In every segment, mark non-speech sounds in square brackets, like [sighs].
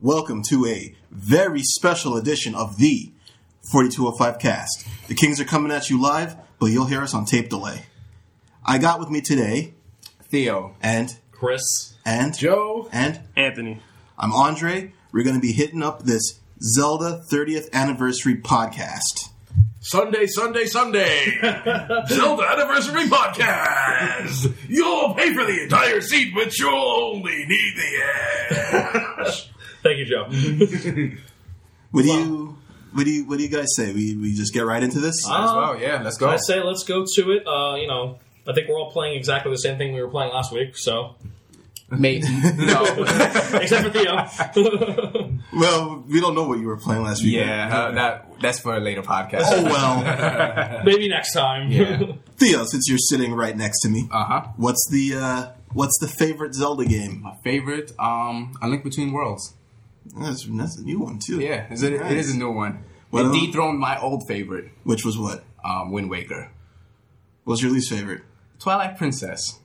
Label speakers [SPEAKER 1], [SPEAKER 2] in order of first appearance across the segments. [SPEAKER 1] welcome to a very special edition of the 4205 cast. The Kings are coming at you live, but you'll hear us on tape delay. I got with me today,
[SPEAKER 2] Theo.
[SPEAKER 1] and,
[SPEAKER 3] Chris.
[SPEAKER 1] and,
[SPEAKER 2] Joe.
[SPEAKER 1] and
[SPEAKER 3] Anthony.
[SPEAKER 1] I'm Andre. We're going to be hitting up this Zelda 30th anniversary podcast.
[SPEAKER 2] Sunday,
[SPEAKER 3] [laughs]
[SPEAKER 2] Sunday, Sunday. Zelda Anniversary Podcast. You'll pay for the entire seat, but you'll only need the
[SPEAKER 3] [laughs]
[SPEAKER 2] edge.
[SPEAKER 3] Thank you, Joe.
[SPEAKER 1] What do you, what do you, what do you guys say? We, we just get right into this?
[SPEAKER 3] Uh,
[SPEAKER 2] well, yeah, let's go.
[SPEAKER 3] I
[SPEAKER 4] [laughs]
[SPEAKER 3] say let's go to it. Uh, you know, I think we're all playing exactly the same thing we were playing last week, so.
[SPEAKER 2] Mate, no.
[SPEAKER 3] Except for Theo.
[SPEAKER 1] well, we don't know what you were playing last week.
[SPEAKER 4] Yeah, uh, that that's for a later podcast.
[SPEAKER 1] Oh,
[SPEAKER 4] [laughs]
[SPEAKER 1] well.
[SPEAKER 3] Maybe next time.
[SPEAKER 4] Yeah.
[SPEAKER 1] Theo, since you're sitting right next to me,
[SPEAKER 4] Uh huh.
[SPEAKER 1] what's the, uh, what's the favorite Zelda game?
[SPEAKER 4] My favorite, um, A Link Between Worlds.
[SPEAKER 1] That's, that's a new one, too.
[SPEAKER 4] Yeah, it's a, it is a new one.
[SPEAKER 1] Well-
[SPEAKER 4] it dethroned my old favorite,
[SPEAKER 1] Which was what?
[SPEAKER 4] um, Wind Waker,
[SPEAKER 1] What was your least favorite?
[SPEAKER 4] Twilight Princess.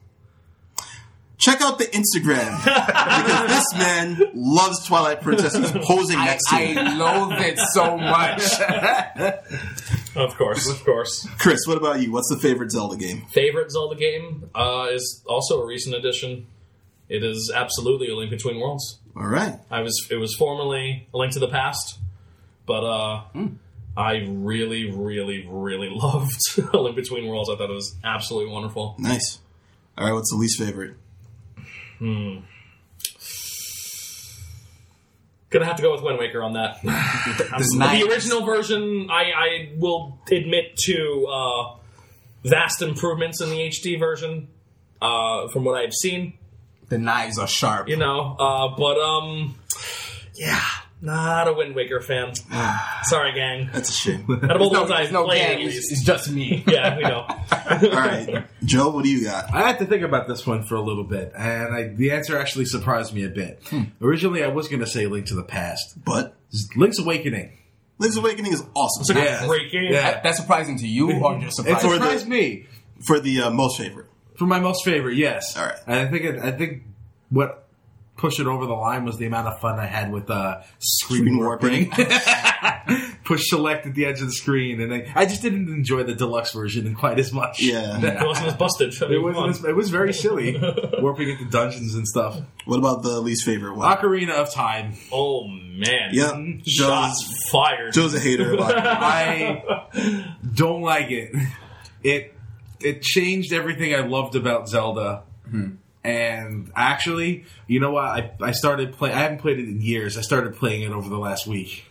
[SPEAKER 1] Check out the
[SPEAKER 4] [laughs]
[SPEAKER 1] Instagram because this man loves Twilight Princess. He's posing
[SPEAKER 4] I,
[SPEAKER 1] next to it.
[SPEAKER 4] I loathe it so [laughs] much.
[SPEAKER 3] Of course, of course.
[SPEAKER 1] Chris, what about you? What's the favorite Zelda game?
[SPEAKER 3] Favorite Zelda game uh, is also a recent addition. It is absolutely a Link Between Worlds.
[SPEAKER 1] All right.
[SPEAKER 3] I was it was formerly a Link to the Past, but uh, I really, really, really [laughs] loved a Link Between Worlds. I thought it was absolutely wonderful.
[SPEAKER 1] Nice. All right, what's the least favorite?
[SPEAKER 3] Gonna have to go with Wind Waker on that. [laughs] Um,
[SPEAKER 4] nice.
[SPEAKER 3] The original version, I, I will admit to uh, vast improvements in the HD version uh, from what I've seen,
[SPEAKER 4] the knives are sharp.
[SPEAKER 3] you know. Uh, but um, yeah, not a Wind Waker fan. Sorry, gang.
[SPEAKER 1] That's a
[SPEAKER 4] [laughs]
[SPEAKER 1] shame.
[SPEAKER 3] Out of all the
[SPEAKER 4] no,
[SPEAKER 3] ones I've
[SPEAKER 4] there's no
[SPEAKER 3] played,
[SPEAKER 4] game.
[SPEAKER 3] at
[SPEAKER 4] It's,
[SPEAKER 3] least.
[SPEAKER 4] it's just
[SPEAKER 3] [laughs]
[SPEAKER 4] me.
[SPEAKER 3] yeah, we know.
[SPEAKER 1] All right, Joe, what do you got?
[SPEAKER 2] I had to think about this one for a little bit, and I, the answer actually surprised me a bit. Originally, I was going to say Link to the Past.
[SPEAKER 1] But
[SPEAKER 2] Link's Awakening.
[SPEAKER 1] Link's Awakening is awesome
[SPEAKER 3] It's a
[SPEAKER 2] Yeah.
[SPEAKER 3] great game.
[SPEAKER 2] Yeah.
[SPEAKER 4] That- that's surprising to you, or just
[SPEAKER 2] It
[SPEAKER 4] surprising?
[SPEAKER 2] surprised me.
[SPEAKER 1] for the uh, most favorite.
[SPEAKER 2] For my most favorite, yes.
[SPEAKER 1] All right.
[SPEAKER 2] And I think it, I think what pushed it over the line was the amount of fun I had with uh, screen,
[SPEAKER 1] Screen warping.
[SPEAKER 2] warping.
[SPEAKER 4] [laughs]
[SPEAKER 2] [laughs] Push select at the edge of the screen, and then I just didn't enjoy the deluxe version quite as much.
[SPEAKER 1] Yeah.
[SPEAKER 3] It wasn't as busted. I mean,
[SPEAKER 2] It
[SPEAKER 3] come on.
[SPEAKER 2] was it was very silly warping into dungeons and stuff.
[SPEAKER 1] What about the least favorite one?
[SPEAKER 2] Ocarina of Time.
[SPEAKER 3] oh man.
[SPEAKER 1] Yeah,
[SPEAKER 4] Mm-hmm.
[SPEAKER 1] Joe's,
[SPEAKER 3] Shots fired.
[SPEAKER 1] Joe's a
[SPEAKER 4] [laughs]
[SPEAKER 1] hater. About
[SPEAKER 2] I don't like it. It it changed everything I loved about Zelda. And actually, you know what? I, I started play. I haven't played it in years. I started playing it over the last week,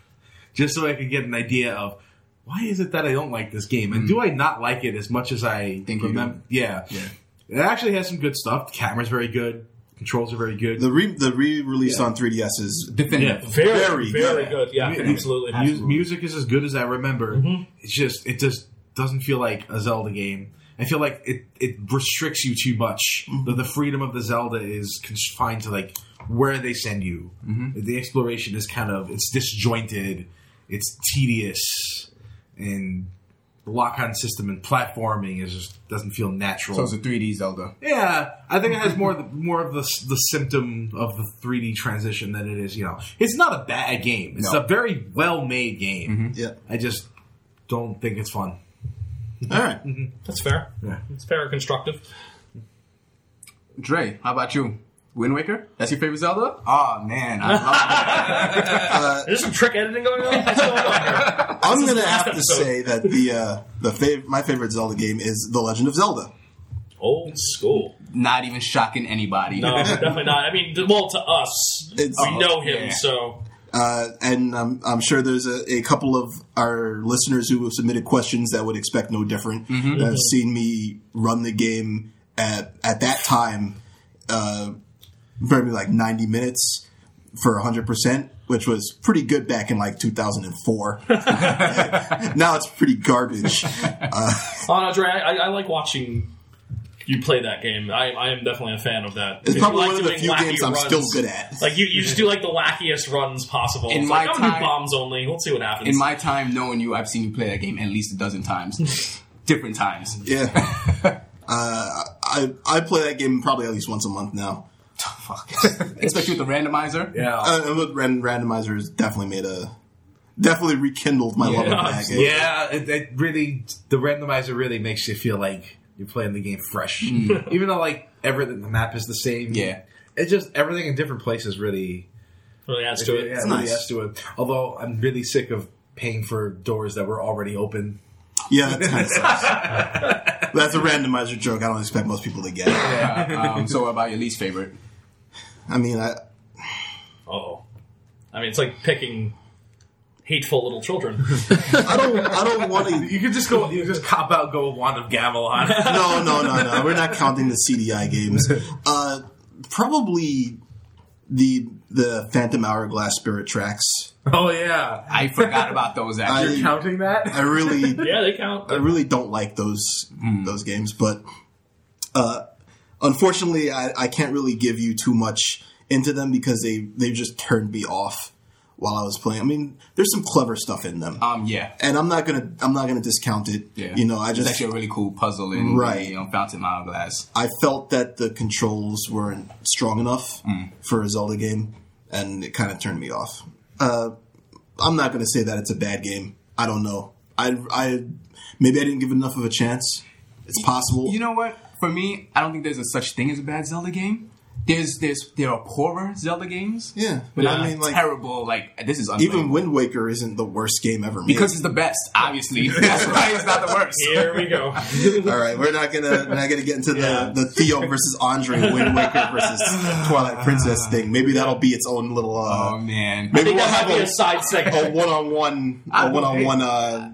[SPEAKER 2] just so I could get an idea of why is it that I don't like this game, and do I not like it as much as I
[SPEAKER 4] Think you
[SPEAKER 2] remem- Yeah. it actually has some good stuff. The camera's very good. Controls are very good.
[SPEAKER 1] the re the re released on 3DS is
[SPEAKER 4] Definitive.
[SPEAKER 2] Yeah.
[SPEAKER 1] Very
[SPEAKER 3] very, very, good. Yeah,
[SPEAKER 2] Yeah.
[SPEAKER 3] absolutely.
[SPEAKER 2] Mu- music is as good as I remember. It's just it just doesn't feel like a Zelda game. I feel like it it restricts you too much. The, the freedom of the Zelda is confined to like where they send you. The exploration is kind of it's disjointed, it's tedious, and the lock-on system and platforming is just doesn't feel natural.
[SPEAKER 4] So it's a 3D Zelda.
[SPEAKER 2] Yeah, I think it has more of the, more of the the symptom of the 3D transition than it is. You know, it's not a bad game. It's
[SPEAKER 4] No.
[SPEAKER 2] a very well made game.
[SPEAKER 1] yeah.
[SPEAKER 2] I just don't think it's fun.
[SPEAKER 1] All right.
[SPEAKER 3] That's fair.
[SPEAKER 2] Yeah.
[SPEAKER 3] It's fair and constructive.
[SPEAKER 4] Dre, how about you? Wind Waker? That's your favorite Zelda? Oh man, I [laughs] love
[SPEAKER 3] Is there some trick editing going on? What's going
[SPEAKER 1] [laughs]
[SPEAKER 3] on here?
[SPEAKER 1] I'm gonna
[SPEAKER 3] last
[SPEAKER 1] have to
[SPEAKER 3] episode.
[SPEAKER 1] say that the uh, the fav- my favorite Zelda game is The Legend of Zelda.
[SPEAKER 3] Old school.
[SPEAKER 4] not even shocking
[SPEAKER 1] [laughs]
[SPEAKER 4] anybody.
[SPEAKER 3] No, definitely not. I mean, well, to us,
[SPEAKER 1] It's-
[SPEAKER 3] we know him,
[SPEAKER 4] yeah.
[SPEAKER 3] so
[SPEAKER 1] Uh, and um, I'm sure there's a, a couple of our listeners who have submitted questions that would expect no different.
[SPEAKER 3] Mm-hmm.
[SPEAKER 1] That have seen me run the game at at that time, uh, probably like 90 minutes for 100 percent, which was pretty good back in like
[SPEAKER 3] [laughs]
[SPEAKER 1] 2004. [laughs] now it's pretty garbage.
[SPEAKER 3] on Andre, Oh, I, I, I like watching you play that game. I, I am definitely a fan of that. If
[SPEAKER 1] It's
[SPEAKER 3] you
[SPEAKER 1] probably
[SPEAKER 3] like
[SPEAKER 1] one of the
[SPEAKER 3] doing
[SPEAKER 1] few
[SPEAKER 3] wacky
[SPEAKER 1] games I'm
[SPEAKER 3] runs-
[SPEAKER 1] still good at.
[SPEAKER 3] Like you, you just do like the wackiest runs possible.
[SPEAKER 4] In
[SPEAKER 3] it's
[SPEAKER 4] my
[SPEAKER 3] like, I'm gonna
[SPEAKER 4] time-
[SPEAKER 3] do bombs only. We'll see what happens.
[SPEAKER 4] In my time knowing you, I've seen you play that game at least a dozen
[SPEAKER 3] [laughs]
[SPEAKER 4] times. Different times.
[SPEAKER 1] [laughs] Yeah. uh, I I play that game probably at least once a month now. Fuck.
[SPEAKER 4] Especially with the randomizer.
[SPEAKER 2] Yeah.
[SPEAKER 1] uh, look, Ran- randomizer has definitely made a definitely rekindled my love of that game.
[SPEAKER 2] yeah, it, it really the randomizer really makes you feel like you're playing the game fresh,
[SPEAKER 1] Mm.
[SPEAKER 2] [laughs] even though like everything the map is the same.
[SPEAKER 4] Yeah.
[SPEAKER 2] it's just everything in different places really.
[SPEAKER 3] Really adds to it.
[SPEAKER 2] Yeah,
[SPEAKER 1] It's
[SPEAKER 2] really
[SPEAKER 1] nice.
[SPEAKER 2] adds to it. Although I'm really sick of paying for doors that were already open.
[SPEAKER 1] Yeah, that's kind of sucks. [laughs] That's a randomizer joke. I don't expect most people to get it.
[SPEAKER 4] Yeah, um, so what about your least favorite?
[SPEAKER 1] I mean, I,
[SPEAKER 3] Oh, I mean, it's like picking hateful little
[SPEAKER 1] [laughs]
[SPEAKER 3] children.
[SPEAKER 1] I don't, I don't want to.
[SPEAKER 2] You could just go. You could just cop out. Go wand of [laughs] Gamelon.
[SPEAKER 1] No, no, no, no. We're not counting the CDI
[SPEAKER 2] [laughs]
[SPEAKER 1] games. Uh, probably the the Phantom Hourglass Spirit tracks.
[SPEAKER 2] oh yeah,
[SPEAKER 4] [laughs] I forgot about those actually.
[SPEAKER 1] I-
[SPEAKER 2] counting
[SPEAKER 1] I
[SPEAKER 2] that.
[SPEAKER 1] really
[SPEAKER 3] yeah, they count.
[SPEAKER 1] I really don't like those those games, but uh, unfortunately, I, I can't really give you too much into them because they they just turned me off while I was playing. I mean, there's some clever stuff in them,
[SPEAKER 4] um, yeah.
[SPEAKER 1] and I'm not gonna I'm not gonna discount it.
[SPEAKER 4] Yeah.
[SPEAKER 1] You know, I
[SPEAKER 4] It's
[SPEAKER 1] just
[SPEAKER 4] actually a really cool puzzle in
[SPEAKER 1] Right.
[SPEAKER 4] you know, Fountain Hourglass.
[SPEAKER 1] I felt that the controls weren't strong enough for a Zelda game, and it kind of turned me off. Uh, I'm not gonna say that it's a bad game. I don't know. I I maybe I didn't give it enough of a chance. It's possible.
[SPEAKER 4] You know what? For me, I don't think there's a such thing as a bad Zelda game. There's there's there are poorer Zelda games.
[SPEAKER 1] Yeah, but
[SPEAKER 4] But
[SPEAKER 1] I mean, like
[SPEAKER 4] terrible. Like this is unplayable.
[SPEAKER 1] even Wind Waker isn't the worst game ever. Made.
[SPEAKER 4] because it's the best.
[SPEAKER 2] [laughs]
[SPEAKER 4] Obviously, that's why it's not the worst.
[SPEAKER 3] Here
[SPEAKER 1] [laughs]
[SPEAKER 3] we go.
[SPEAKER 1] all right, we're not gonna we're not gonna get into
[SPEAKER 3] Yeah.
[SPEAKER 1] the the Theo versus Andre Wind Waker versus Twilight Princess thing. Maybe that'll be its own little. Uh,
[SPEAKER 4] Oh man,
[SPEAKER 3] Um, I
[SPEAKER 1] maybe
[SPEAKER 3] think
[SPEAKER 1] we'll
[SPEAKER 3] that
[SPEAKER 1] have
[SPEAKER 3] might be
[SPEAKER 1] a,
[SPEAKER 3] a side
[SPEAKER 1] a
[SPEAKER 3] segment.
[SPEAKER 1] one-on-one, a
[SPEAKER 4] I'm
[SPEAKER 1] one-on-one. Uh,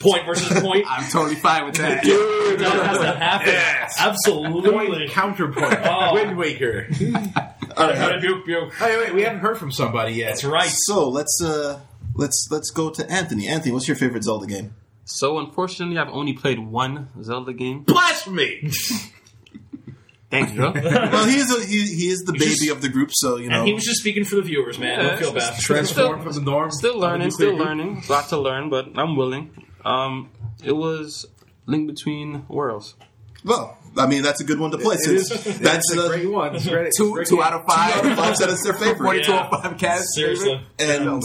[SPEAKER 3] Point versus point.
[SPEAKER 4] I'm totally fine with that.
[SPEAKER 3] Dude, that has to happen.
[SPEAKER 2] Yes.
[SPEAKER 3] Absolutely.
[SPEAKER 2] [laughs] Counterpoint.
[SPEAKER 3] Oh.
[SPEAKER 2] Wind Waker. Hey,
[SPEAKER 1] all right,
[SPEAKER 3] Yeah, Buke, buke.
[SPEAKER 2] wait, we haven't heard from somebody yet.
[SPEAKER 3] That's right.
[SPEAKER 1] so let's uh let's let's go to Anthony. Anthony, what's your favorite Zelda game?
[SPEAKER 3] [laughs]
[SPEAKER 5] So unfortunately, I've only played one Zelda game. [laughs]
[SPEAKER 2] Blasphemy.
[SPEAKER 5] Thanks, bro.
[SPEAKER 1] [laughs] Well, he is a, he, he is the baby
[SPEAKER 3] just-
[SPEAKER 1] of the group, so you know.
[SPEAKER 3] And he was just speaking for the viewers, man.
[SPEAKER 5] Yeah,
[SPEAKER 3] Don't feel
[SPEAKER 5] it's-
[SPEAKER 3] bad.
[SPEAKER 2] Transform from the norm.
[SPEAKER 5] Still learning,
[SPEAKER 2] Nuclear
[SPEAKER 5] still
[SPEAKER 2] group.
[SPEAKER 5] learning. Lot to learn, but I'm willing. Um, it was Link Between Worlds.
[SPEAKER 1] well, I mean, that's a good one to play.
[SPEAKER 2] It
[SPEAKER 1] since
[SPEAKER 3] [laughs]
[SPEAKER 2] is-
[SPEAKER 1] that's
[SPEAKER 2] It's a
[SPEAKER 1] the
[SPEAKER 2] great one. It's great. It's
[SPEAKER 4] Two
[SPEAKER 2] great
[SPEAKER 4] two
[SPEAKER 2] game.
[SPEAKER 4] out of five.
[SPEAKER 1] five said it's their favorite.
[SPEAKER 4] [laughs] Forty-two
[SPEAKER 3] Yeah.
[SPEAKER 4] out of five cast.
[SPEAKER 3] Seriously.
[SPEAKER 1] And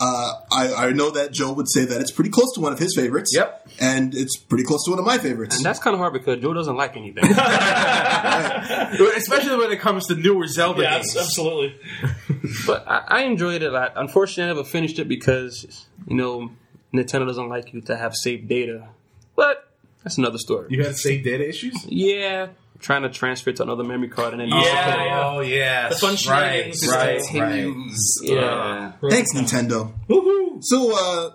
[SPEAKER 1] uh, I, I know that Joe would say that it's pretty close to one of his favorites.
[SPEAKER 2] Yep.
[SPEAKER 1] And it's pretty close to one of my favorites.
[SPEAKER 5] And that's kind of hard because Joe doesn't like anything.
[SPEAKER 2] Especially when it comes to newer Zelda
[SPEAKER 3] Yeah,
[SPEAKER 2] games.
[SPEAKER 3] abs- absolutely.
[SPEAKER 5] but I, I enjoyed it a lot. Unfortunately, I never finished it because, you know, Nintendo doesn't like you to have saved data. But that's another story.
[SPEAKER 2] You had same data issues?
[SPEAKER 5] Yeah, trying to transfer it to another memory card and then.
[SPEAKER 3] Yeah.
[SPEAKER 2] Oh, yeah.
[SPEAKER 3] The fun
[SPEAKER 2] right,
[SPEAKER 3] shenanigans.
[SPEAKER 2] right, right.
[SPEAKER 4] Continues.
[SPEAKER 5] Yeah.
[SPEAKER 1] Thanks, Nintendo.
[SPEAKER 3] Woohoo!
[SPEAKER 1] So, uh,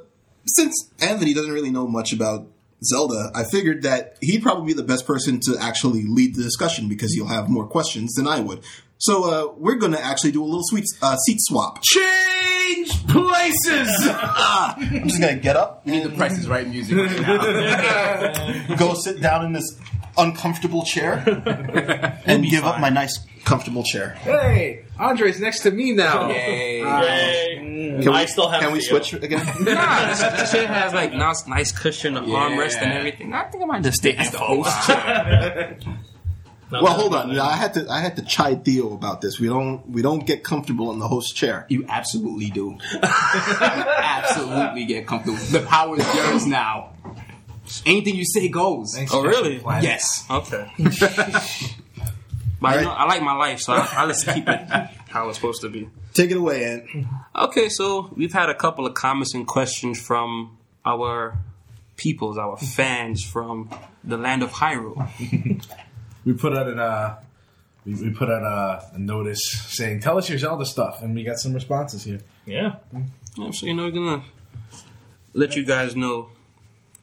[SPEAKER 1] since Anthony doesn't really know much about Zelda, I figured that he'd probably be the best person to actually lead the discussion because he'll have more questions than I would. So, uh, we're going to actually do a little sweet, uh, seat swap.
[SPEAKER 2] Change places!
[SPEAKER 1] I'm just going to get up
[SPEAKER 4] You need the Price is Right music right now.
[SPEAKER 1] [laughs] go sit down in this uncomfortable chair [laughs] and give up my nice, comfortable chair.
[SPEAKER 2] hey, Andre's next to me now.
[SPEAKER 4] Yay.
[SPEAKER 3] Yay.
[SPEAKER 1] Can we,
[SPEAKER 3] Mm. I still have
[SPEAKER 1] Can we
[SPEAKER 3] Theo.
[SPEAKER 1] switch again?
[SPEAKER 5] Nah, this this shit has like nice, nice cushion, armrest, and everything. I think I might just stay as the host.
[SPEAKER 3] No,
[SPEAKER 1] [laughs] Well,
[SPEAKER 3] no,
[SPEAKER 1] hold
[SPEAKER 3] no,
[SPEAKER 1] on.
[SPEAKER 3] no.
[SPEAKER 1] I had to I had to chide Theo about this. We don't we don't get comfortable in the host chair.
[SPEAKER 4] You absolutely do. [laughs] you absolutely get comfortable. The power is yours now. Anything you say goes.
[SPEAKER 5] Oh, really?
[SPEAKER 4] Yes.
[SPEAKER 5] [laughs] Okay. but you know, I like my life, so I, I just keep it [laughs] how it's supposed to be.
[SPEAKER 1] Take it away, Ant.
[SPEAKER 5] Okay, so we've had a couple of comments and questions from our peoples, our fans from the land of Hyrule.
[SPEAKER 2] We put out an, uh, we, we put out a, a notice saying, tell us your Zelda stuff, and we got some responses here.
[SPEAKER 3] Yeah.
[SPEAKER 5] Yeah, So, you know, we're gonna let you guys know.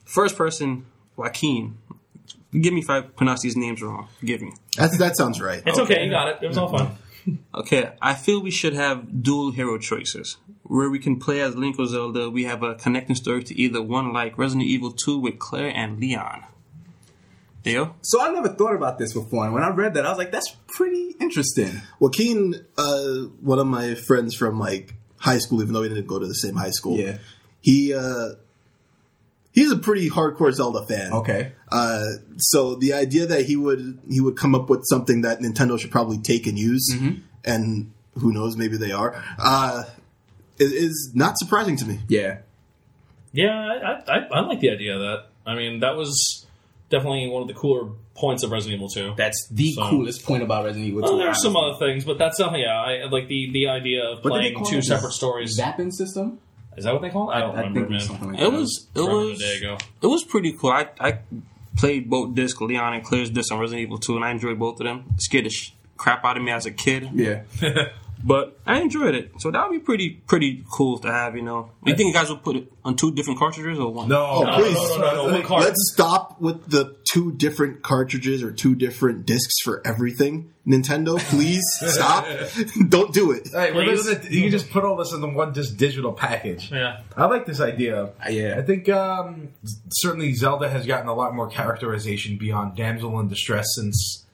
[SPEAKER 5] First person, Joaquin. Forgive me if I pronounce these names wrong. Forgive me.
[SPEAKER 1] That's, that sounds right.
[SPEAKER 3] It's okay. You got it. It was all fun.
[SPEAKER 5] Okay, I feel we should have dual hero choices where we can play as Link or Zelda. We have a connecting story to either one, like Resident Evil 2 with Claire and Leon. Deal?
[SPEAKER 4] So I never thought about this before, and when I read that, I was like, "That's pretty interesting."
[SPEAKER 1] Joaquin, uh, one of my friends from like high school, even though we didn't go to the same high school, he uh, he's a pretty hardcore Zelda fan.
[SPEAKER 2] Okay.
[SPEAKER 1] Uh, so the idea that he would he would come up with something that Nintendo should probably take and use,
[SPEAKER 3] Mm-hmm.
[SPEAKER 1] and who knows, maybe they are, uh, is, is not surprising to me.
[SPEAKER 4] Yeah.
[SPEAKER 3] Yeah, I, I, I- I like the idea of that. I mean, that was definitely one of the cooler points of Resident Evil 2.
[SPEAKER 4] That's the
[SPEAKER 3] So-
[SPEAKER 4] coolest point about Resident Evil 2.
[SPEAKER 3] Well, there are some other things, but that's something. Yeah, I like the the idea of
[SPEAKER 4] What did they
[SPEAKER 3] playing
[SPEAKER 4] call
[SPEAKER 3] two
[SPEAKER 4] it?
[SPEAKER 3] separate stories.
[SPEAKER 4] Zapping system?
[SPEAKER 3] Is that what they call it? I don't
[SPEAKER 4] I
[SPEAKER 3] remember,
[SPEAKER 4] think it
[SPEAKER 3] man.
[SPEAKER 4] was something like that.
[SPEAKER 5] It was it
[SPEAKER 3] Remember
[SPEAKER 5] was
[SPEAKER 3] the day ago.
[SPEAKER 5] it was pretty cool. I, I played both disc Leon and Clear's disc on Resident Evil 2, and I enjoyed both of them. It scared the sh- crap out of me as a kid,
[SPEAKER 4] Yeah.
[SPEAKER 5] but I enjoyed it. So that would be pretty pretty cool to have. You know, do you think you guys would put it on two different cartridges or one?
[SPEAKER 2] No.
[SPEAKER 1] Oh,
[SPEAKER 3] No,
[SPEAKER 1] please.
[SPEAKER 3] no, no, no, no, one card.
[SPEAKER 1] Let's stop with the two different cartridges or two different discs for everything. Nintendo,
[SPEAKER 3] [laughs]
[SPEAKER 1] please stop. [laughs] Don't do it.
[SPEAKER 2] Hey, well,
[SPEAKER 3] Please.
[SPEAKER 2] there's a- you can just put all this in the one just digital package.
[SPEAKER 3] Yeah.
[SPEAKER 2] I like this idea.
[SPEAKER 4] yeah.
[SPEAKER 1] [laughs]
[SPEAKER 2] I think um, certainly Zelda has gotten a lot more characterization beyond damsel in distress since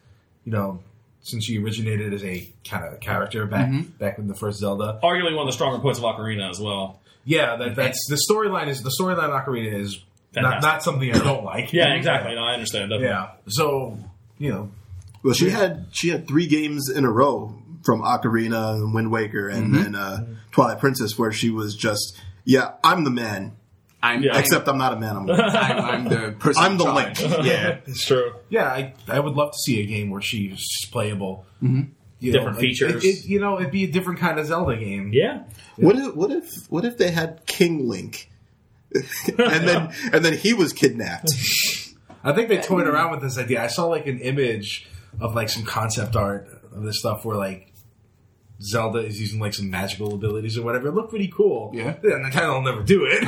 [SPEAKER 2] you know since she originated as a kind of character back
[SPEAKER 3] Mm-hmm.
[SPEAKER 2] back in the first Zelda.
[SPEAKER 3] Arguably one of the stronger points of Ocarina as well.
[SPEAKER 2] Yeah, that, that's the storyline is the storyline in Ocarina is not,
[SPEAKER 3] Fantastic.
[SPEAKER 2] not something I don't like.
[SPEAKER 3] Yeah, exactly. No, I understand. Definitely.
[SPEAKER 2] Yeah, so you know,
[SPEAKER 1] Well, she had she had three games in a row from Ocarina and Wind Waker and
[SPEAKER 4] Mm-hmm.
[SPEAKER 1] then uh, Twilight Princess, where she was just, yeah, I'm the man.
[SPEAKER 4] I'm,
[SPEAKER 3] Yeah.
[SPEAKER 1] Except I'm not a man. I'm a
[SPEAKER 4] [laughs] I'm, I'm the person.
[SPEAKER 1] I'm
[SPEAKER 4] in
[SPEAKER 1] the
[SPEAKER 4] charge.
[SPEAKER 1] link.
[SPEAKER 4] Yeah.
[SPEAKER 3] It's true.
[SPEAKER 2] yeah, I, I would love to see a game where she's playable. You
[SPEAKER 3] Mm-hmm. Different
[SPEAKER 2] like,
[SPEAKER 3] features.
[SPEAKER 2] It, it, you know, it'd be a different kind of Zelda game.
[SPEAKER 3] Yeah.
[SPEAKER 1] [laughs] What if what if what if they had King Link, [laughs] and
[SPEAKER 4] [laughs]
[SPEAKER 1] then and then he was kidnapped?
[SPEAKER 2] I think they toyed around with this idea. I saw like an image of like some concept art of this stuff where like Zelda is using like some magical abilities or whatever. It looked pretty cool.
[SPEAKER 4] Yeah.
[SPEAKER 2] yeah Nintendo will never do [laughs] it.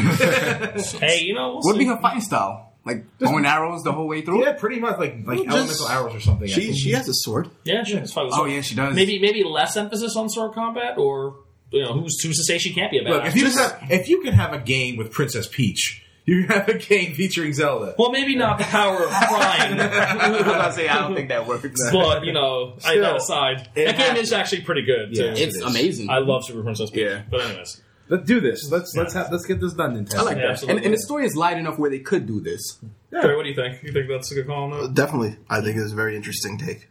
[SPEAKER 3] Hey, you know, we'll
[SPEAKER 4] What'd be
[SPEAKER 3] see.
[SPEAKER 4] her fighting style? Like bow and arrows the whole way through?
[SPEAKER 2] yeah, pretty much like like
[SPEAKER 1] Well, just-
[SPEAKER 2] elemental arrows or something. I
[SPEAKER 1] She
[SPEAKER 2] think.
[SPEAKER 1] she has a sword.
[SPEAKER 3] yeah, sure. It's fine.
[SPEAKER 4] Oh yeah, she does.
[SPEAKER 3] Maybe maybe less emphasis on sword combat, or you know, who's who's to say she can't be a badass?
[SPEAKER 2] Look, if you could have if you could have a game with Princess Peach, you can have a game featuring Zelda.
[SPEAKER 3] well, maybe not the power of
[SPEAKER 4] I [laughs] was
[SPEAKER 3] crying,
[SPEAKER 4] about to say I don't think that works.
[SPEAKER 3] but you know, I,
[SPEAKER 2] Still,
[SPEAKER 3] that aside,
[SPEAKER 2] it
[SPEAKER 3] that game
[SPEAKER 2] has-
[SPEAKER 3] is actually pretty good.
[SPEAKER 2] Yeah.
[SPEAKER 3] Too.
[SPEAKER 2] It-
[SPEAKER 4] it's amazing.
[SPEAKER 3] I love Super Princess Peach.
[SPEAKER 4] Yeah.
[SPEAKER 3] But anyways,
[SPEAKER 2] Let's do this. Let's let's have, let's get this done, Nintendo.
[SPEAKER 4] I like
[SPEAKER 3] Yeah,
[SPEAKER 4] that. And,
[SPEAKER 3] absolutely.
[SPEAKER 4] and the story is light enough where they could do this.
[SPEAKER 3] Barry, what do you think? You think that's a good call? No.
[SPEAKER 1] Definitely, I think it's a very interesting take.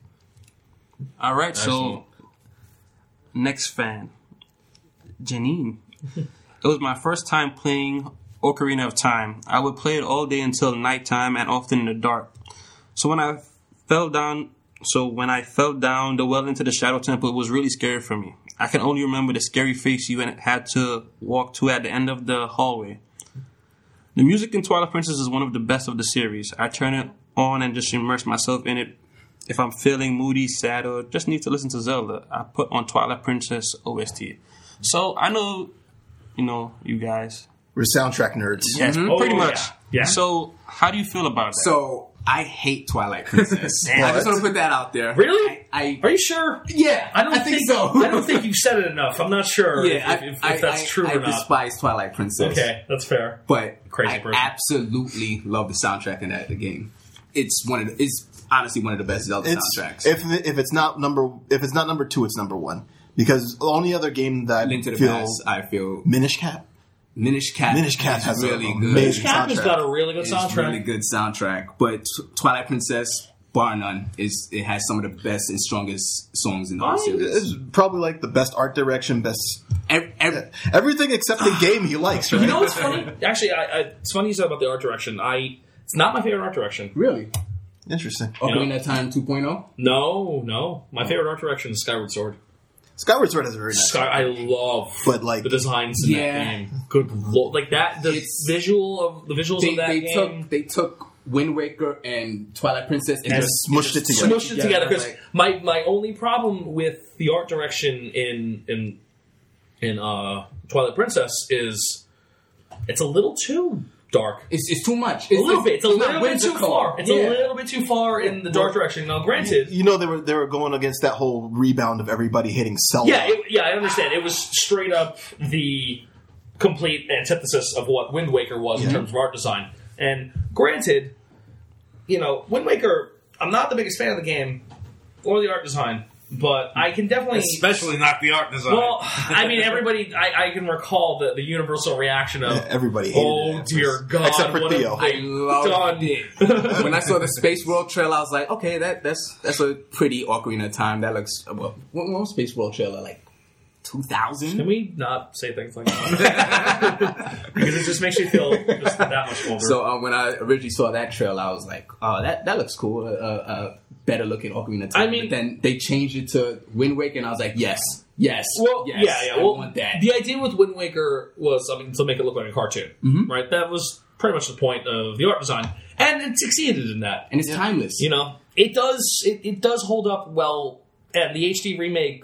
[SPEAKER 5] All right,
[SPEAKER 3] Excellent.
[SPEAKER 5] so next fan, Janine. [laughs] it was my first time playing Ocarina of Time. I would play it all day until nighttime and often in the dark. So when I fell down, so when I fell down the well into the Shadow Temple, it was really scary for me. I can only remember the scary face you had to walk to at the end of the hallway. The music in Twilight Princess is one of the best of the series. I turn it on and just immerse myself in it if I'm feeling moody, sad, or just need to listen to Zelda, I put on Twilight Princess OST. So I know, you know, you guys.
[SPEAKER 1] We're soundtrack nerds.
[SPEAKER 5] Yes, pretty
[SPEAKER 3] Oh,
[SPEAKER 5] much.
[SPEAKER 3] yeah. Yeah.
[SPEAKER 5] So how do you feel about that?
[SPEAKER 4] So I hate
[SPEAKER 1] [laughs]
[SPEAKER 4] Twilight Princess. I just want to put that out there.
[SPEAKER 3] Really?
[SPEAKER 4] I, I
[SPEAKER 3] Are you sure?
[SPEAKER 4] yeah.
[SPEAKER 3] I don't
[SPEAKER 4] think, so.
[SPEAKER 3] I don't
[SPEAKER 4] [laughs]
[SPEAKER 3] think you said it enough. I'm not sure
[SPEAKER 4] yeah,
[SPEAKER 3] if,
[SPEAKER 4] I,
[SPEAKER 3] if, if
[SPEAKER 4] I,
[SPEAKER 3] that's
[SPEAKER 4] I-
[SPEAKER 3] true
[SPEAKER 4] I
[SPEAKER 3] or not.
[SPEAKER 4] despise Twilight Princess.
[SPEAKER 3] Okay, that's fair.
[SPEAKER 4] but
[SPEAKER 3] Crazy
[SPEAKER 4] I
[SPEAKER 3] person.
[SPEAKER 4] absolutely love the soundtrack in that the game. It's one of the, it's honestly one of the best Zelda
[SPEAKER 1] It's
[SPEAKER 4] soundtracks.
[SPEAKER 1] if if it's not number if it's not number two, it's number one because the only other game that I
[SPEAKER 4] Link to the
[SPEAKER 1] feel
[SPEAKER 4] Past, I feel
[SPEAKER 1] Minish Cap.
[SPEAKER 4] Minish Cap.
[SPEAKER 1] Minish Cap
[SPEAKER 4] is
[SPEAKER 1] has a
[SPEAKER 4] really good.
[SPEAKER 1] amazing
[SPEAKER 3] Cap has
[SPEAKER 1] soundtrack.
[SPEAKER 3] got a really good
[SPEAKER 4] It's
[SPEAKER 3] soundtrack.
[SPEAKER 4] really good soundtrack. But Tw- Twilight Princess, bar none, is it has some of the best and strongest songs in the whole series.
[SPEAKER 1] It's probably like the best art direction, best
[SPEAKER 4] Ev- ev-
[SPEAKER 1] everything except the game he likes. Right?
[SPEAKER 3] You know what's funny? Actually, I, I, it's funny you said about the art direction. I it's not my favorite art direction.
[SPEAKER 4] really?
[SPEAKER 1] Interesting.
[SPEAKER 4] Ocarina of Time oh? 2.0?
[SPEAKER 3] No, no, my favorite art direction is Skyward Sword.
[SPEAKER 1] Skyward Sword is very nice.
[SPEAKER 3] Sky, I love,
[SPEAKER 1] But, like-
[SPEAKER 3] the designs in
[SPEAKER 4] Yeah.
[SPEAKER 3] that game. Good lord, like that the
[SPEAKER 4] It's-
[SPEAKER 3] visual of the visuals
[SPEAKER 4] They,
[SPEAKER 3] of that
[SPEAKER 4] they
[SPEAKER 3] game.
[SPEAKER 4] took they took Wind Waker and Twilight Princess and
[SPEAKER 1] And
[SPEAKER 4] just
[SPEAKER 1] smushed it together.
[SPEAKER 3] smushed it together because
[SPEAKER 4] like-
[SPEAKER 3] my my only problem with the art direction in in in uh, Twilight Princess is it's a little too dark.
[SPEAKER 4] It's, it's too much.
[SPEAKER 3] A little bit. It's a little
[SPEAKER 4] not
[SPEAKER 3] bit too
[SPEAKER 4] whimsical.
[SPEAKER 3] far. It's
[SPEAKER 4] Yeah.
[SPEAKER 3] a little bit too far in the dark direction. Now, granted,
[SPEAKER 1] You know they were they were going against that whole rebound of everybody hitting Zelda.
[SPEAKER 3] Yeah, it, yeah, I understand. It was straight up the complete antithesis of what Wind Waker was in terms of art design. And granted, you know, Wind Waker, I'm not the biggest fan of the game or the art design, But I can definitely
[SPEAKER 2] Especially not the art design.
[SPEAKER 3] Well, I mean, everybody. I, I can recall the, the universal reaction of,
[SPEAKER 1] Everybody hated it
[SPEAKER 3] "Oh
[SPEAKER 1] at
[SPEAKER 3] dear
[SPEAKER 1] first.
[SPEAKER 3] God!"
[SPEAKER 1] Except for
[SPEAKER 3] what have
[SPEAKER 1] Theo.
[SPEAKER 3] they
[SPEAKER 4] I loved
[SPEAKER 3] done?" [laughs]
[SPEAKER 4] when I saw the Space World trailer, I was like, okay, that that's that's a pretty Ocarina of Time. That looks well. What, what was Space World trailer like? Two
[SPEAKER 3] Can
[SPEAKER 4] thousand.
[SPEAKER 3] we not say things like that? [laughs] because it just makes you feel just that much older.
[SPEAKER 4] So uh, when I originally saw that trailer, I was like, oh, that that looks cool. A uh, uh, better looking Ocarina of Time.
[SPEAKER 3] I mean-
[SPEAKER 4] But then they changed it to Wind Waker, and I was like, yes, yes,
[SPEAKER 3] well,
[SPEAKER 4] yes,
[SPEAKER 3] yeah, yeah.
[SPEAKER 4] I
[SPEAKER 3] Well,
[SPEAKER 4] want that.
[SPEAKER 3] the idea with Wind Waker was, I mean, to make it look like a cartoon,
[SPEAKER 1] Mm-hmm.
[SPEAKER 3] right? That was pretty much the point of the art design, and it succeeded in that.
[SPEAKER 4] and it's timeless.
[SPEAKER 3] You know, it does it, it does hold up well, and the HD remake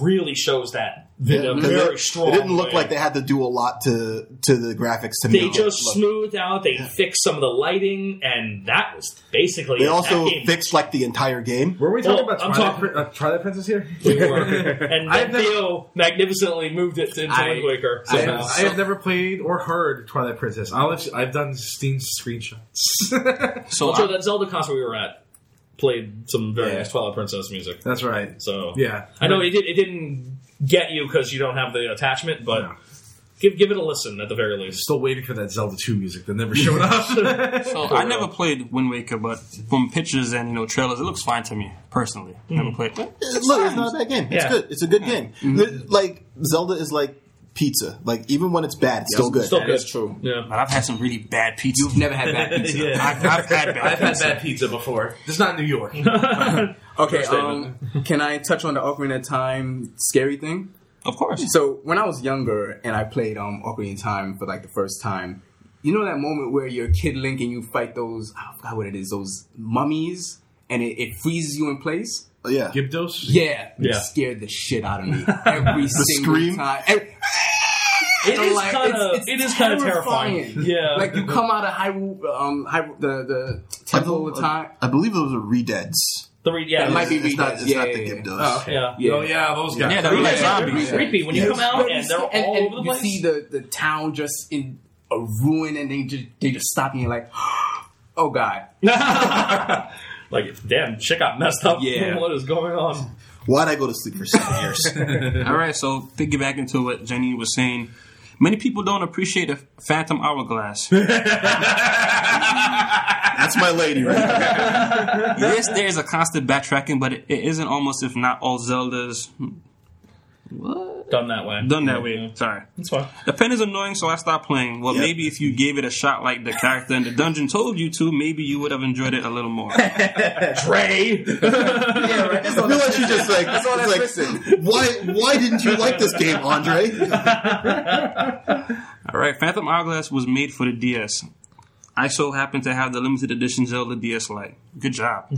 [SPEAKER 3] really shows that in a
[SPEAKER 1] 'cause
[SPEAKER 3] very
[SPEAKER 1] it,
[SPEAKER 3] strong.
[SPEAKER 1] It didn't look
[SPEAKER 3] way.
[SPEAKER 1] like they had to do a lot to to the graphics to
[SPEAKER 3] They
[SPEAKER 1] make
[SPEAKER 3] just
[SPEAKER 1] it look.
[SPEAKER 3] smoothed out. They fixed some of the lighting, and that was basically.
[SPEAKER 1] They
[SPEAKER 3] it.
[SPEAKER 1] also
[SPEAKER 3] That game-
[SPEAKER 1] fixed like the entire game.
[SPEAKER 2] Were we talking
[SPEAKER 3] Well,
[SPEAKER 2] about
[SPEAKER 3] I'm
[SPEAKER 2] Twilight,
[SPEAKER 3] talking-
[SPEAKER 2] Pri- uh, Twilight Princess here?
[SPEAKER 3] We were.
[SPEAKER 2] [laughs]
[SPEAKER 3] and
[SPEAKER 2] I have
[SPEAKER 3] then
[SPEAKER 2] never-
[SPEAKER 3] Theo magnificently moved it to
[SPEAKER 4] I-
[SPEAKER 3] Wind Waker.
[SPEAKER 2] I have,
[SPEAKER 3] somehow.
[SPEAKER 2] I have never played or heard Twilight Princess. I'll let you- I've done Steam screenshots. [laughs]
[SPEAKER 5] So
[SPEAKER 3] so
[SPEAKER 5] I-
[SPEAKER 3] that Zelda concert we were at played some very
[SPEAKER 2] Yeah.
[SPEAKER 3] nice Twilight Princess music.
[SPEAKER 2] That's right.
[SPEAKER 3] So
[SPEAKER 2] Yeah.
[SPEAKER 3] I know it, did, it didn't get you because you don't have the attachment, but
[SPEAKER 2] No.
[SPEAKER 3] give give it a listen at the very least.
[SPEAKER 2] Still waiting for that Zelda 2 music that never showed up.
[SPEAKER 5] So
[SPEAKER 3] For
[SPEAKER 5] I
[SPEAKER 3] real.
[SPEAKER 5] never played Wind Waker, but from pictures and you know trailers, it looks fine to me personally. Never played.
[SPEAKER 1] It's look, it's not a bad game. It's
[SPEAKER 3] Yeah.
[SPEAKER 1] good. It's a good game. The- Like Zelda is like pizza. Like even when it's bad, it's still good.
[SPEAKER 3] Still
[SPEAKER 4] That
[SPEAKER 3] good.
[SPEAKER 4] is true.
[SPEAKER 3] Yeah.
[SPEAKER 5] But I've had some really bad pizza.
[SPEAKER 4] You've never had
[SPEAKER 3] [laughs]
[SPEAKER 4] bad pizza.
[SPEAKER 3] Yeah.
[SPEAKER 5] I've, I've
[SPEAKER 4] [laughs]
[SPEAKER 5] had bad.
[SPEAKER 2] I've had
[SPEAKER 5] pizza.
[SPEAKER 2] bad pizza
[SPEAKER 3] [laughs]
[SPEAKER 2] before. It's not New York.
[SPEAKER 4] Okay, um,
[SPEAKER 2] statement.
[SPEAKER 4] can I touch on the Ocarina of Time scary thing?
[SPEAKER 5] Of course.
[SPEAKER 4] So when I was younger and I played um Ocarina of Time for like the first time, you know that moment where you're Kid Link and you fight those I forgot what it is those mummies and it, it freezes you in place.
[SPEAKER 1] Yeah.
[SPEAKER 2] Gibdos?
[SPEAKER 4] Yeah,
[SPEAKER 3] Yeah.
[SPEAKER 4] it scared the shit out of [laughs] me every single
[SPEAKER 1] scream?
[SPEAKER 4] time. Every-
[SPEAKER 3] It
[SPEAKER 4] I'm
[SPEAKER 3] is
[SPEAKER 4] like,
[SPEAKER 3] kind
[SPEAKER 4] it's-
[SPEAKER 3] of
[SPEAKER 4] it's
[SPEAKER 3] it is kind of terrifying. Yeah.
[SPEAKER 4] Like you come out of Hyrule, um, Hyrule the the
[SPEAKER 1] I
[SPEAKER 4] temple of
[SPEAKER 1] bel-
[SPEAKER 4] time.
[SPEAKER 1] I believe those are redeads.
[SPEAKER 3] the re- yeah,
[SPEAKER 4] That might be
[SPEAKER 1] It's not, it's
[SPEAKER 4] redeads.
[SPEAKER 1] not
[SPEAKER 4] Yeah,
[SPEAKER 1] the
[SPEAKER 4] yeah, yeah.
[SPEAKER 1] Gibdos.
[SPEAKER 2] Oh, okay.
[SPEAKER 3] yeah.
[SPEAKER 4] Yeah.
[SPEAKER 2] Oh, yeah, those guys.
[SPEAKER 5] Yeah, they're
[SPEAKER 3] They're
[SPEAKER 5] like
[SPEAKER 3] very
[SPEAKER 5] zombies.
[SPEAKER 3] creepy when you
[SPEAKER 1] Yes.
[SPEAKER 3] come out
[SPEAKER 4] you
[SPEAKER 3] and they're
[SPEAKER 4] see-
[SPEAKER 3] all
[SPEAKER 4] and- and
[SPEAKER 3] over the
[SPEAKER 4] you
[SPEAKER 3] place.
[SPEAKER 4] see the, the town just in a ruin, and they just they just stop, and you're like, [gasps] "Oh God!"
[SPEAKER 3] [laughs] like, damn, shit got messed up.
[SPEAKER 4] Yeah.
[SPEAKER 3] [laughs] what is going on?
[SPEAKER 1] Why'd I go to sleep for seven years?
[SPEAKER 5] All right. So piggyback into what Jenny was saying. Many people don't appreciate the Phantom Hourglass.
[SPEAKER 1] That's my lady, right?
[SPEAKER 5] yes, there is a constant backtracking, but it, it isn't almost, if not all, Zelda's what?
[SPEAKER 3] Done that way.
[SPEAKER 5] done that way. Sorry.
[SPEAKER 3] That's fine.
[SPEAKER 5] The pen is annoying, so I stopped playing. Well,
[SPEAKER 1] Yep.
[SPEAKER 5] maybe if you gave it a shot like the character in the dungeon told you to, maybe you would have enjoyed it a little more.
[SPEAKER 3] Dre.
[SPEAKER 4] Yeah, right. [laughs] That's
[SPEAKER 1] I feel like she just like,
[SPEAKER 4] all
[SPEAKER 1] it's
[SPEAKER 4] that's
[SPEAKER 1] like,
[SPEAKER 4] missing.
[SPEAKER 1] why why didn't you like this game, Andre?
[SPEAKER 5] All right, Phantom Hourglass was made for the DS. I so happen to have the limited edition Zelda DS Lite. Good job.
[SPEAKER 3] [laughs]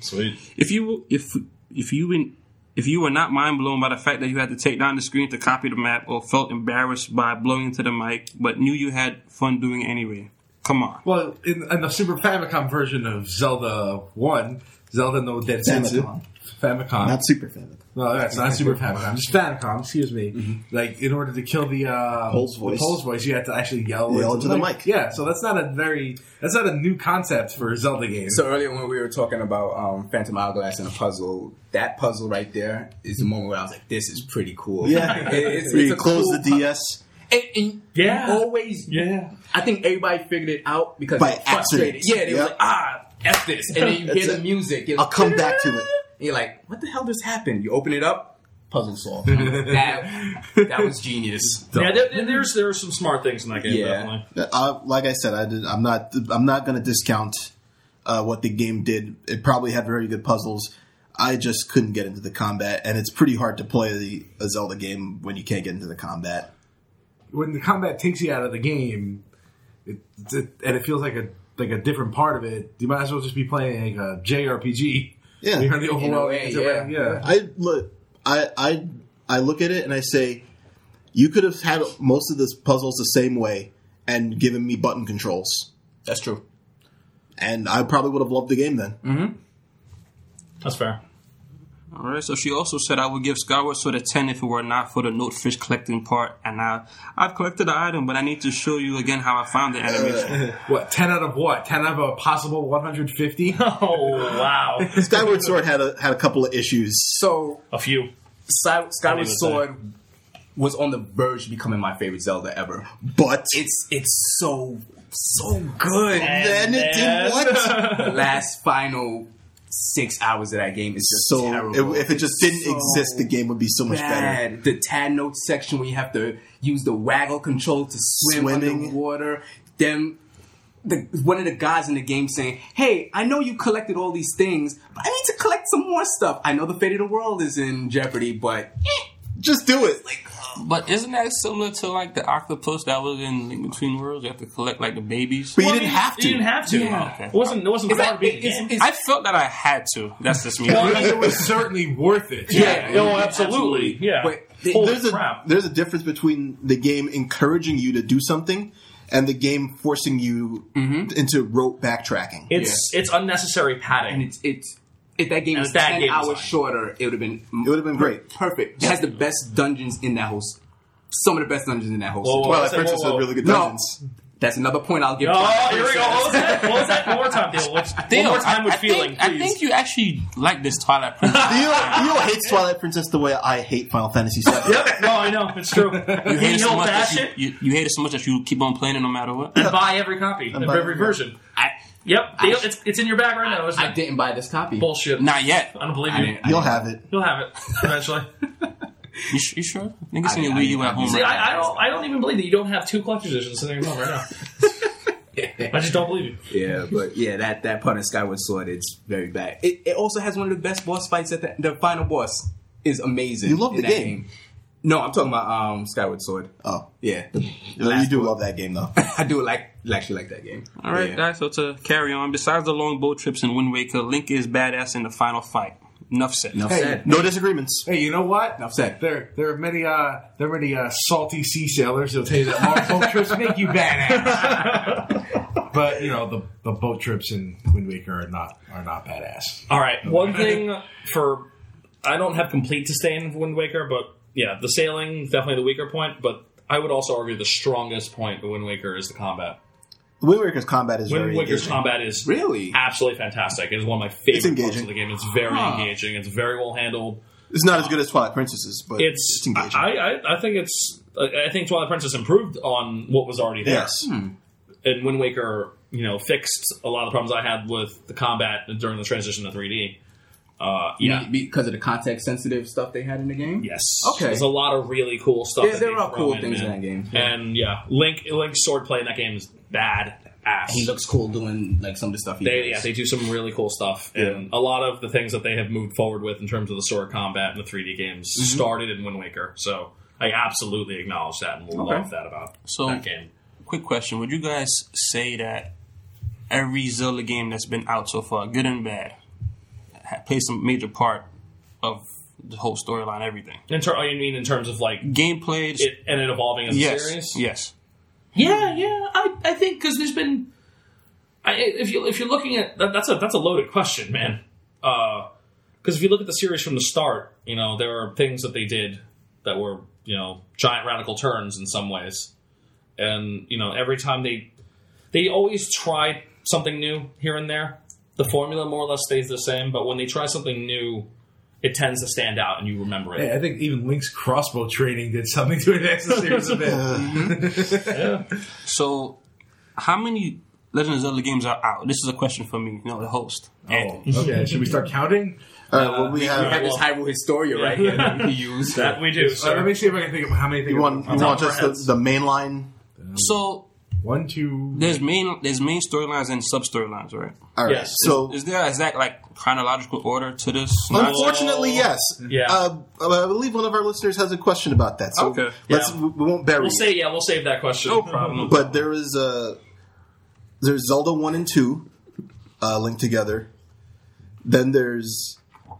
[SPEAKER 3] Sweet.
[SPEAKER 5] if you if if you in, if you were not mind blown by the fact that you had to take down the screen to copy the map, or felt embarrassed by blowing into the mic, but knew you had fun doing it anyway, come on.
[SPEAKER 2] Well, in, in the Super Famicom version of Zelda 1, Zelda No Dead Senzu.
[SPEAKER 1] Famicom.
[SPEAKER 2] Famicom.
[SPEAKER 1] Not super fan.
[SPEAKER 2] No, that's not Super Famicom. Just Famicom, excuse me. Like, in order to kill the, uh,
[SPEAKER 1] Mm-hmm. Pole's
[SPEAKER 2] the
[SPEAKER 1] voice.
[SPEAKER 2] Pole's voice, you had to actually yell,
[SPEAKER 1] Yell into the mic.
[SPEAKER 2] Yeah, so that's not a very, that's not a new concept for a Zelda game.
[SPEAKER 4] So earlier when we were talking about um, Phantom Hourglass and a puzzle, that puzzle right there is the moment where I was like, "This is pretty cool."
[SPEAKER 1] Yeah.
[SPEAKER 4] It- it's,
[SPEAKER 1] Where
[SPEAKER 4] it's
[SPEAKER 1] you
[SPEAKER 4] a
[SPEAKER 1] close
[SPEAKER 4] cool
[SPEAKER 1] the DS.
[SPEAKER 4] And, and
[SPEAKER 3] Yeah.
[SPEAKER 4] you always.
[SPEAKER 3] Yeah.
[SPEAKER 4] I think everybody figured it out because
[SPEAKER 1] By
[SPEAKER 4] they were frustrated.
[SPEAKER 1] accident.
[SPEAKER 4] Yeah, they were
[SPEAKER 1] Yep.
[SPEAKER 4] like, "Ah, f this," and then you
[SPEAKER 1] That's
[SPEAKER 4] hear the
[SPEAKER 1] it.
[SPEAKER 4] music. You're
[SPEAKER 1] I'll
[SPEAKER 4] like,
[SPEAKER 1] come back to it.
[SPEAKER 4] And you're like, "What the hell just happened?" You open it up, puzzle
[SPEAKER 3] [laughs]
[SPEAKER 4] solved. that that was genius.
[SPEAKER 3] Yeah, there, there- there's there are some smart things in that game.
[SPEAKER 4] Yeah.
[SPEAKER 3] Definitely.
[SPEAKER 1] I, Uh, like I said, I did, I'm not I'm not going to discount uh, what the game did. It probably had very good puzzles. I just couldn't get into the combat, and it's pretty hard to play the, a Zelda game when you can't get into the combat.
[SPEAKER 2] when the combat takes you out of the game, it, it, and it feels like a like a different part of it, you might as well just be playing like a JRPG.
[SPEAKER 1] Yeah.
[SPEAKER 2] You're in the
[SPEAKER 4] In a
[SPEAKER 2] overall.
[SPEAKER 4] way,
[SPEAKER 2] it's like,
[SPEAKER 4] yeah.
[SPEAKER 2] yeah.
[SPEAKER 1] I look, I, I, I look at it and I say, you could have had most of the puzzles the same way and given me button controls,
[SPEAKER 4] That's true.
[SPEAKER 1] and I probably would have loved the game then.
[SPEAKER 3] That's fair.
[SPEAKER 5] All right. So she also said, "I would give Skyward Sword a ten if it were not for the note fish collecting part." And now I've collected the item, but I need to show you again how I found the
[SPEAKER 4] Mm-hmm.
[SPEAKER 1] Uh,
[SPEAKER 5] animation.
[SPEAKER 2] What? Ten out of what? Ten out of a possible one hundred
[SPEAKER 4] [laughs]
[SPEAKER 2] fifty.
[SPEAKER 3] Oh wow,
[SPEAKER 1] Skyward Sword had a had a couple of issues.
[SPEAKER 4] So
[SPEAKER 3] a few.
[SPEAKER 4] Sky,
[SPEAKER 3] I
[SPEAKER 4] Skyward
[SPEAKER 3] didn't
[SPEAKER 4] Sword was on the verge of becoming my favorite Zelda ever.
[SPEAKER 1] But
[SPEAKER 4] It's it's so so good.
[SPEAKER 1] then it did
[SPEAKER 3] [laughs]
[SPEAKER 1] what?
[SPEAKER 4] the last final six hours of that game is just
[SPEAKER 1] So
[SPEAKER 4] terrible.
[SPEAKER 1] if, if it just didn't
[SPEAKER 4] So
[SPEAKER 1] exist, the game would be so much better.
[SPEAKER 4] bad. The tad note section where you have to use the waggle control to swim
[SPEAKER 1] Swimming.
[SPEAKER 4] underwater. Then the one of the guys in the game saying, "Hey, I know you collected all these things, but I need to collect some more stuff. I know the fate of the world is in jeopardy, but
[SPEAKER 1] Just do it.
[SPEAKER 5] [laughs] but isn't that similar to like the octopus that was in Link Between Worlds? You have to collect like the babies.
[SPEAKER 1] But you didn't have to.
[SPEAKER 3] You didn't have to.
[SPEAKER 5] Yeah, okay.
[SPEAKER 3] It wasn't. It wasn't
[SPEAKER 4] Is
[SPEAKER 3] far
[SPEAKER 4] that- is-
[SPEAKER 3] being. game.
[SPEAKER 4] is-
[SPEAKER 5] I felt that I had to. That's just me.
[SPEAKER 2] it was certainly worth it.
[SPEAKER 4] Yeah.
[SPEAKER 3] oh, absolutely.
[SPEAKER 4] absolutely.
[SPEAKER 3] Yeah.
[SPEAKER 4] But the-
[SPEAKER 3] Holy
[SPEAKER 1] there's a
[SPEAKER 3] crap.
[SPEAKER 1] there's a difference between the game encouraging you to do something and the game forcing you
[SPEAKER 4] Mm-hmm.
[SPEAKER 1] into rote backtracking.
[SPEAKER 3] it's it's unnecessary padding.
[SPEAKER 4] and it's it's." If that game
[SPEAKER 3] And
[SPEAKER 4] was
[SPEAKER 3] that
[SPEAKER 4] ten
[SPEAKER 3] game
[SPEAKER 4] hours
[SPEAKER 3] design.
[SPEAKER 4] shorter, it would have been
[SPEAKER 1] it would have been great.
[SPEAKER 4] perfect. It has the best dungeons in that whole. s- Some of the best dungeons in that whole.
[SPEAKER 3] Whoa,
[SPEAKER 4] system.
[SPEAKER 3] whoa,
[SPEAKER 1] Well,
[SPEAKER 3] whoa,
[SPEAKER 1] at first it
[SPEAKER 3] whoa,
[SPEAKER 1] said
[SPEAKER 3] whoa.
[SPEAKER 1] really good [laughs]
[SPEAKER 4] No.
[SPEAKER 1] dungeons.
[SPEAKER 4] That's another point I'll give.
[SPEAKER 3] Oh,
[SPEAKER 4] Twilight
[SPEAKER 3] here we go. What was
[SPEAKER 4] Princess.
[SPEAKER 3] that? What was that? One more time, Dale. What's, one
[SPEAKER 5] Theo,
[SPEAKER 3] more time with
[SPEAKER 5] I, I
[SPEAKER 3] feeling,
[SPEAKER 5] think, I
[SPEAKER 3] please.
[SPEAKER 5] think you actually like this Twilight Princess.
[SPEAKER 1] Theo, Theo hates Twilight Princess the way I hate Final Fantasy [laughs] VII.
[SPEAKER 3] Yep. No, I know it's [laughs] true.
[SPEAKER 5] You hate it so
[SPEAKER 3] he'll
[SPEAKER 5] much
[SPEAKER 3] bash
[SPEAKER 5] that
[SPEAKER 3] it
[SPEAKER 5] you, you, you hate it so much that you keep on playing it no matter what.
[SPEAKER 3] and buy every copy of
[SPEAKER 1] buy-
[SPEAKER 3] every
[SPEAKER 1] yeah.
[SPEAKER 3] version.
[SPEAKER 4] I,
[SPEAKER 3] Yep. Dale,
[SPEAKER 4] I-
[SPEAKER 3] it's it's in your bag right now. Isn't
[SPEAKER 4] I
[SPEAKER 3] it?
[SPEAKER 4] didn't buy this copy.
[SPEAKER 3] Bullshit.
[SPEAKER 5] Not yet.
[SPEAKER 3] I don't believe
[SPEAKER 4] I
[SPEAKER 3] you.
[SPEAKER 4] didn't-
[SPEAKER 1] You'll have it.
[SPEAKER 3] You'll [laughs] have it eventually.
[SPEAKER 5] You, sh- you sure? Nigga, seen your
[SPEAKER 4] I-
[SPEAKER 5] Wii U
[SPEAKER 4] I-
[SPEAKER 5] at home
[SPEAKER 3] See,
[SPEAKER 5] right
[SPEAKER 3] I, I don't. I don't even believe that you don't have two collector's editions sitting in your home right now. [laughs] I just don't believe you.
[SPEAKER 4] Yeah, but yeah, that that part of Skyward Sword it's very bad. It, it also has one of the best boss fights. At the, the final boss is amazing.
[SPEAKER 1] You love the
[SPEAKER 4] in that
[SPEAKER 1] game.
[SPEAKER 4] No, I'm talking about um Skyward Sword.
[SPEAKER 1] Oh,
[SPEAKER 4] Yeah,
[SPEAKER 1] you do love that game though.
[SPEAKER 4] I do like actually like that game.
[SPEAKER 5] All right,
[SPEAKER 4] Yeah.
[SPEAKER 5] guys. So to carry on, besides the long boat trips in Wind Waker, Link is badass in the final fight. Enough said.
[SPEAKER 4] Enough
[SPEAKER 5] Hey,
[SPEAKER 4] said.
[SPEAKER 1] No disagreements.
[SPEAKER 2] Hey, you know what?
[SPEAKER 4] Enough said.
[SPEAKER 2] There, there are many, uh, there are many uh, salty sea sailors who'll tell you that long boat trips make you badass. but you know the, the boat trips in Wind Waker are not are not badass.
[SPEAKER 3] All right. One thing for I don't have complete disdain for Wind Waker, but yeah, the sailing is definitely the weaker point. But I would also argue the strongest point of Wind Waker is the combat.
[SPEAKER 1] Wind Waker's combat is
[SPEAKER 3] Wind
[SPEAKER 1] very
[SPEAKER 3] Waker's
[SPEAKER 1] engaging.
[SPEAKER 3] combat is
[SPEAKER 4] Really?
[SPEAKER 3] absolutely fantastic. It is one of my favorite parts of
[SPEAKER 1] engaging.
[SPEAKER 3] the game. It's very
[SPEAKER 5] Huh.
[SPEAKER 3] engaging. It's very well handled.
[SPEAKER 1] It's not as good as Twilight Princess's, but
[SPEAKER 3] It's,
[SPEAKER 1] it's, engaging.
[SPEAKER 3] I, I I think it's I I think Twilight Princess improved on what was already there.
[SPEAKER 1] yes.
[SPEAKER 4] Hmm.
[SPEAKER 3] and Wind Waker, you know, fixed a lot of the problems I had with the combat during the transition to 3D. Uh, yeah.
[SPEAKER 4] Be- because of the context sensitive stuff they had in the game.
[SPEAKER 3] Yes.
[SPEAKER 4] Okay.
[SPEAKER 3] There's a lot of really cool stuff.
[SPEAKER 4] There-
[SPEAKER 3] that
[SPEAKER 4] there
[SPEAKER 3] they
[SPEAKER 4] are
[SPEAKER 3] throw
[SPEAKER 4] cool things
[SPEAKER 3] man.
[SPEAKER 4] in that game.
[SPEAKER 3] And yeah, Link Link's sword play in that game is bad ass.
[SPEAKER 4] He looks cool doing like some of the stuff he does.
[SPEAKER 3] They, yeah, they do some really cool stuff, and a lot of the things that they have moved forward with in terms of the sword combat in the 3D games
[SPEAKER 5] Mm-hmm.
[SPEAKER 3] started in Wind Waker. So I absolutely acknowledge that and love that about
[SPEAKER 5] So-
[SPEAKER 3] that game.
[SPEAKER 5] Quick question: Would you guys say that every Zelda game that's been out so far, good and bad, ha- plays some major part of the whole storyline, everything,
[SPEAKER 3] In ter- I mean, in terms of like
[SPEAKER 5] gameplay? just-
[SPEAKER 3] it and it evolving as a
[SPEAKER 5] yes,
[SPEAKER 3] series.
[SPEAKER 5] yes.
[SPEAKER 3] Yeah, yeah. I, I think because there's been, I, if you if you're looking at that, that's a that's a loaded question, man. Because if you look at the series from the start, you know there are things that they did that were you know giant radical turns in some ways, and you know every time they they always try something new here and there. The formula more or less stays the same, but when they try something new, it tends to stand out and you remember it.
[SPEAKER 2] Hey, I think even Link's crossbow training did something to advance the series a bit.
[SPEAKER 5] So, how many Legend of Zelda games are out? This is a question for me, you know, the host.
[SPEAKER 2] Oh, okay. Should we start counting?
[SPEAKER 1] All right, well, we
[SPEAKER 3] uh,
[SPEAKER 4] We Uh, have
[SPEAKER 1] have.
[SPEAKER 4] this Hyrule Historia right here that we can use.
[SPEAKER 3] That we do.
[SPEAKER 2] Uh, let
[SPEAKER 3] Sir.
[SPEAKER 2] me see if I can think of how many. Things
[SPEAKER 1] You want, you want just the, the main line?
[SPEAKER 5] So
[SPEAKER 2] One, two.
[SPEAKER 5] there's main there's main storylines and sub storylines, right?
[SPEAKER 1] All right.
[SPEAKER 3] Yes.
[SPEAKER 1] So
[SPEAKER 5] Is there an exact like chronological order to this?
[SPEAKER 1] Unfortunately,
[SPEAKER 3] Oh.
[SPEAKER 1] yes.
[SPEAKER 3] Yeah.
[SPEAKER 1] Uh, I believe one of our listeners has a question about that. So
[SPEAKER 5] Okay.
[SPEAKER 1] let's,
[SPEAKER 3] Yeah.
[SPEAKER 1] we we won't bury
[SPEAKER 3] We'll
[SPEAKER 1] it.
[SPEAKER 3] say yeah. We'll save that question.
[SPEAKER 5] No problem.
[SPEAKER 1] But there is a there's Zelda one and two uh, linked together. Then there's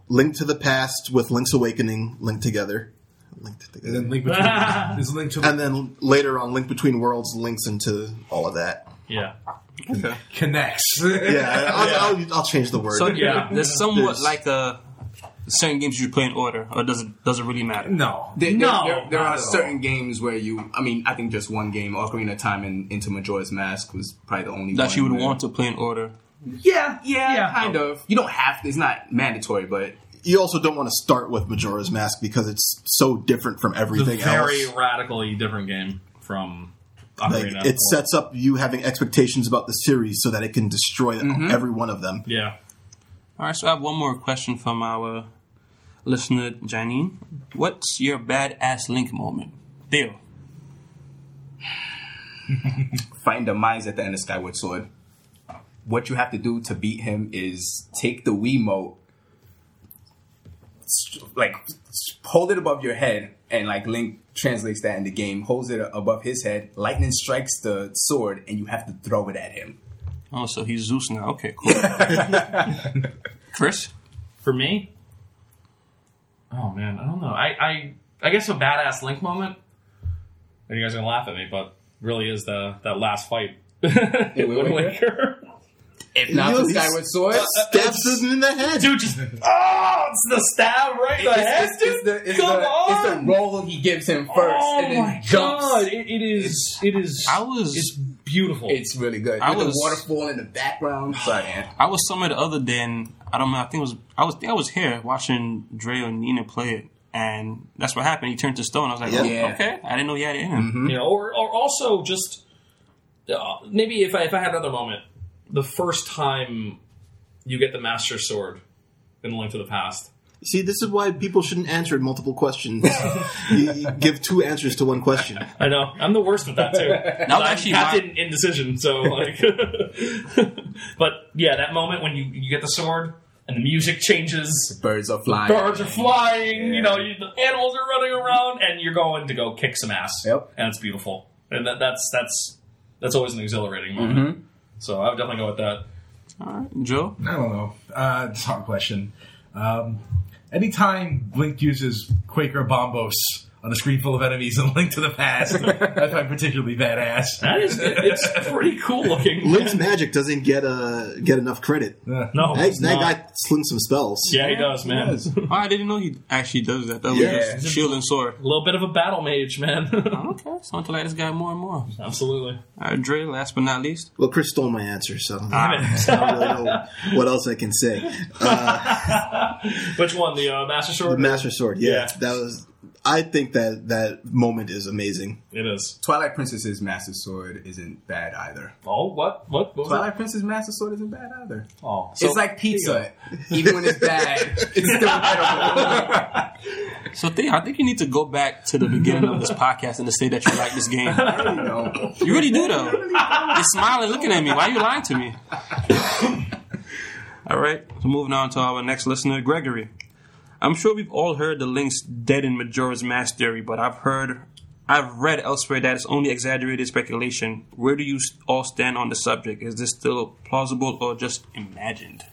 [SPEAKER 1] Link to the Past with Link's Awakening linked together, linked
[SPEAKER 2] And
[SPEAKER 1] together,
[SPEAKER 2] then [laughs] link between. is link to.
[SPEAKER 1] and then later on, Link Between Worlds links into all of that.
[SPEAKER 3] [laughs] Yeah.
[SPEAKER 5] Okay.
[SPEAKER 2] connects.
[SPEAKER 1] Yeah, I'll, I'll, I'll change the word.
[SPEAKER 5] So
[SPEAKER 3] Yeah.
[SPEAKER 5] there's somewhat
[SPEAKER 1] There's-
[SPEAKER 5] like a certain games you should play in order, or does it does it really matter?
[SPEAKER 2] [laughs] No,
[SPEAKER 4] There, there-
[SPEAKER 3] No,
[SPEAKER 4] there, there
[SPEAKER 2] not
[SPEAKER 4] are
[SPEAKER 2] at all.
[SPEAKER 4] certain games where you. I mean, I think just one game, Ocarina of Time and Into Majora's Mask, was probably the only
[SPEAKER 5] That
[SPEAKER 4] one
[SPEAKER 5] you would
[SPEAKER 4] where-
[SPEAKER 5] want to play in order.
[SPEAKER 4] Yeah, yeah,
[SPEAKER 3] Yeah.
[SPEAKER 4] kind of. You don't have to. It's not mandatory, but
[SPEAKER 1] You also don't want to start with Majora's Mask because it's so different from
[SPEAKER 3] It's a
[SPEAKER 1] everything
[SPEAKER 3] very
[SPEAKER 1] else.
[SPEAKER 3] radically different game from
[SPEAKER 1] Like,
[SPEAKER 3] Ocarina.
[SPEAKER 1] it sets up you having expectations about the series so that it can destroy every one of them.
[SPEAKER 3] Mm-hmm. yeah.
[SPEAKER 5] All right, so I have one more question from our listener Janine. What's your badass Link moment, Theo?
[SPEAKER 4] fighting demise at the end of Skyward Sword. What you have to do to beat him is take the Wiimote, s- like s- hold it above your head, and like Link translates that in the game, holds it above his head, lightning strikes the sword, and you have to throw it at him.
[SPEAKER 5] Oh, so he's Zeus now. Okay, cool. Chris,
[SPEAKER 3] For me, oh man, I don't know. I I, I guess a badass Link moment. And you guys are gonna laugh at me, but really is the that last fight. [laughs]
[SPEAKER 4] Wind Waker?
[SPEAKER 3] Wind Waker.
[SPEAKER 4] If not the
[SPEAKER 1] Yo, he's-
[SPEAKER 4] Skyward
[SPEAKER 3] uh,
[SPEAKER 4] Sword,
[SPEAKER 1] Stabs him in the head.
[SPEAKER 3] dude, just oh, it's the stab right in the
[SPEAKER 4] it's-
[SPEAKER 3] head,
[SPEAKER 4] it's-
[SPEAKER 3] dude.
[SPEAKER 4] it's the- it's
[SPEAKER 3] Come
[SPEAKER 4] the-
[SPEAKER 3] on.
[SPEAKER 4] It's the roll he gives him first,
[SPEAKER 3] oh
[SPEAKER 4] and then
[SPEAKER 3] my
[SPEAKER 4] jumps.
[SPEAKER 3] god, it, it is. It is.
[SPEAKER 5] I was-
[SPEAKER 3] It's beautiful.
[SPEAKER 4] It's really good.
[SPEAKER 5] I
[SPEAKER 4] With the
[SPEAKER 5] was-
[SPEAKER 4] waterfall in the background. Sorry, Ant.
[SPEAKER 5] I was somewhere the other day, and I don't know. I think it was I was think I was here watching Dre and Nina play it, and that's what happened. He turned to stone. I was like,
[SPEAKER 1] Yeah.
[SPEAKER 5] oh,
[SPEAKER 4] Yeah. Mm-hmm.
[SPEAKER 5] okay, I didn't know he had it in him.
[SPEAKER 3] you know, or, or also just uh, maybe if I if I had another moment, the first time you get the Master Sword in Link to the Past.
[SPEAKER 1] See, this is why people shouldn't answer multiple
[SPEAKER 3] [laughs]
[SPEAKER 1] questions. you, you give two answers to one question.
[SPEAKER 3] I know I'm the worst with that too.
[SPEAKER 5] That was
[SPEAKER 3] I'm
[SPEAKER 5] actually my-
[SPEAKER 3] captain indecision, so like, [laughs] but yeah, that moment when you you get the sword and the music changes.
[SPEAKER 4] Birds are flying.
[SPEAKER 3] Birds are flying, you know, you, the animals are running around, and you're going to go kick some ass.
[SPEAKER 4] Yep.
[SPEAKER 3] and it's beautiful, and that, that's that's that's always an exhilarating moment. So I would definitely go with that.
[SPEAKER 5] All right, Joe.
[SPEAKER 2] I don't know. Uh, it's a hard question. Um, anytime Link uses Quaker Bombos on a screen full of enemies and [laughs] Link to the Past, I find particularly
[SPEAKER 3] [laughs]
[SPEAKER 2] badass.
[SPEAKER 3] That is, it's pretty cool
[SPEAKER 1] [laughs]
[SPEAKER 3] looking.
[SPEAKER 1] Link's magic doesn't get uh, get enough credit.
[SPEAKER 2] Uh,
[SPEAKER 3] No,
[SPEAKER 1] That,
[SPEAKER 3] it's
[SPEAKER 1] that
[SPEAKER 3] not.
[SPEAKER 1] guy slings some spells.
[SPEAKER 3] yeah, he does, man.
[SPEAKER 4] Yes.
[SPEAKER 3] [laughs] A
[SPEAKER 5] Oh, I didn't know he actually does that. That was
[SPEAKER 4] Yeah.
[SPEAKER 5] just shield and sword.
[SPEAKER 3] little bit of a battle mage, man. [laughs]
[SPEAKER 5] Oh, Okay, sound to like this guy more and more.
[SPEAKER 3] Absolutely.
[SPEAKER 5] All right, Dre. Last but not least,
[SPEAKER 1] Well, Chris stole my answer, so I
[SPEAKER 3] Damn it.
[SPEAKER 1] don't really know what else I can say.
[SPEAKER 3] [laughs] Which one? The uh, Master
[SPEAKER 1] The
[SPEAKER 3] Sword?
[SPEAKER 1] Master Sword, yeah,
[SPEAKER 3] Yeah.
[SPEAKER 1] that was. I think that that moment is amazing.
[SPEAKER 3] it is.
[SPEAKER 4] Twilight Princess's Master Sword isn't bad either.
[SPEAKER 3] Oh, what? What? what was that?
[SPEAKER 4] Twilight Princess's Master Sword isn't bad either.
[SPEAKER 3] Oh,
[SPEAKER 4] it's like pizza. [laughs] Even when it's bad, it's still edible.
[SPEAKER 5] so Theo, I think you need to go back to the beginning
[SPEAKER 4] [laughs]
[SPEAKER 5] of this podcast and to say that you like this game.
[SPEAKER 4] you know.
[SPEAKER 5] You really do though. You're smiling, looking at me. Why are you lying to me? all right. So moving on to our next listener, Gregory. I'm sure we've all heard the Link's dead in Majora's Mask theory, but I've heard, I've read elsewhere that it's only exaggerated speculation. Where do you s- all stand on the subject? Is this still plausible or just imagined?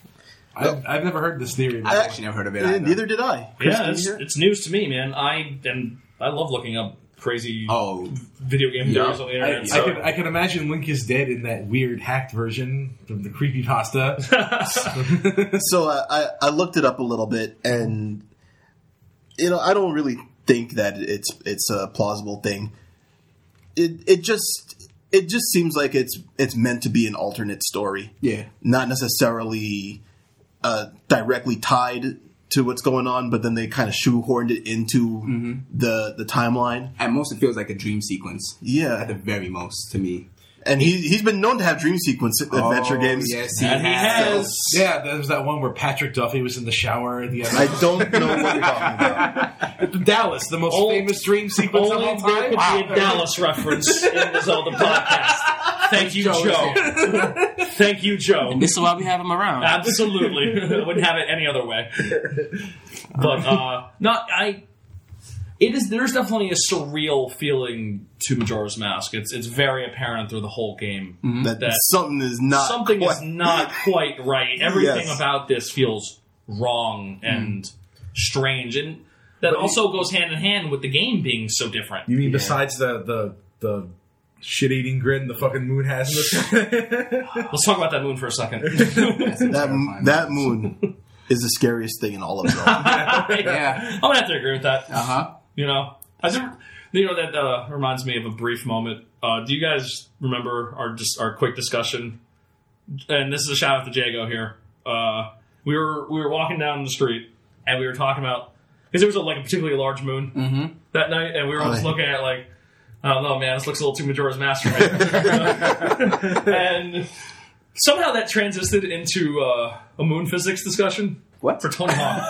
[SPEAKER 2] I've, I've never heard this theory.
[SPEAKER 4] I've
[SPEAKER 2] Before.
[SPEAKER 4] actually never heard of it.
[SPEAKER 1] Yeah,
[SPEAKER 4] Either.
[SPEAKER 1] neither did I. Chris,
[SPEAKER 3] yeah,
[SPEAKER 1] did
[SPEAKER 3] it's,
[SPEAKER 1] you hear it?
[SPEAKER 3] it's news to me, man. I and I love looking up crazy
[SPEAKER 4] Oh,
[SPEAKER 3] video game
[SPEAKER 4] Yeah.
[SPEAKER 3] theories on the internet.
[SPEAKER 4] I-
[SPEAKER 2] I
[SPEAKER 3] so-
[SPEAKER 2] can, I can imagine Link is dead in that weird hacked version from the creepy pasta.
[SPEAKER 3] [laughs]
[SPEAKER 1] So uh, I I looked it up a little bit, and you know I don't really think that it's it's a plausible thing. It it just it just seems like it's it's meant to be an alternate story.
[SPEAKER 4] yeah.
[SPEAKER 1] not necessarily uh, directly tied to what's going on, but then they kind of shoehorned it into the the timeline.
[SPEAKER 4] At most, it feels like a dream sequence. At the
[SPEAKER 1] Yeah,
[SPEAKER 4] very most, to me.
[SPEAKER 1] and he he's been known to have dream sequence adventure
[SPEAKER 4] Oh,
[SPEAKER 1] games.
[SPEAKER 4] Yes,
[SPEAKER 3] and he has.
[SPEAKER 2] yeah, there was that one where Patrick Duffy was in the shower. at The
[SPEAKER 1] I
[SPEAKER 2] other
[SPEAKER 1] don't know what you're talking about.
[SPEAKER 2] [laughs] Dallas, the most
[SPEAKER 3] Only-
[SPEAKER 2] famous dream sequence of
[SPEAKER 3] Only
[SPEAKER 2] all
[SPEAKER 3] there
[SPEAKER 2] time.
[SPEAKER 3] could be a Dallas reference in the
[SPEAKER 4] [laughs]
[SPEAKER 3] Zelda podcast. Thank you,
[SPEAKER 2] Joe.
[SPEAKER 3] Joe. Thank you, Joe.
[SPEAKER 5] This is why we have him
[SPEAKER 3] [laughs]
[SPEAKER 5] around.
[SPEAKER 3] Absolutely, I wouldn't have it any other way. But uh, no, I. It is. There's definitely a surreal feeling to Majora's Mask. It's it's very apparent through the whole game.
[SPEAKER 1] That,
[SPEAKER 3] That-
[SPEAKER 1] something is not
[SPEAKER 3] Something
[SPEAKER 1] quite-
[SPEAKER 3] is not quite
[SPEAKER 1] [laughs]
[SPEAKER 3] right. Everything
[SPEAKER 1] Yes. Hmm.
[SPEAKER 3] about this feels wrong and strange, and that also goes hand in hand with the game being so different.
[SPEAKER 2] You mean besides the the the shit eating grin the fucking moon has [laughs] in this?
[SPEAKER 1] [laughs]
[SPEAKER 3] Let's talk about that moon for a second.
[SPEAKER 1] that that moon is the scariest thing in all of it. all. [laughs]
[SPEAKER 2] [laughs]
[SPEAKER 4] Yeah.
[SPEAKER 3] I'm gonna have to agree with that.
[SPEAKER 4] Uh huh.
[SPEAKER 3] You know, I just, you know that uh, reminds me of a brief moment. Uh, do you guys remember our just our quick discussion? And this is a shout out to Jago here. Uh, we were we were walking down the street and we were talking about because there was a, like a particularly large moon
[SPEAKER 4] Mm-hmm.
[SPEAKER 3] that night, and we were all just
[SPEAKER 1] yeah.
[SPEAKER 3] looking at it like. I don't know, man. This looks a little too Majora's Mask right now.
[SPEAKER 4] [laughs]
[SPEAKER 3] and somehow that transisted into uh, a moon physics discussion
[SPEAKER 4] What?
[SPEAKER 3] for Tony Hawk.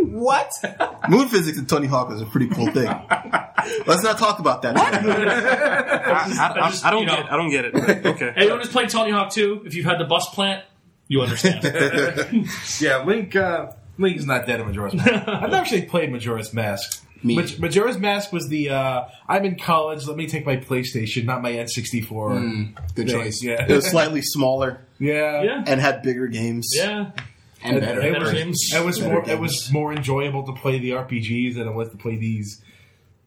[SPEAKER 4] What?
[SPEAKER 1] Moon physics and Tony Hawk is a pretty cool thing. Let's not talk about that.
[SPEAKER 5] I, I,
[SPEAKER 3] just,
[SPEAKER 5] I don't
[SPEAKER 3] you
[SPEAKER 5] get
[SPEAKER 3] know.
[SPEAKER 5] it. I don't get it. but
[SPEAKER 3] [laughs]
[SPEAKER 5] Okay.
[SPEAKER 3] Anyone who's played Tony Hawk 2, if you've had the bus plant, you understand.
[SPEAKER 2] Yeah, Link. Uh, Link is not dead in
[SPEAKER 1] [laughs]
[SPEAKER 2] Majora's Mask. I've never actually played Majora's Mask.
[SPEAKER 4] Me.
[SPEAKER 2] Maj- Majora's Mask was the uh, I'm in college. Let me take my PlayStation, not my N64.
[SPEAKER 4] Mm, Good
[SPEAKER 2] thing.
[SPEAKER 4] choice.
[SPEAKER 2] Yeah.
[SPEAKER 1] Hmm. It was slightly smaller
[SPEAKER 2] [laughs] yeah,
[SPEAKER 3] yeah.
[SPEAKER 1] and had bigger games.
[SPEAKER 3] Yeah.
[SPEAKER 4] And better.
[SPEAKER 2] It
[SPEAKER 3] Better
[SPEAKER 2] was,
[SPEAKER 3] games.
[SPEAKER 2] it was
[SPEAKER 1] Better
[SPEAKER 2] more. It
[SPEAKER 1] games.
[SPEAKER 2] was more enjoyable to play the RPGs than it was to play these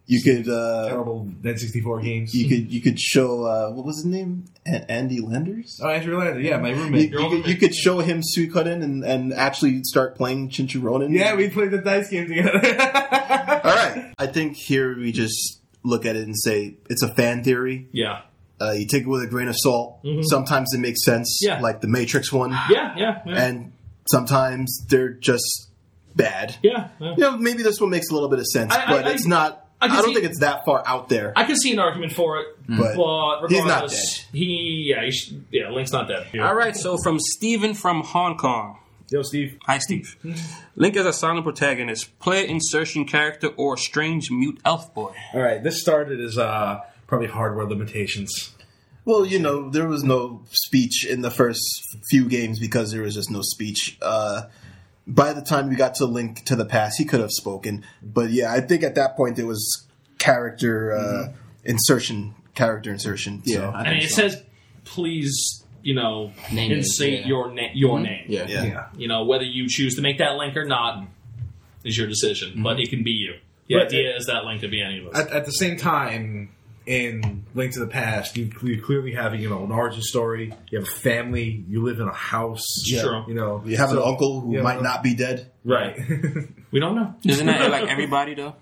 [SPEAKER 1] You could uh,
[SPEAKER 2] terrible N64 games.
[SPEAKER 1] you could you could show uh, what was his name? A- Andy Landers.
[SPEAKER 2] oh, Andrew Lander, yeah, my
[SPEAKER 1] You,
[SPEAKER 2] roommate.
[SPEAKER 1] you could, you could show him Suikoden and, and actually start playing Chinchuronin.
[SPEAKER 2] yeah, we played the dice game together. [laughs]
[SPEAKER 1] All right. I think here we just look at it and say it's a fan theory.
[SPEAKER 3] Yeah.
[SPEAKER 1] Uh, you take it with a grain of salt.
[SPEAKER 2] Mm-hmm.
[SPEAKER 1] Sometimes it makes sense,
[SPEAKER 3] Yeah.
[SPEAKER 1] like the Matrix one,
[SPEAKER 3] Yeah. Yeah. Yeah.
[SPEAKER 1] and sometimes they're just bad.
[SPEAKER 3] yeah, yeah.
[SPEAKER 1] You know, maybe this one makes a little bit of sense,
[SPEAKER 3] I- I-
[SPEAKER 1] but
[SPEAKER 3] I-
[SPEAKER 1] it's not.
[SPEAKER 3] I
[SPEAKER 1] I,
[SPEAKER 3] can
[SPEAKER 1] don't
[SPEAKER 3] see-
[SPEAKER 1] think it's that far out there.
[SPEAKER 3] I can see an argument for it,
[SPEAKER 1] but
[SPEAKER 3] but regardless,
[SPEAKER 1] he's not
[SPEAKER 3] he yeah, he sh- yeah, Link's not dead. Yeah.
[SPEAKER 5] All right. So from Steven from Hong Kong.
[SPEAKER 2] Yo, Steve.
[SPEAKER 5] Hi, Steve. Link is a silent protagonist, player insertion character, or strange mute elf boy.
[SPEAKER 2] All right, this started as uh, probably hardware limitations.
[SPEAKER 1] well, you know, there was no speech in the first few games because there was just no speech. Uh, by the time we got to Link to the Past, he could have spoken, but yeah, I think at that point there was character uh, insertion, character insertion.
[SPEAKER 4] Yeah.
[SPEAKER 1] so.
[SPEAKER 4] I
[SPEAKER 3] And
[SPEAKER 4] think
[SPEAKER 3] it
[SPEAKER 4] so.
[SPEAKER 3] says, please, you know,
[SPEAKER 4] Name it,
[SPEAKER 3] instate
[SPEAKER 4] yeah.
[SPEAKER 3] your, na- your name.
[SPEAKER 4] Yeah.
[SPEAKER 1] Yeah.
[SPEAKER 3] You know, whether you choose to make that link or not is your decision, but it can be you. The
[SPEAKER 2] But-
[SPEAKER 3] idea is that link could be any of us.
[SPEAKER 2] at, at the same time, in Link to the Past, you, you clearly have you know an origin story. You have a family. You live in a house.
[SPEAKER 3] Yeah. Sure.
[SPEAKER 2] You know
[SPEAKER 1] You have
[SPEAKER 2] so-
[SPEAKER 1] an uncle who
[SPEAKER 2] yeah,
[SPEAKER 1] might
[SPEAKER 2] well-
[SPEAKER 1] not be dead.
[SPEAKER 2] right.
[SPEAKER 3] we don't know.
[SPEAKER 5] Isn't that like everybody though?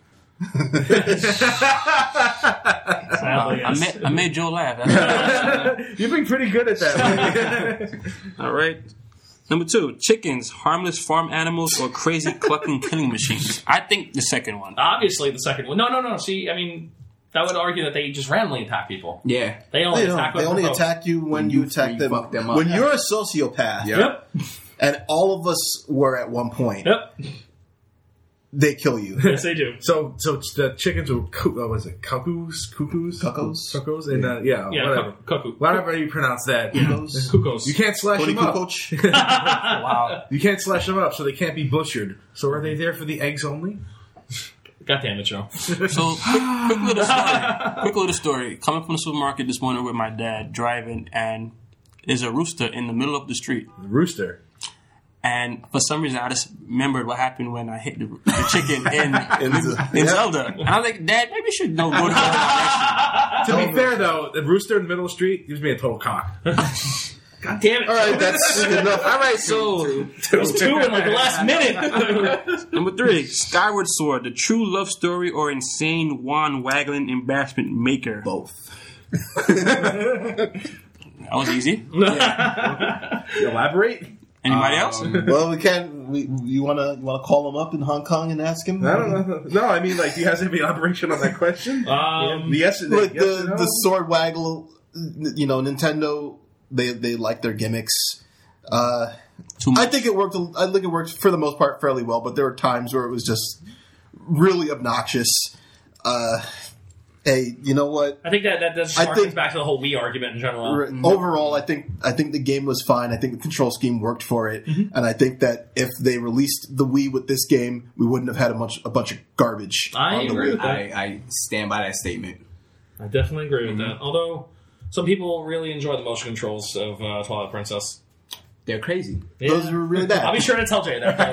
[SPEAKER 3] Sadly,
[SPEAKER 5] I
[SPEAKER 3] yes.
[SPEAKER 5] made, I made Joe laugh.
[SPEAKER 2] [laughs]
[SPEAKER 5] That's-
[SPEAKER 2] You've been pretty good at that.
[SPEAKER 5] All right. Number two, chickens, harmless farm animals, or crazy clucking killing machines. I think the second one.
[SPEAKER 3] Obviously, the second one. No, no, no. See, I mean, that would argue that they just randomly attack people.
[SPEAKER 4] Yeah.
[SPEAKER 3] They only
[SPEAKER 1] They, don't.
[SPEAKER 3] attack.
[SPEAKER 1] They
[SPEAKER 3] when
[SPEAKER 1] only
[SPEAKER 3] provoked.
[SPEAKER 1] attack you when you,
[SPEAKER 4] you-
[SPEAKER 1] attack
[SPEAKER 4] you
[SPEAKER 1] them.
[SPEAKER 4] fuck them up.
[SPEAKER 1] When you're a sociopath,
[SPEAKER 4] Yeah.
[SPEAKER 3] Yep.
[SPEAKER 1] and all of us were at one point,
[SPEAKER 3] Yep.
[SPEAKER 1] they kill you.
[SPEAKER 3] [laughs] Yes, they do.
[SPEAKER 2] [laughs] so so the chickens were coo- what was it cuckoos cuckoos
[SPEAKER 1] Cuckoos.
[SPEAKER 2] cuckoos and uh, yeah
[SPEAKER 3] Yeah.
[SPEAKER 2] whatever
[SPEAKER 3] Cuck- cuckoo.
[SPEAKER 2] whatever you pronounce that.
[SPEAKER 1] Those-
[SPEAKER 3] Cuckoos.
[SPEAKER 2] You can't slash
[SPEAKER 1] Tony
[SPEAKER 2] them up.
[SPEAKER 1] Kukoc.
[SPEAKER 5] Wow.
[SPEAKER 2] You can't slash them up, so they can't be butchered. So are they there for the eggs only?
[SPEAKER 3] God damn it, Joe.
[SPEAKER 5] So quick, quick little story. Quick little story. Coming from the supermarket this morning with my dad, driving, and there's a rooster in the middle of the street.
[SPEAKER 2] The rooster.
[SPEAKER 5] And for some reason, I just remembered what happened when I hit the, the chicken [laughs] in,
[SPEAKER 1] In the- [laughs]
[SPEAKER 5] in
[SPEAKER 1] uh, yeah.
[SPEAKER 5] Zelda. And I was like, Dad, maybe you should know go to [laughs] the
[SPEAKER 2] To be fair though, the rooster in the middle of the street gives me a total cock. [laughs]
[SPEAKER 3] God damn it.
[SPEAKER 1] All right,
[SPEAKER 3] [laughs]
[SPEAKER 1] that's enough.
[SPEAKER 5] All right, so
[SPEAKER 3] There was two in like the last minute.
[SPEAKER 5] number three, Skyward Sword, the true love story or insane wand waggling embarrassment maker.
[SPEAKER 1] Both.
[SPEAKER 5] That was easy.
[SPEAKER 2] Elaborate.
[SPEAKER 5] Anybody else?
[SPEAKER 1] Well, we can't. We, you want to want to call him up in Hong Kong and ask him?
[SPEAKER 2] I don't know. No, I mean, like, do you guys have any elaboration on that question?
[SPEAKER 3] [laughs] Um,
[SPEAKER 2] the yes,
[SPEAKER 1] Look,
[SPEAKER 2] yes or
[SPEAKER 1] the,
[SPEAKER 2] no?
[SPEAKER 1] the sword waggle. You know, Nintendo. They they like their gimmicks. Uh,
[SPEAKER 5] Too
[SPEAKER 1] I
[SPEAKER 5] much.
[SPEAKER 1] think it worked. I think it worked for the most part fairly well, but there were times where it was just really obnoxious. Uh, hey, you know what?
[SPEAKER 3] I think that that, that
[SPEAKER 1] I
[SPEAKER 3] harkens
[SPEAKER 1] think-
[SPEAKER 3] back to the whole Wii argument in general.
[SPEAKER 1] Re- Overall, I think I think the game was fine. I think the control scheme worked for it,
[SPEAKER 3] Mm-hmm.
[SPEAKER 1] and I think that if they released the Wii with this game, we wouldn't have had a bunch a bunch of garbage.
[SPEAKER 3] I
[SPEAKER 1] on the
[SPEAKER 3] agree
[SPEAKER 1] Wii.
[SPEAKER 3] with that.
[SPEAKER 4] I, I stand by that statement.
[SPEAKER 3] I definitely agree with that. Although some people really enjoy the motion controls of uh, Twilight Princess.
[SPEAKER 4] They're crazy.
[SPEAKER 3] Yeah.
[SPEAKER 1] Those were really bad.
[SPEAKER 3] I'll be sure to tell Jay that. don't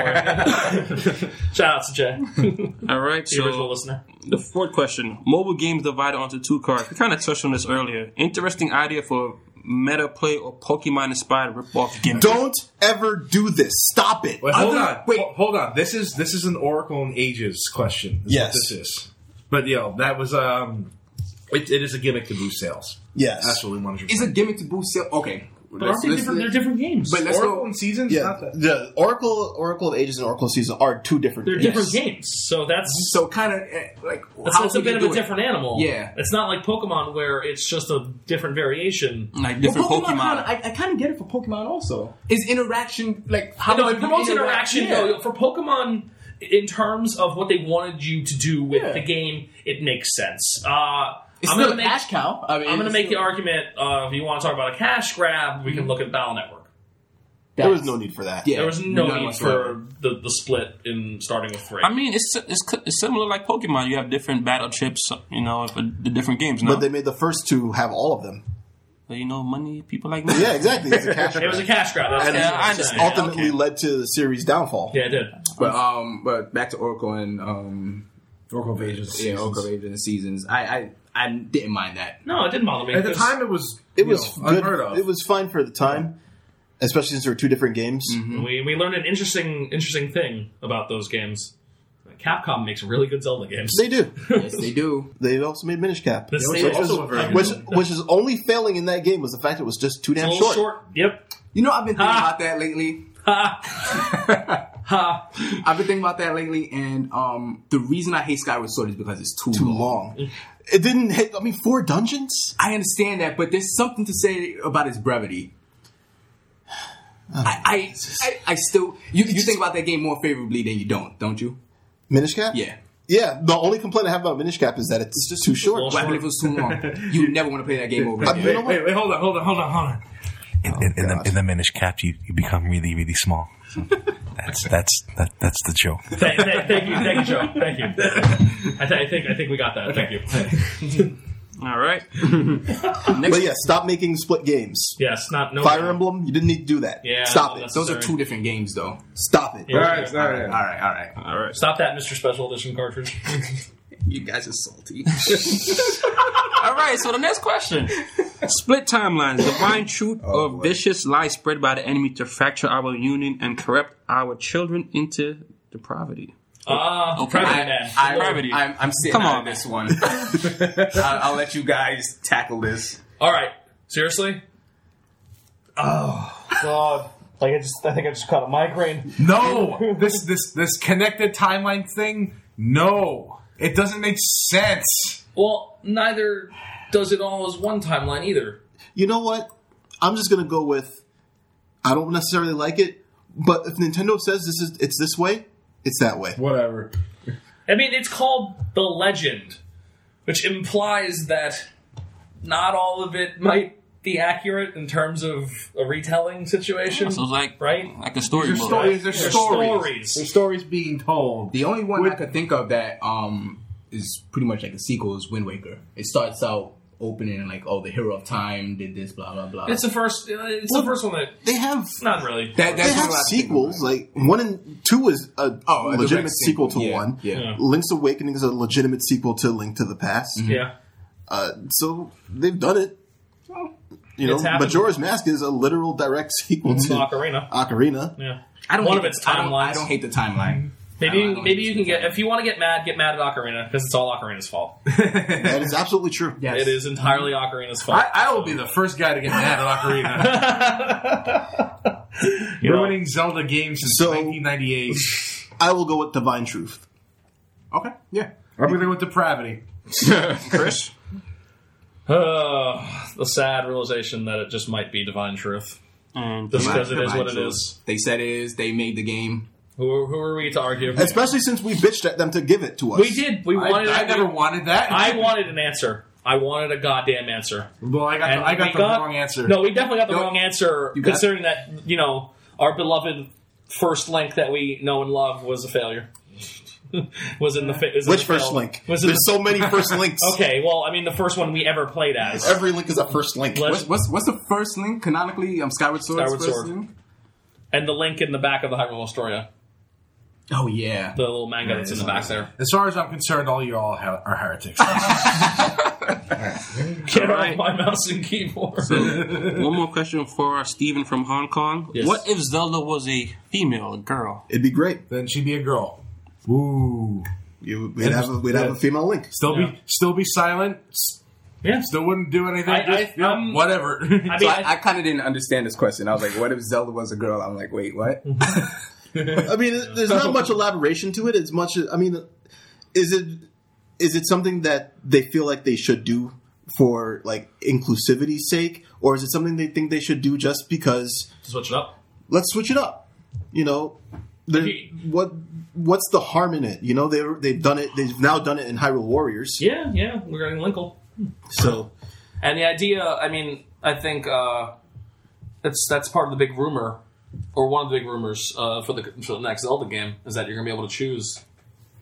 [SPEAKER 3] [laughs] worry. Shout out to Jay, the
[SPEAKER 5] All right,
[SPEAKER 3] original
[SPEAKER 5] so
[SPEAKER 3] listener.
[SPEAKER 5] the fourth question: Mobile games divided onto two cards. We kind of touched on this earlier. Interesting idea for meta play or Pokemon inspired ripoff gimmick.
[SPEAKER 1] Don't ever do this. Stop it.
[SPEAKER 2] Wait, hold
[SPEAKER 4] Other-
[SPEAKER 2] on.
[SPEAKER 4] wait.
[SPEAKER 2] Ho- Hold on. This is this is an Oracle in Ages question. is
[SPEAKER 1] Yes.
[SPEAKER 2] what this is. But yo, that was um, it, it is a gimmick to boost sales.
[SPEAKER 1] Yes.
[SPEAKER 2] that's what we wanted.
[SPEAKER 4] It's a gimmick to boost sales. Okay.
[SPEAKER 3] But aren't they different? They're different games.
[SPEAKER 4] But let's
[SPEAKER 2] Oracle
[SPEAKER 4] go.
[SPEAKER 2] in seasons.
[SPEAKER 1] Yeah,
[SPEAKER 2] Not that.
[SPEAKER 1] the Oracle, Oracle of Ages, and Oracle of Season are two different.
[SPEAKER 3] they're
[SPEAKER 1] games.
[SPEAKER 3] different games. So that's
[SPEAKER 4] So kind of like
[SPEAKER 3] that's,
[SPEAKER 4] how
[SPEAKER 3] that's a
[SPEAKER 4] would you
[SPEAKER 3] bit of
[SPEAKER 4] do
[SPEAKER 3] a
[SPEAKER 4] it?
[SPEAKER 3] different animal.
[SPEAKER 4] Yeah.
[SPEAKER 3] it's not like Pokemon where it's just a different variation.
[SPEAKER 5] Like
[SPEAKER 4] But
[SPEAKER 5] different
[SPEAKER 4] kinda-
[SPEAKER 5] Pokemon.
[SPEAKER 4] I, I kind of get it for Pokemon also. Is interaction like how
[SPEAKER 3] no,
[SPEAKER 4] much
[SPEAKER 3] it
[SPEAKER 4] you
[SPEAKER 3] promotes
[SPEAKER 4] interact-
[SPEAKER 3] interaction
[SPEAKER 4] Yeah.
[SPEAKER 3] though. For Pokemon, in terms of what they wanted you to do with
[SPEAKER 4] Yeah.
[SPEAKER 3] the game, it makes sense. Uh,
[SPEAKER 4] It's
[SPEAKER 3] I'm
[SPEAKER 4] still
[SPEAKER 3] gonna
[SPEAKER 4] an
[SPEAKER 3] make
[SPEAKER 4] ash cow. I mean,
[SPEAKER 3] I'm gonna
[SPEAKER 4] it's
[SPEAKER 3] make the
[SPEAKER 4] still- Mm-hmm.
[SPEAKER 3] argument. Uh, if you want to talk about a cash grab, we can look at Battle Network.
[SPEAKER 1] There was no need for that.
[SPEAKER 4] Yeah.
[SPEAKER 3] There was no
[SPEAKER 4] None
[SPEAKER 3] need
[SPEAKER 4] whatsoever.
[SPEAKER 3] for the, the split in starting with three.
[SPEAKER 5] I, mean, it's, it's it's similar like Pokemon. You have different battle chips, you know, for the different games. No?
[SPEAKER 1] But they made the first two have all of them.
[SPEAKER 5] But, you know, money, people like money.
[SPEAKER 1] Yeah, exactly. It's a cash
[SPEAKER 3] [laughs] it was a
[SPEAKER 1] grab.
[SPEAKER 3] cash grab. That's
[SPEAKER 1] And
[SPEAKER 3] what
[SPEAKER 5] Yeah,
[SPEAKER 3] I'm
[SPEAKER 5] I
[SPEAKER 3] saying.
[SPEAKER 5] understand.
[SPEAKER 1] Ultimately
[SPEAKER 5] okay.
[SPEAKER 1] led to the series' downfall.
[SPEAKER 3] Yeah, it did.
[SPEAKER 4] But um, but back to Oracle and um,
[SPEAKER 2] Oracle of Ages.
[SPEAKER 4] yeah, Oracle Age and Seasons. I I I didn't mind
[SPEAKER 3] [laughs]
[SPEAKER 4] that.
[SPEAKER 3] No, it didn't bother me.
[SPEAKER 2] At the
[SPEAKER 3] because-
[SPEAKER 2] time, it was
[SPEAKER 1] It was
[SPEAKER 2] you know,
[SPEAKER 1] good.
[SPEAKER 2] unheard of.
[SPEAKER 1] It was fine for the time, especially since there were two different games.
[SPEAKER 3] we, we learned an interesting interesting thing about those games. Capcom makes really good Zelda games.
[SPEAKER 1] They do.
[SPEAKER 4] Yes, they do.
[SPEAKER 1] They also made Minish Cap,
[SPEAKER 3] This
[SPEAKER 2] was
[SPEAKER 3] they
[SPEAKER 2] also
[SPEAKER 3] also
[SPEAKER 2] a very good
[SPEAKER 1] which
[SPEAKER 2] one.
[SPEAKER 1] which is only failing in that game was the fact it was just too
[SPEAKER 3] a
[SPEAKER 1] damn
[SPEAKER 3] little
[SPEAKER 1] short.
[SPEAKER 3] short. Yep.
[SPEAKER 4] You know, I've been thinking
[SPEAKER 3] Ha.
[SPEAKER 4] about that lately. [laughs]
[SPEAKER 3] Ha. Ha.
[SPEAKER 4] I've been thinking about that lately, and um, the reason I hate Skyward Sword is because it's too,
[SPEAKER 1] Too
[SPEAKER 4] long.
[SPEAKER 1] long. It didn't hit. I mean, four dungeons.
[SPEAKER 4] I understand that, but there's something to say about its brevity. I, I, I, I still you, you think about that game more favorably than you don't, don't you?
[SPEAKER 1] Minish Cap.
[SPEAKER 4] Yeah.
[SPEAKER 1] Yeah. The only complaint I have about Minish Cap is that it's, just too short.
[SPEAKER 3] Well,
[SPEAKER 4] Well, I believe it was too
[SPEAKER 3] [laughs]
[SPEAKER 4] long. You never want to play that game over
[SPEAKER 1] I-
[SPEAKER 4] again.
[SPEAKER 1] you know
[SPEAKER 2] Wait,
[SPEAKER 1] what?
[SPEAKER 2] wait, wait, hold on, hold on, hold on, hold on.
[SPEAKER 6] in, in, in
[SPEAKER 1] Oh,
[SPEAKER 6] the in the Minish cap, you, you become really really
[SPEAKER 2] [laughs]
[SPEAKER 6] small. That's that's that, that's the joke.
[SPEAKER 3] Th- th- thank you, thank you, Joe. Thank you. I, th- I think I think we got that. Thank you.
[SPEAKER 5] All right.
[SPEAKER 1] But yeah, stop making split games.
[SPEAKER 3] Yes, not no.
[SPEAKER 1] Fire Emblem, you didn't need to do that.
[SPEAKER 3] Yeah,
[SPEAKER 1] Stop it.
[SPEAKER 3] no, that's-
[SPEAKER 4] Those are
[SPEAKER 3] Sorry.
[SPEAKER 4] two different games, though.
[SPEAKER 1] Stop it.
[SPEAKER 3] Yeah.
[SPEAKER 2] All right, all
[SPEAKER 4] All
[SPEAKER 2] right.
[SPEAKER 4] right, all right.
[SPEAKER 5] All right.
[SPEAKER 3] Stop that, Mr. Special Edition cartridge. [laughs]
[SPEAKER 4] You guys are salty.
[SPEAKER 5] All right, so the next [laughs] question. Split timelines. Divine truth
[SPEAKER 4] Oh,
[SPEAKER 5] of
[SPEAKER 4] boy.
[SPEAKER 5] vicious lies spread by the enemy to fracture our union and corrupt our children into depravity.
[SPEAKER 3] Ah, uh, Private Man.
[SPEAKER 4] I,
[SPEAKER 5] Depravity.
[SPEAKER 4] I'm, I'm sitting
[SPEAKER 5] Come
[SPEAKER 4] on
[SPEAKER 5] on.
[SPEAKER 4] this one. [laughs] I'll, I'll let you guys tackle this.
[SPEAKER 3] All right, seriously. Oh God! Like I just, I think I just caught a migraine.
[SPEAKER 2] No, this this this connected timeline thing. No, it doesn't make sense.
[SPEAKER 3] Well, neither does it all as one timeline either.
[SPEAKER 1] you know what? I'm just gonna go with. I don't necessarily like it, but if Nintendo says this is it's this way, it's that way.
[SPEAKER 2] Whatever.
[SPEAKER 3] I mean, it's called the Legend, which implies that not all of it might be accurate in terms of a retelling situation.
[SPEAKER 5] So it's like
[SPEAKER 3] Right.
[SPEAKER 5] like a storybook.
[SPEAKER 2] There's stories.
[SPEAKER 3] They're
[SPEAKER 2] There's stories.
[SPEAKER 3] stories.
[SPEAKER 2] There's stories
[SPEAKER 6] [laughs]
[SPEAKER 2] being told.
[SPEAKER 4] The only one I could think of that um is pretty much like a sequel is Wind Waker. It starts out opening like, oh, the hero of time did this, blah blah blah.
[SPEAKER 3] It's the first. uh, It's the first one that.
[SPEAKER 1] They have
[SPEAKER 3] Not really.
[SPEAKER 4] That-
[SPEAKER 1] they
[SPEAKER 4] that's
[SPEAKER 1] have
[SPEAKER 4] what I think
[SPEAKER 1] sequels.
[SPEAKER 4] about.
[SPEAKER 1] Like one and two is a
[SPEAKER 4] Oh, a direct
[SPEAKER 1] legitimate sequel to
[SPEAKER 4] yeah,
[SPEAKER 1] one.
[SPEAKER 4] Yeah.
[SPEAKER 3] Yeah.
[SPEAKER 1] Link's Awakening is a legitimate sequel to Link to the Past.
[SPEAKER 3] yeah.
[SPEAKER 1] Uh, so they've done it. You know,
[SPEAKER 3] It's happened.
[SPEAKER 1] Majora's Mask is a literal direct [laughs] sequel
[SPEAKER 3] It's
[SPEAKER 1] to
[SPEAKER 3] Ocarina.
[SPEAKER 1] Ocarina.
[SPEAKER 3] Yeah.
[SPEAKER 4] I don't
[SPEAKER 3] One
[SPEAKER 4] hate
[SPEAKER 3] of its
[SPEAKER 4] the- I don't-
[SPEAKER 3] timelines.
[SPEAKER 4] I don't hate the timeline.
[SPEAKER 3] Maybe
[SPEAKER 4] I don't
[SPEAKER 3] you,
[SPEAKER 4] know.
[SPEAKER 3] maybe you can get if you want to get mad, get mad at Ocarina because it's all Ocarina's fault.
[SPEAKER 1] That is absolutely true.
[SPEAKER 4] Yes.
[SPEAKER 3] It is entirely Ocarina's fault.
[SPEAKER 2] I, I will be the first guy to get mad at Ocarina.
[SPEAKER 3] [laughs] You know,
[SPEAKER 2] Ruining Zelda games since
[SPEAKER 1] So-
[SPEAKER 2] 1998.
[SPEAKER 1] I will go with Divine Truth.
[SPEAKER 4] Okay. Yeah.
[SPEAKER 2] I'm going to go with depravity.
[SPEAKER 4] Chris.
[SPEAKER 3] uh, the sad realization that it just might be divine truth,
[SPEAKER 5] And
[SPEAKER 3] just because it is what it is.
[SPEAKER 4] They said it is. They made the game.
[SPEAKER 3] Who are, who are we to argue?
[SPEAKER 1] Especially since we bitched at them to give it to us.
[SPEAKER 3] We did. We
[SPEAKER 2] [laughs] I,
[SPEAKER 3] wanted.
[SPEAKER 2] I never wanted that.
[SPEAKER 3] I wanted an answer. I wanted a goddamn answer.
[SPEAKER 2] well, I got
[SPEAKER 3] And
[SPEAKER 2] the, I
[SPEAKER 3] we
[SPEAKER 2] got the wrong answer.
[SPEAKER 3] No, we definitely got the
[SPEAKER 4] No,
[SPEAKER 3] wrong answer,
[SPEAKER 4] you got-
[SPEAKER 3] considering that you know our beloved first link that we know and love was a failure. [laughs] was in the fa- is in
[SPEAKER 1] Which
[SPEAKER 3] the
[SPEAKER 1] first
[SPEAKER 3] fail-
[SPEAKER 1] link?
[SPEAKER 3] Was in
[SPEAKER 1] There's
[SPEAKER 3] the-
[SPEAKER 1] so many first links.
[SPEAKER 3] okay. Well, I mean, the first one we ever played as.
[SPEAKER 1] Every link is a first link.
[SPEAKER 3] Let's-
[SPEAKER 4] What's what's, what's the first link canonically? Um, Skyward Sword.
[SPEAKER 3] Skyward Sword. and the link in the back of the Hyrule Historia,
[SPEAKER 4] Oh yeah.
[SPEAKER 3] the little manga that's in the back there.
[SPEAKER 2] As far as I'm concerned, all you all ha- are heretics.
[SPEAKER 3] Get
[SPEAKER 5] Alright.
[SPEAKER 3] off my mouse and keyboard.
[SPEAKER 5] [laughs]
[SPEAKER 3] [laughs]
[SPEAKER 5] One more question for Steven from Hong Kong.
[SPEAKER 3] Yes.
[SPEAKER 5] What if Zelda was a female, a girl?
[SPEAKER 1] It'd be great.
[SPEAKER 2] [laughs] Then she'd be a girl. Ooh.
[SPEAKER 1] You, we'd have a, we'd have a female link.
[SPEAKER 2] Still
[SPEAKER 3] Yeah.
[SPEAKER 2] be still be silent. s-
[SPEAKER 3] yeah.
[SPEAKER 2] Still wouldn't do anything.
[SPEAKER 3] I- I-
[SPEAKER 2] just, yeah,
[SPEAKER 3] um,
[SPEAKER 2] whatever. [laughs]
[SPEAKER 3] I
[SPEAKER 4] So
[SPEAKER 3] mean,
[SPEAKER 4] I, I kind of didn't understand this question. I was like, "What if Zelda was a girl?" I'm like, "Wait, what?"
[SPEAKER 2] Mm-hmm.
[SPEAKER 1] I mean, there's not much elaboration to it. As much, as, I mean, is it is it something that they feel like they should do for like inclusivity's sake, or is it something they think they should do just because?
[SPEAKER 3] switch it up.
[SPEAKER 1] Let's switch it up. You know, there-
[SPEAKER 3] Okay.
[SPEAKER 1] what what's the harm in it? You know, they they've done it. They've now done it in Hyrule Warriors.
[SPEAKER 3] Yeah, yeah, regarding Linkle.
[SPEAKER 1] So
[SPEAKER 3] And the idea, I mean, I think uh, that's that's part of the big rumor, or one of the big rumors uh, for the for the next Zelda game is that you're gonna be able to choose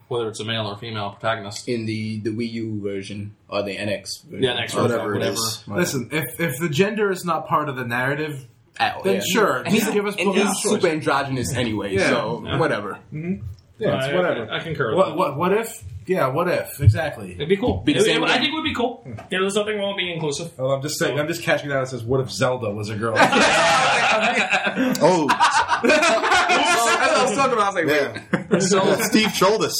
[SPEAKER 3] whether it's a male or female protagonist.
[SPEAKER 4] In the the Wii U version or the NX, version,
[SPEAKER 3] Yeah, next
[SPEAKER 4] or
[SPEAKER 1] whatever it
[SPEAKER 3] whatever.
[SPEAKER 1] is.
[SPEAKER 2] Listen, if if the gender is not part of the narrative,
[SPEAKER 4] at all,
[SPEAKER 2] Then
[SPEAKER 4] yeah.
[SPEAKER 2] sure,
[SPEAKER 4] And he's,
[SPEAKER 2] just give us
[SPEAKER 4] and
[SPEAKER 2] both
[SPEAKER 4] he's
[SPEAKER 2] choices.
[SPEAKER 4] super androgynous anyway,
[SPEAKER 2] Yeah.
[SPEAKER 4] so
[SPEAKER 2] [laughs]
[SPEAKER 4] whatever.
[SPEAKER 2] yeah, it's
[SPEAKER 3] I-
[SPEAKER 2] whatever.
[SPEAKER 3] I, I concur. With
[SPEAKER 2] what
[SPEAKER 3] that.
[SPEAKER 2] what what if? Yeah, what if? Exactly.
[SPEAKER 3] It'd be cool.
[SPEAKER 4] Be the
[SPEAKER 3] It-
[SPEAKER 4] same
[SPEAKER 3] it- I
[SPEAKER 4] thing.
[SPEAKER 3] think it would be cool. You know, there's nothing wrong with being [laughs] inclusive.
[SPEAKER 2] Well, Oh, I'm just saying. I'm just catching that. It says, "What if Zelda was a [laughs] girl?"
[SPEAKER 1] oh
[SPEAKER 4] That's what I was talking about. I was like,
[SPEAKER 1] yeah,
[SPEAKER 2] [laughs]
[SPEAKER 5] So
[SPEAKER 1] Steve Childress.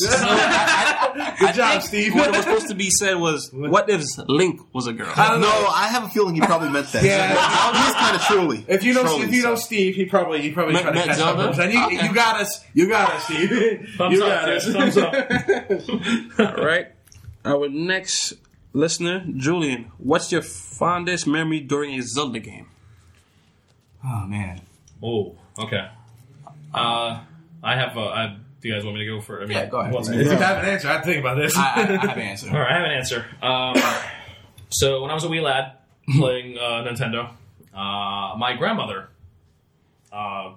[SPEAKER 2] Good job, Steve.
[SPEAKER 5] [laughs] what was supposed to be said was, what if Link was a girl?
[SPEAKER 1] No, I have a feeling he probably meant that.
[SPEAKER 2] Yeah.
[SPEAKER 1] he's kind of truly.
[SPEAKER 2] If you know,
[SPEAKER 1] Truly
[SPEAKER 2] if you know
[SPEAKER 1] so.
[SPEAKER 2] Steve, he probably he probably
[SPEAKER 5] Met-
[SPEAKER 2] tried to
[SPEAKER 5] met
[SPEAKER 2] catch
[SPEAKER 5] Zelda?
[SPEAKER 2] up. with us. And you,
[SPEAKER 5] Okay.
[SPEAKER 2] you got us, you got us, Steve.
[SPEAKER 3] Thumbs
[SPEAKER 2] you
[SPEAKER 3] up,
[SPEAKER 2] got
[SPEAKER 3] dude.
[SPEAKER 2] us.
[SPEAKER 3] Thumbs
[SPEAKER 2] [laughs]
[SPEAKER 3] up.
[SPEAKER 5] All right. Our next listener, Julian, what's your fondest memory during a Zelda game?
[SPEAKER 4] [laughs] oh man,
[SPEAKER 3] Oh, okay. Uh, I have. Uh, I, do you guys want me to go for? I mean,
[SPEAKER 4] Yeah, go ahead.
[SPEAKER 3] what's-
[SPEAKER 2] If you have an answer, I'd think about this.
[SPEAKER 4] I, I, I have an answer. [laughs]
[SPEAKER 3] All right, I have an answer. Um, [coughs] so when I was a wee lad playing uh, Nintendo, uh, my grandmother uh,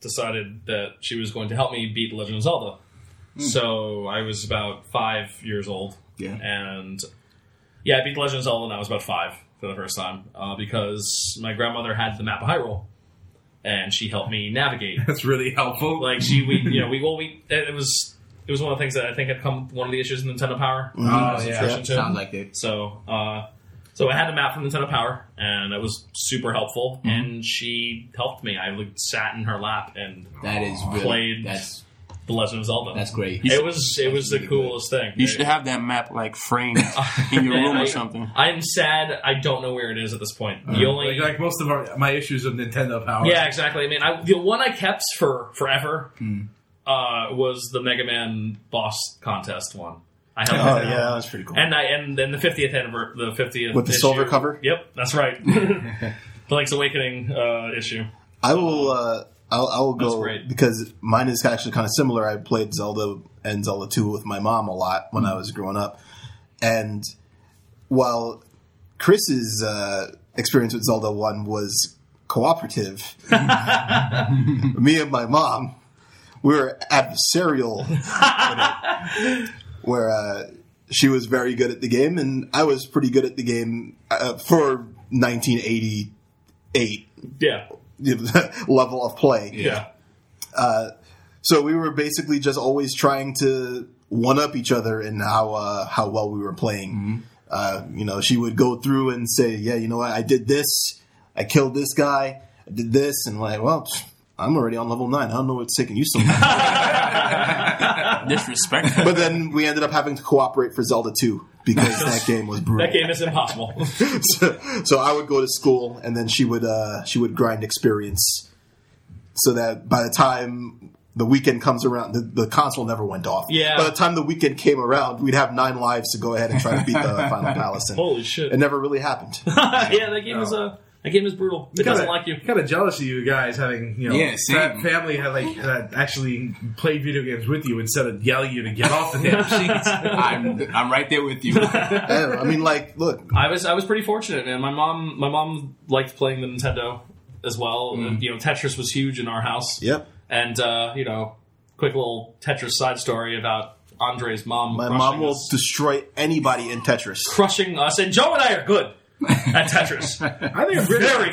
[SPEAKER 3] decided that she was going to help me beat Legend of Zelda. So I was about five years old,
[SPEAKER 4] Hmm. Yeah.
[SPEAKER 3] and yeah, I beat Legend of Zelda when I was about five for the first time uh, because my grandmother had the map of Hyrule, and she helped me navigate
[SPEAKER 2] [laughs] That's really helpful.
[SPEAKER 3] like she, we, you know, we, well, we, it was, it was one of the things that I think had come one of the issues in Nintendo Power.
[SPEAKER 4] Mm-hmm.
[SPEAKER 2] Oh, yeah.
[SPEAKER 3] Subscription to.
[SPEAKER 4] Sounds like it.
[SPEAKER 3] So, uh, so I had a map from Nintendo Power, and that was super helpful. And she helped me. I like, sat in her lap and
[SPEAKER 4] That is really
[SPEAKER 3] Played.
[SPEAKER 4] That's
[SPEAKER 3] The Legend of Zelda.
[SPEAKER 4] that's great.
[SPEAKER 3] It was, it was the
[SPEAKER 4] really good.
[SPEAKER 3] coolest thing.
[SPEAKER 5] You should have that map like [laughs] framed in your room
[SPEAKER 3] I,
[SPEAKER 5] or something.
[SPEAKER 3] I'm sad. I don't know where it is at this point. The only,
[SPEAKER 2] like, like most of our my issues of Nintendo Power.
[SPEAKER 3] yeah, exactly. I mean, I, the one I kept for forever uh, was the Mega Man boss contest one. I held
[SPEAKER 1] Oh
[SPEAKER 3] that
[SPEAKER 1] yeah,
[SPEAKER 3] out.
[SPEAKER 1] that was pretty cool.
[SPEAKER 3] And I and then the fiftieth anniversary, the fiftieth
[SPEAKER 1] With the silver cover?
[SPEAKER 3] Yep,
[SPEAKER 1] [laughs]
[SPEAKER 3] that's right. [laughs] the Link's Awakening uh, issue.
[SPEAKER 1] I will. Uh, I'll, I will go
[SPEAKER 3] great.
[SPEAKER 1] because mine is actually kind of similar. I played Zelda and Zelda Two with my mom a lot when I was growing up, and while Chris's uh, experience with Zelda One was cooperative, me and my mom we were adversarial, in it, where uh, she was very good at the game and I was pretty good at the game uh, for 1988
[SPEAKER 3] Yeah,
[SPEAKER 1] [laughs] level of play.
[SPEAKER 3] yeah.
[SPEAKER 1] So we were basically just always trying to one up each other in how uh, how well we were playing.
[SPEAKER 3] Mm-hmm.
[SPEAKER 1] Uh, you know, she would go through and say, "Yeah, you know what? I did this. I killed this guy. I did this," and like, well. pfft, I'm already on level nine. I don't know what's taking you
[SPEAKER 3] [laughs]
[SPEAKER 1] so long.
[SPEAKER 5] Disrespect.
[SPEAKER 1] but then we ended up having to cooperate for Zelda 2 because that game was brutal.
[SPEAKER 3] That game is impossible.
[SPEAKER 1] [laughs]
[SPEAKER 3] [laughs]
[SPEAKER 1] so, so I would go to school, and then she would uh, she would grind experience, so that by the time the weekend comes around, the, the console never went off.
[SPEAKER 3] Yeah.
[SPEAKER 1] By the time the weekend came around, we'd have nine lives to go ahead and try to beat
[SPEAKER 3] [laughs]
[SPEAKER 1] the final palace. And
[SPEAKER 3] Holy shit!
[SPEAKER 1] it never really happened.
[SPEAKER 3] [laughs] yeah, that game is uh, that game is brutal. It doesn't like you.
[SPEAKER 2] Kind of jealous of you guys having you know
[SPEAKER 4] Yeah, same.
[SPEAKER 2] fa- family had like had actually played video games with you instead of yelling you to get off the
[SPEAKER 4] [laughs]
[SPEAKER 2] damn seats.
[SPEAKER 5] [laughs]
[SPEAKER 4] I'm I'm right there with you.
[SPEAKER 1] I, don't know. I mean, like, look,
[SPEAKER 3] I was I was pretty fortunate, man. My mom my mom liked playing the Nintendo as well. And, you know, Tetris was huge in our house.
[SPEAKER 1] Mm. yep.
[SPEAKER 3] And uh, you know, quick little Tetris side story about Andre's mom.
[SPEAKER 1] My
[SPEAKER 3] crushing
[SPEAKER 1] mom will
[SPEAKER 3] us.
[SPEAKER 1] destroy anybody in Tetris.
[SPEAKER 3] crushing us, and Joe and I are good.
[SPEAKER 1] [laughs]
[SPEAKER 3] at Tetris.
[SPEAKER 2] I think I'm really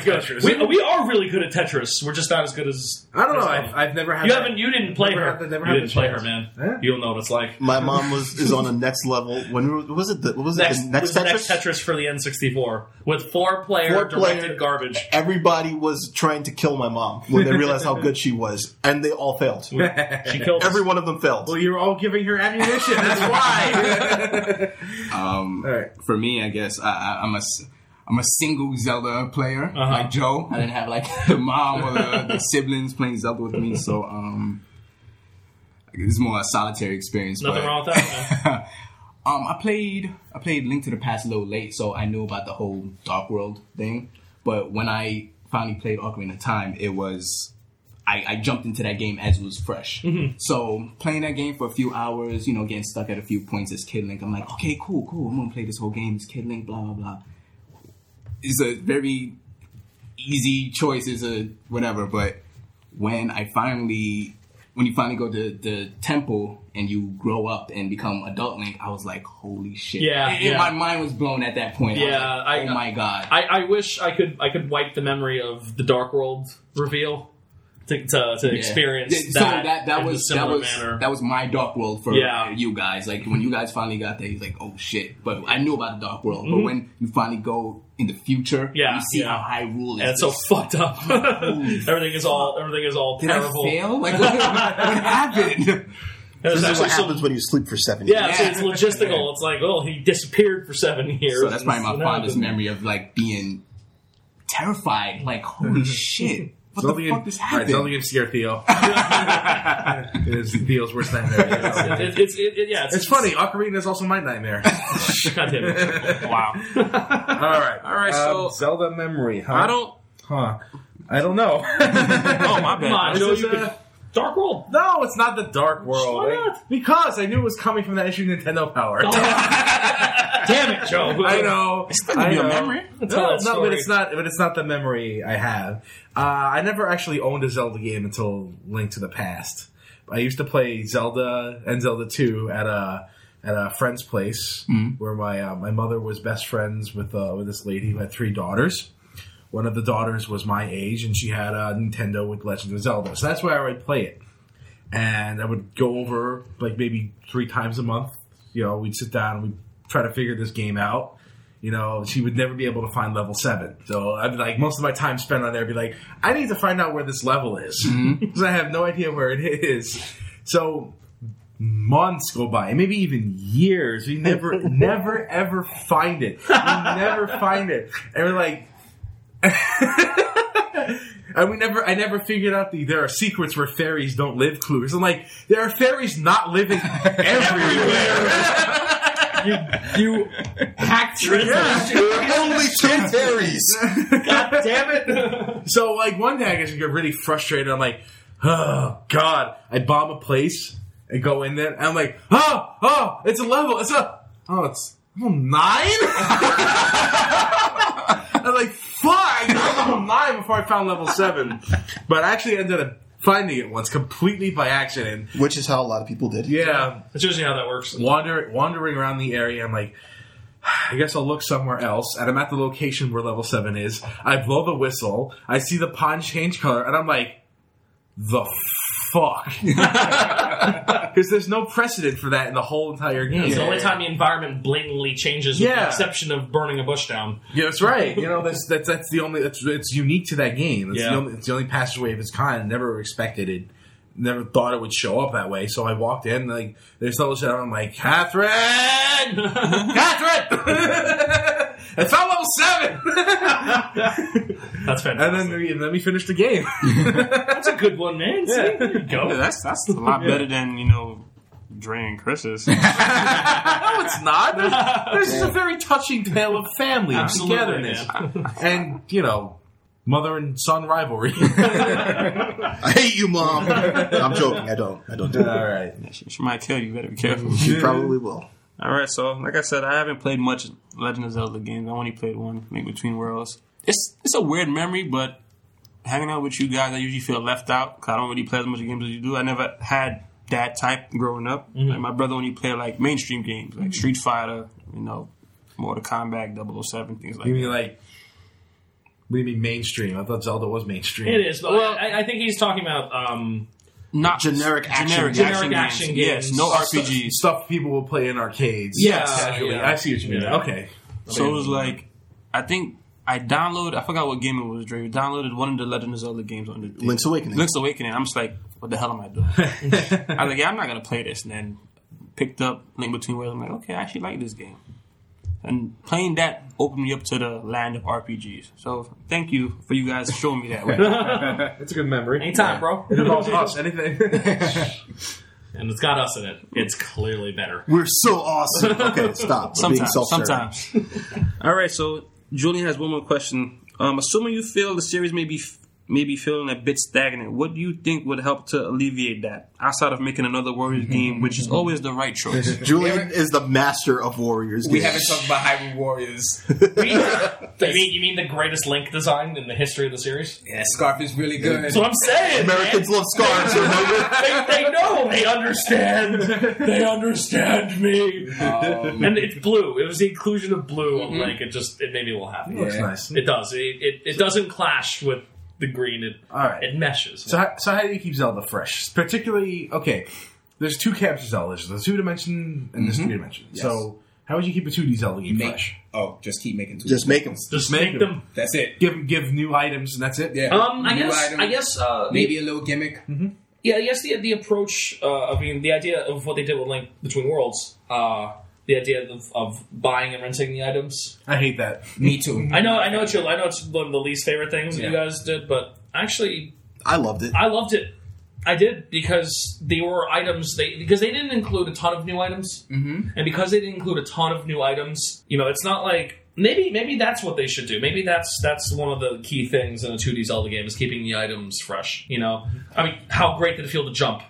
[SPEAKER 3] Very good. We, we are really good at Tetris. We're just not as good as
[SPEAKER 2] I don't know.
[SPEAKER 3] as
[SPEAKER 2] I've,
[SPEAKER 3] Ellen.
[SPEAKER 2] I've never had.
[SPEAKER 3] you
[SPEAKER 2] that.
[SPEAKER 3] haven't. You didn't play
[SPEAKER 2] Never
[SPEAKER 3] her.
[SPEAKER 2] had the- never
[SPEAKER 3] you
[SPEAKER 2] had
[SPEAKER 3] didn't
[SPEAKER 2] the
[SPEAKER 3] play her,
[SPEAKER 2] chance.
[SPEAKER 3] man.
[SPEAKER 2] Yeah.
[SPEAKER 3] You don't know what it's like.
[SPEAKER 1] My mom was is on a next level. When we were- was it? The, what was
[SPEAKER 3] Next,
[SPEAKER 1] it? The next
[SPEAKER 3] was the
[SPEAKER 1] Tetris.
[SPEAKER 3] next Tetris for the N64 with four-player
[SPEAKER 1] Four-player-
[SPEAKER 3] directed
[SPEAKER 2] [laughs]
[SPEAKER 3] garbage.
[SPEAKER 1] Everybody was trying to kill my mom when they realized how good she was, and they all failed.
[SPEAKER 3] She killed us.
[SPEAKER 1] Every one of them failed.
[SPEAKER 2] Well, you're all giving her
[SPEAKER 4] [laughs]
[SPEAKER 2] ammunition. That's why. [laughs]
[SPEAKER 4] Um,
[SPEAKER 2] all right.
[SPEAKER 4] for me, I guess I, I, I'm a s- I'm a single Zelda player
[SPEAKER 3] Uh-huh.
[SPEAKER 4] like Joe. I didn't have like [laughs] the mom or the, the siblings playing Zelda with me, so um, this is more a solitary experience.
[SPEAKER 3] Nothing
[SPEAKER 4] but-
[SPEAKER 3] wrong with that. Man.
[SPEAKER 4] Um, I played I played Link to the Past a little late, so I knew about the whole Dark World thing. But when I finally played Ocarina of Time, it was I, I jumped into that game as it was fresh.
[SPEAKER 3] Mm-hmm.
[SPEAKER 4] So playing that game for a few hours, you know, getting stuck at a few points as Kid Link, I'm like, okay, cool, cool. I'm gonna play this whole game as Kid Link, blah blah blah. It's a very easy choice, is a whatever. But when I finally when you finally go to the temple and you grow up and become adult Link, I was like, holy shit!
[SPEAKER 3] Yeah,
[SPEAKER 4] And- and
[SPEAKER 3] yeah.
[SPEAKER 4] my mind was blown at that point. I was
[SPEAKER 3] Yeah,
[SPEAKER 4] like,
[SPEAKER 3] I-
[SPEAKER 4] oh my god.
[SPEAKER 3] I, I wish I could. I could wipe the memory of the Dark World reveal to, to, to
[SPEAKER 4] Yeah.
[SPEAKER 3] experience
[SPEAKER 4] Yeah,
[SPEAKER 3] that.
[SPEAKER 4] So that, that
[SPEAKER 3] in
[SPEAKER 4] was
[SPEAKER 3] a
[SPEAKER 4] that
[SPEAKER 3] similar
[SPEAKER 4] was
[SPEAKER 3] manner.
[SPEAKER 4] that was my dark world for
[SPEAKER 3] Yeah.
[SPEAKER 4] you guys. Like when you guys finally got there, you was like, oh shit. But I knew about the dark world. But
[SPEAKER 3] Mhm.
[SPEAKER 4] when you finally go in the future,
[SPEAKER 3] Yeah,
[SPEAKER 4] you see
[SPEAKER 3] yeah.
[SPEAKER 4] how Hyrule is.
[SPEAKER 3] and it's so
[SPEAKER 4] this-
[SPEAKER 3] fucked up. [laughs] everything is all everything is all
[SPEAKER 4] did I
[SPEAKER 3] terrible.
[SPEAKER 4] fail? Like
[SPEAKER 3] [laughs]
[SPEAKER 4] what, what happened?
[SPEAKER 3] There's
[SPEAKER 1] this is
[SPEAKER 3] actually
[SPEAKER 1] what
[SPEAKER 3] some-
[SPEAKER 1] happens when you sleep for seven
[SPEAKER 3] Yeah,
[SPEAKER 1] years.
[SPEAKER 3] So it's logistical. It's like, oh, he disappeared for seven years.
[SPEAKER 4] so that's probably
[SPEAKER 3] What
[SPEAKER 4] my fondest
[SPEAKER 3] happened?
[SPEAKER 4] memory of like being terrified. Like
[SPEAKER 3] [laughs]
[SPEAKER 4] holy shit, what the fuck just
[SPEAKER 2] All right,
[SPEAKER 4] happened?
[SPEAKER 2] Zelda can scare Theo. it is Theo's worst
[SPEAKER 5] [laughs]
[SPEAKER 2] nightmare.
[SPEAKER 3] It- it's it, it, yeah, it's,
[SPEAKER 2] It's funny. Ocarina is also my nightmare.
[SPEAKER 3] God damn
[SPEAKER 2] [laughs]
[SPEAKER 3] it.
[SPEAKER 5] Wow.
[SPEAKER 2] All right. Um,
[SPEAKER 5] All right, so-
[SPEAKER 2] Zelda memory. Huh?
[SPEAKER 5] I don't.
[SPEAKER 2] Huh. I don't know.
[SPEAKER 5] Oh my
[SPEAKER 3] Come on,
[SPEAKER 5] bad.
[SPEAKER 3] Joe,
[SPEAKER 2] is,
[SPEAKER 3] you
[SPEAKER 2] uh,
[SPEAKER 3] could Dark World.
[SPEAKER 2] no, it's not the Dark World.
[SPEAKER 3] Why
[SPEAKER 2] I-
[SPEAKER 3] not?
[SPEAKER 2] because I knew it was coming from that issue Nintendo Power.
[SPEAKER 3] Damn it, Joe.
[SPEAKER 2] [laughs] I know. It's not
[SPEAKER 4] uh,
[SPEAKER 5] be a memory.
[SPEAKER 3] [laughs] Tell
[SPEAKER 2] No,
[SPEAKER 3] that
[SPEAKER 2] no, but
[SPEAKER 3] story.
[SPEAKER 2] it's not. But it's not the memory I have. Uh, I never actually owned a Zelda game until Link to the Past. I used to play Zelda and Zelda Two at a at a friend's place
[SPEAKER 3] Mm-hmm.
[SPEAKER 2] where my uh, my mother was best friends with uh, with this lady who had three daughters. One of the daughters was my age, and she had a Nintendo with Legend of Zelda, so that's why I would play it. And I would go over like maybe three times a month. You know, we'd sit down and we'd try to figure this game out you know, she would never be able to find level seven. So I'd be like, most of my time spent on there, would be like, I need to find out where this level is [laughs] because I have no idea where it is. So months go by, maybe even years. We never, never, ever find it. We never find it, and we're like. [laughs] And we never, I never figured out the there are secrets where fairies don't live clues. I'm like, there are fairies not living everywhere.
[SPEAKER 3] you hacked your
[SPEAKER 1] Only two fairies.
[SPEAKER 3] God damn it.
[SPEAKER 2] So like one day I just get really frustrated. I'm like, oh god, I bomb a place and go in there. And I'm like, oh oh, it's a level. It's a oh, it's level nine. [laughs] I'm like, fuck, I got level nine before I found level seven. But I actually ended up finding it once completely by accident. Um,
[SPEAKER 1] Which is how a lot of people did.
[SPEAKER 2] Yeah,
[SPEAKER 3] That's usually how that works.
[SPEAKER 2] wander wandering around the area. I'm like, [sighs] I guess I'll look somewhere else. And I'm at the location where level seven is. I blow the whistle. I see the pond change color, and I'm like, the fuck, [laughs] because there's no precedent for that in the whole entire game.
[SPEAKER 3] It's the only time the environment blatantly changes, with the
[SPEAKER 2] Yeah.
[SPEAKER 3] exception of burning a bush
[SPEAKER 2] [laughs]
[SPEAKER 3] down.
[SPEAKER 2] Yeah, that's right. You know, that's that's, that's the only that's it's unique to that game. It's,
[SPEAKER 3] Yeah.
[SPEAKER 2] the only, it's the only passageway of its kind. Never expected it. Never thought it would show up that way. So I walked in, like there's level seven. I'm like, Catherine, [laughs] Catherine, it's on level [laughs] seven.
[SPEAKER 3] That's
[SPEAKER 2] and
[SPEAKER 3] fantastic.
[SPEAKER 2] then we- let me finish the [laughs] game.
[SPEAKER 3] That's a good one, man. See,
[SPEAKER 2] Yeah.
[SPEAKER 3] there you go.
[SPEAKER 5] Yeah, that's that's a lot better than you know, Dre and [laughs] Chris's.
[SPEAKER 2] no, it's not. There's, there's just a very touching tale of family and
[SPEAKER 3] Absolutely,
[SPEAKER 2] togetherness, and you know, mother and son [laughs] rivalry.
[SPEAKER 1] I hate you, mom. I'm joking. I don't. I don't do that.
[SPEAKER 2] right.
[SPEAKER 5] she, she might kill you. Better be careful.
[SPEAKER 1] You probably will.
[SPEAKER 5] All right, so like I said, I haven't played much Legend of Zelda games. I only played one, Link Between Worlds. It's it's a weird memory, but hanging out with you guys, I usually feel left out because I don't really play as much games as you do. I never had that type growing up. Like my brother only played like mainstream games, like Street Fighter, you know, Mortal Kombat, 007, things
[SPEAKER 2] [laughs]
[SPEAKER 5] like
[SPEAKER 2] You
[SPEAKER 5] that.
[SPEAKER 2] mean like? What do you mean mainstream? I thought Zelda was mainstream.
[SPEAKER 3] It is, but I, I think he's talking about um,
[SPEAKER 5] Not
[SPEAKER 1] Generic action
[SPEAKER 5] generic,
[SPEAKER 1] games.
[SPEAKER 5] action,
[SPEAKER 3] Generic action
[SPEAKER 5] games.
[SPEAKER 3] games.
[SPEAKER 5] Yes, no
[SPEAKER 2] Stuff-
[SPEAKER 5] RPGs.
[SPEAKER 2] stuff people will play in arcades.
[SPEAKER 3] Yeah,
[SPEAKER 2] casually.
[SPEAKER 3] yeah.
[SPEAKER 2] I see what you mean.
[SPEAKER 3] Yeah.
[SPEAKER 2] Okay,
[SPEAKER 5] So it was like, I think I downloaded. I forgot what game it was. Dre downloaded one of the Legend of Zelda games on the thing.
[SPEAKER 1] Link's Awakening.
[SPEAKER 5] Link's Awakening. I'm just like, what the hell am I doing? I was like, yeah, I'm not gonna play this. And then picked up Link Between Worlds. I'm like, okay, I actually like this game. And playing that opened me up to the land of RPGs. So thank you for you guys showing me that. Way.
[SPEAKER 2] it's a good memory.
[SPEAKER 3] anytime, bro.
[SPEAKER 2] It involves
[SPEAKER 3] [laughs]
[SPEAKER 2] us. Anything. [laughs]
[SPEAKER 3] and it's got us in it. It's clearly better.
[SPEAKER 1] We're so awesome. [laughs] Okay, stop. We're being
[SPEAKER 5] Sometimes,
[SPEAKER 1] self-serving.
[SPEAKER 5] sometimes. [laughs] All right. So Julian has one more question. Um, assuming you feel the series may be may be feeling a bit stagnant, what do you think would help to alleviate that outside of making another
[SPEAKER 4] [laughs]
[SPEAKER 5] Warriors game, which is always the right choice?
[SPEAKER 1] Julian is the master of warriors.
[SPEAKER 4] We
[SPEAKER 1] games.
[SPEAKER 4] haven't talked about Hyrule Warriors.
[SPEAKER 3] you mean you mean the greatest Link design in the history of the series?
[SPEAKER 4] Yeah, Scarf is really good.
[SPEAKER 3] That's what I'm saying.
[SPEAKER 1] Americans love scarves. Remember?
[SPEAKER 3] man. They, they know. They understand. They understand me.
[SPEAKER 4] Um,
[SPEAKER 3] And it's blue. It was the inclusion of blue. on Link. it just it made me a little happy.
[SPEAKER 4] Yeah.
[SPEAKER 2] Looks nice.
[SPEAKER 3] It does. It, it it doesn't clash with the green. It
[SPEAKER 2] All right.
[SPEAKER 3] it meshes.
[SPEAKER 2] So, how, so how do you keep Zelda fresh? Particularly, okay, there's two camps of Zelda. There's the two dimension and this three dimension. So, how would you keep a 2D Zelda game
[SPEAKER 4] Mm-hmm. make-
[SPEAKER 2] fresh?
[SPEAKER 4] oh, just keep making two.
[SPEAKER 1] Just make them.
[SPEAKER 3] just
[SPEAKER 2] make
[SPEAKER 3] make,
[SPEAKER 2] them.
[SPEAKER 3] them.
[SPEAKER 4] That's it.
[SPEAKER 2] Give give new items and that's it.
[SPEAKER 4] Yeah.
[SPEAKER 3] Um, I
[SPEAKER 4] New
[SPEAKER 3] guess.
[SPEAKER 4] item,
[SPEAKER 3] I guess. Uh,
[SPEAKER 4] maybe a little gimmick.
[SPEAKER 3] Mm-hmm. Yeah, yes, the the approach. Uh, I mean, the idea of what they did with Link Between Worlds. Uh, the idea of, of buying and renting the items.
[SPEAKER 2] I hate that.
[SPEAKER 4] Me too.
[SPEAKER 3] I know, I know, it's your, I know, it's one of the least favorite things that you
[SPEAKER 4] Yeah.
[SPEAKER 3] guys did, but actually,
[SPEAKER 1] I loved it.
[SPEAKER 3] I loved it. I did because they were items they because they didn't include a ton of new items, mm-hmm. and because they didn't include a ton of new items, you know, it's not like maybe maybe that's what they should do. Maybe that's that's one of the key things in a 2D Zelda game is keeping the items fresh. You know, I mean, how great did it feel to
[SPEAKER 1] [laughs]
[SPEAKER 3] jump?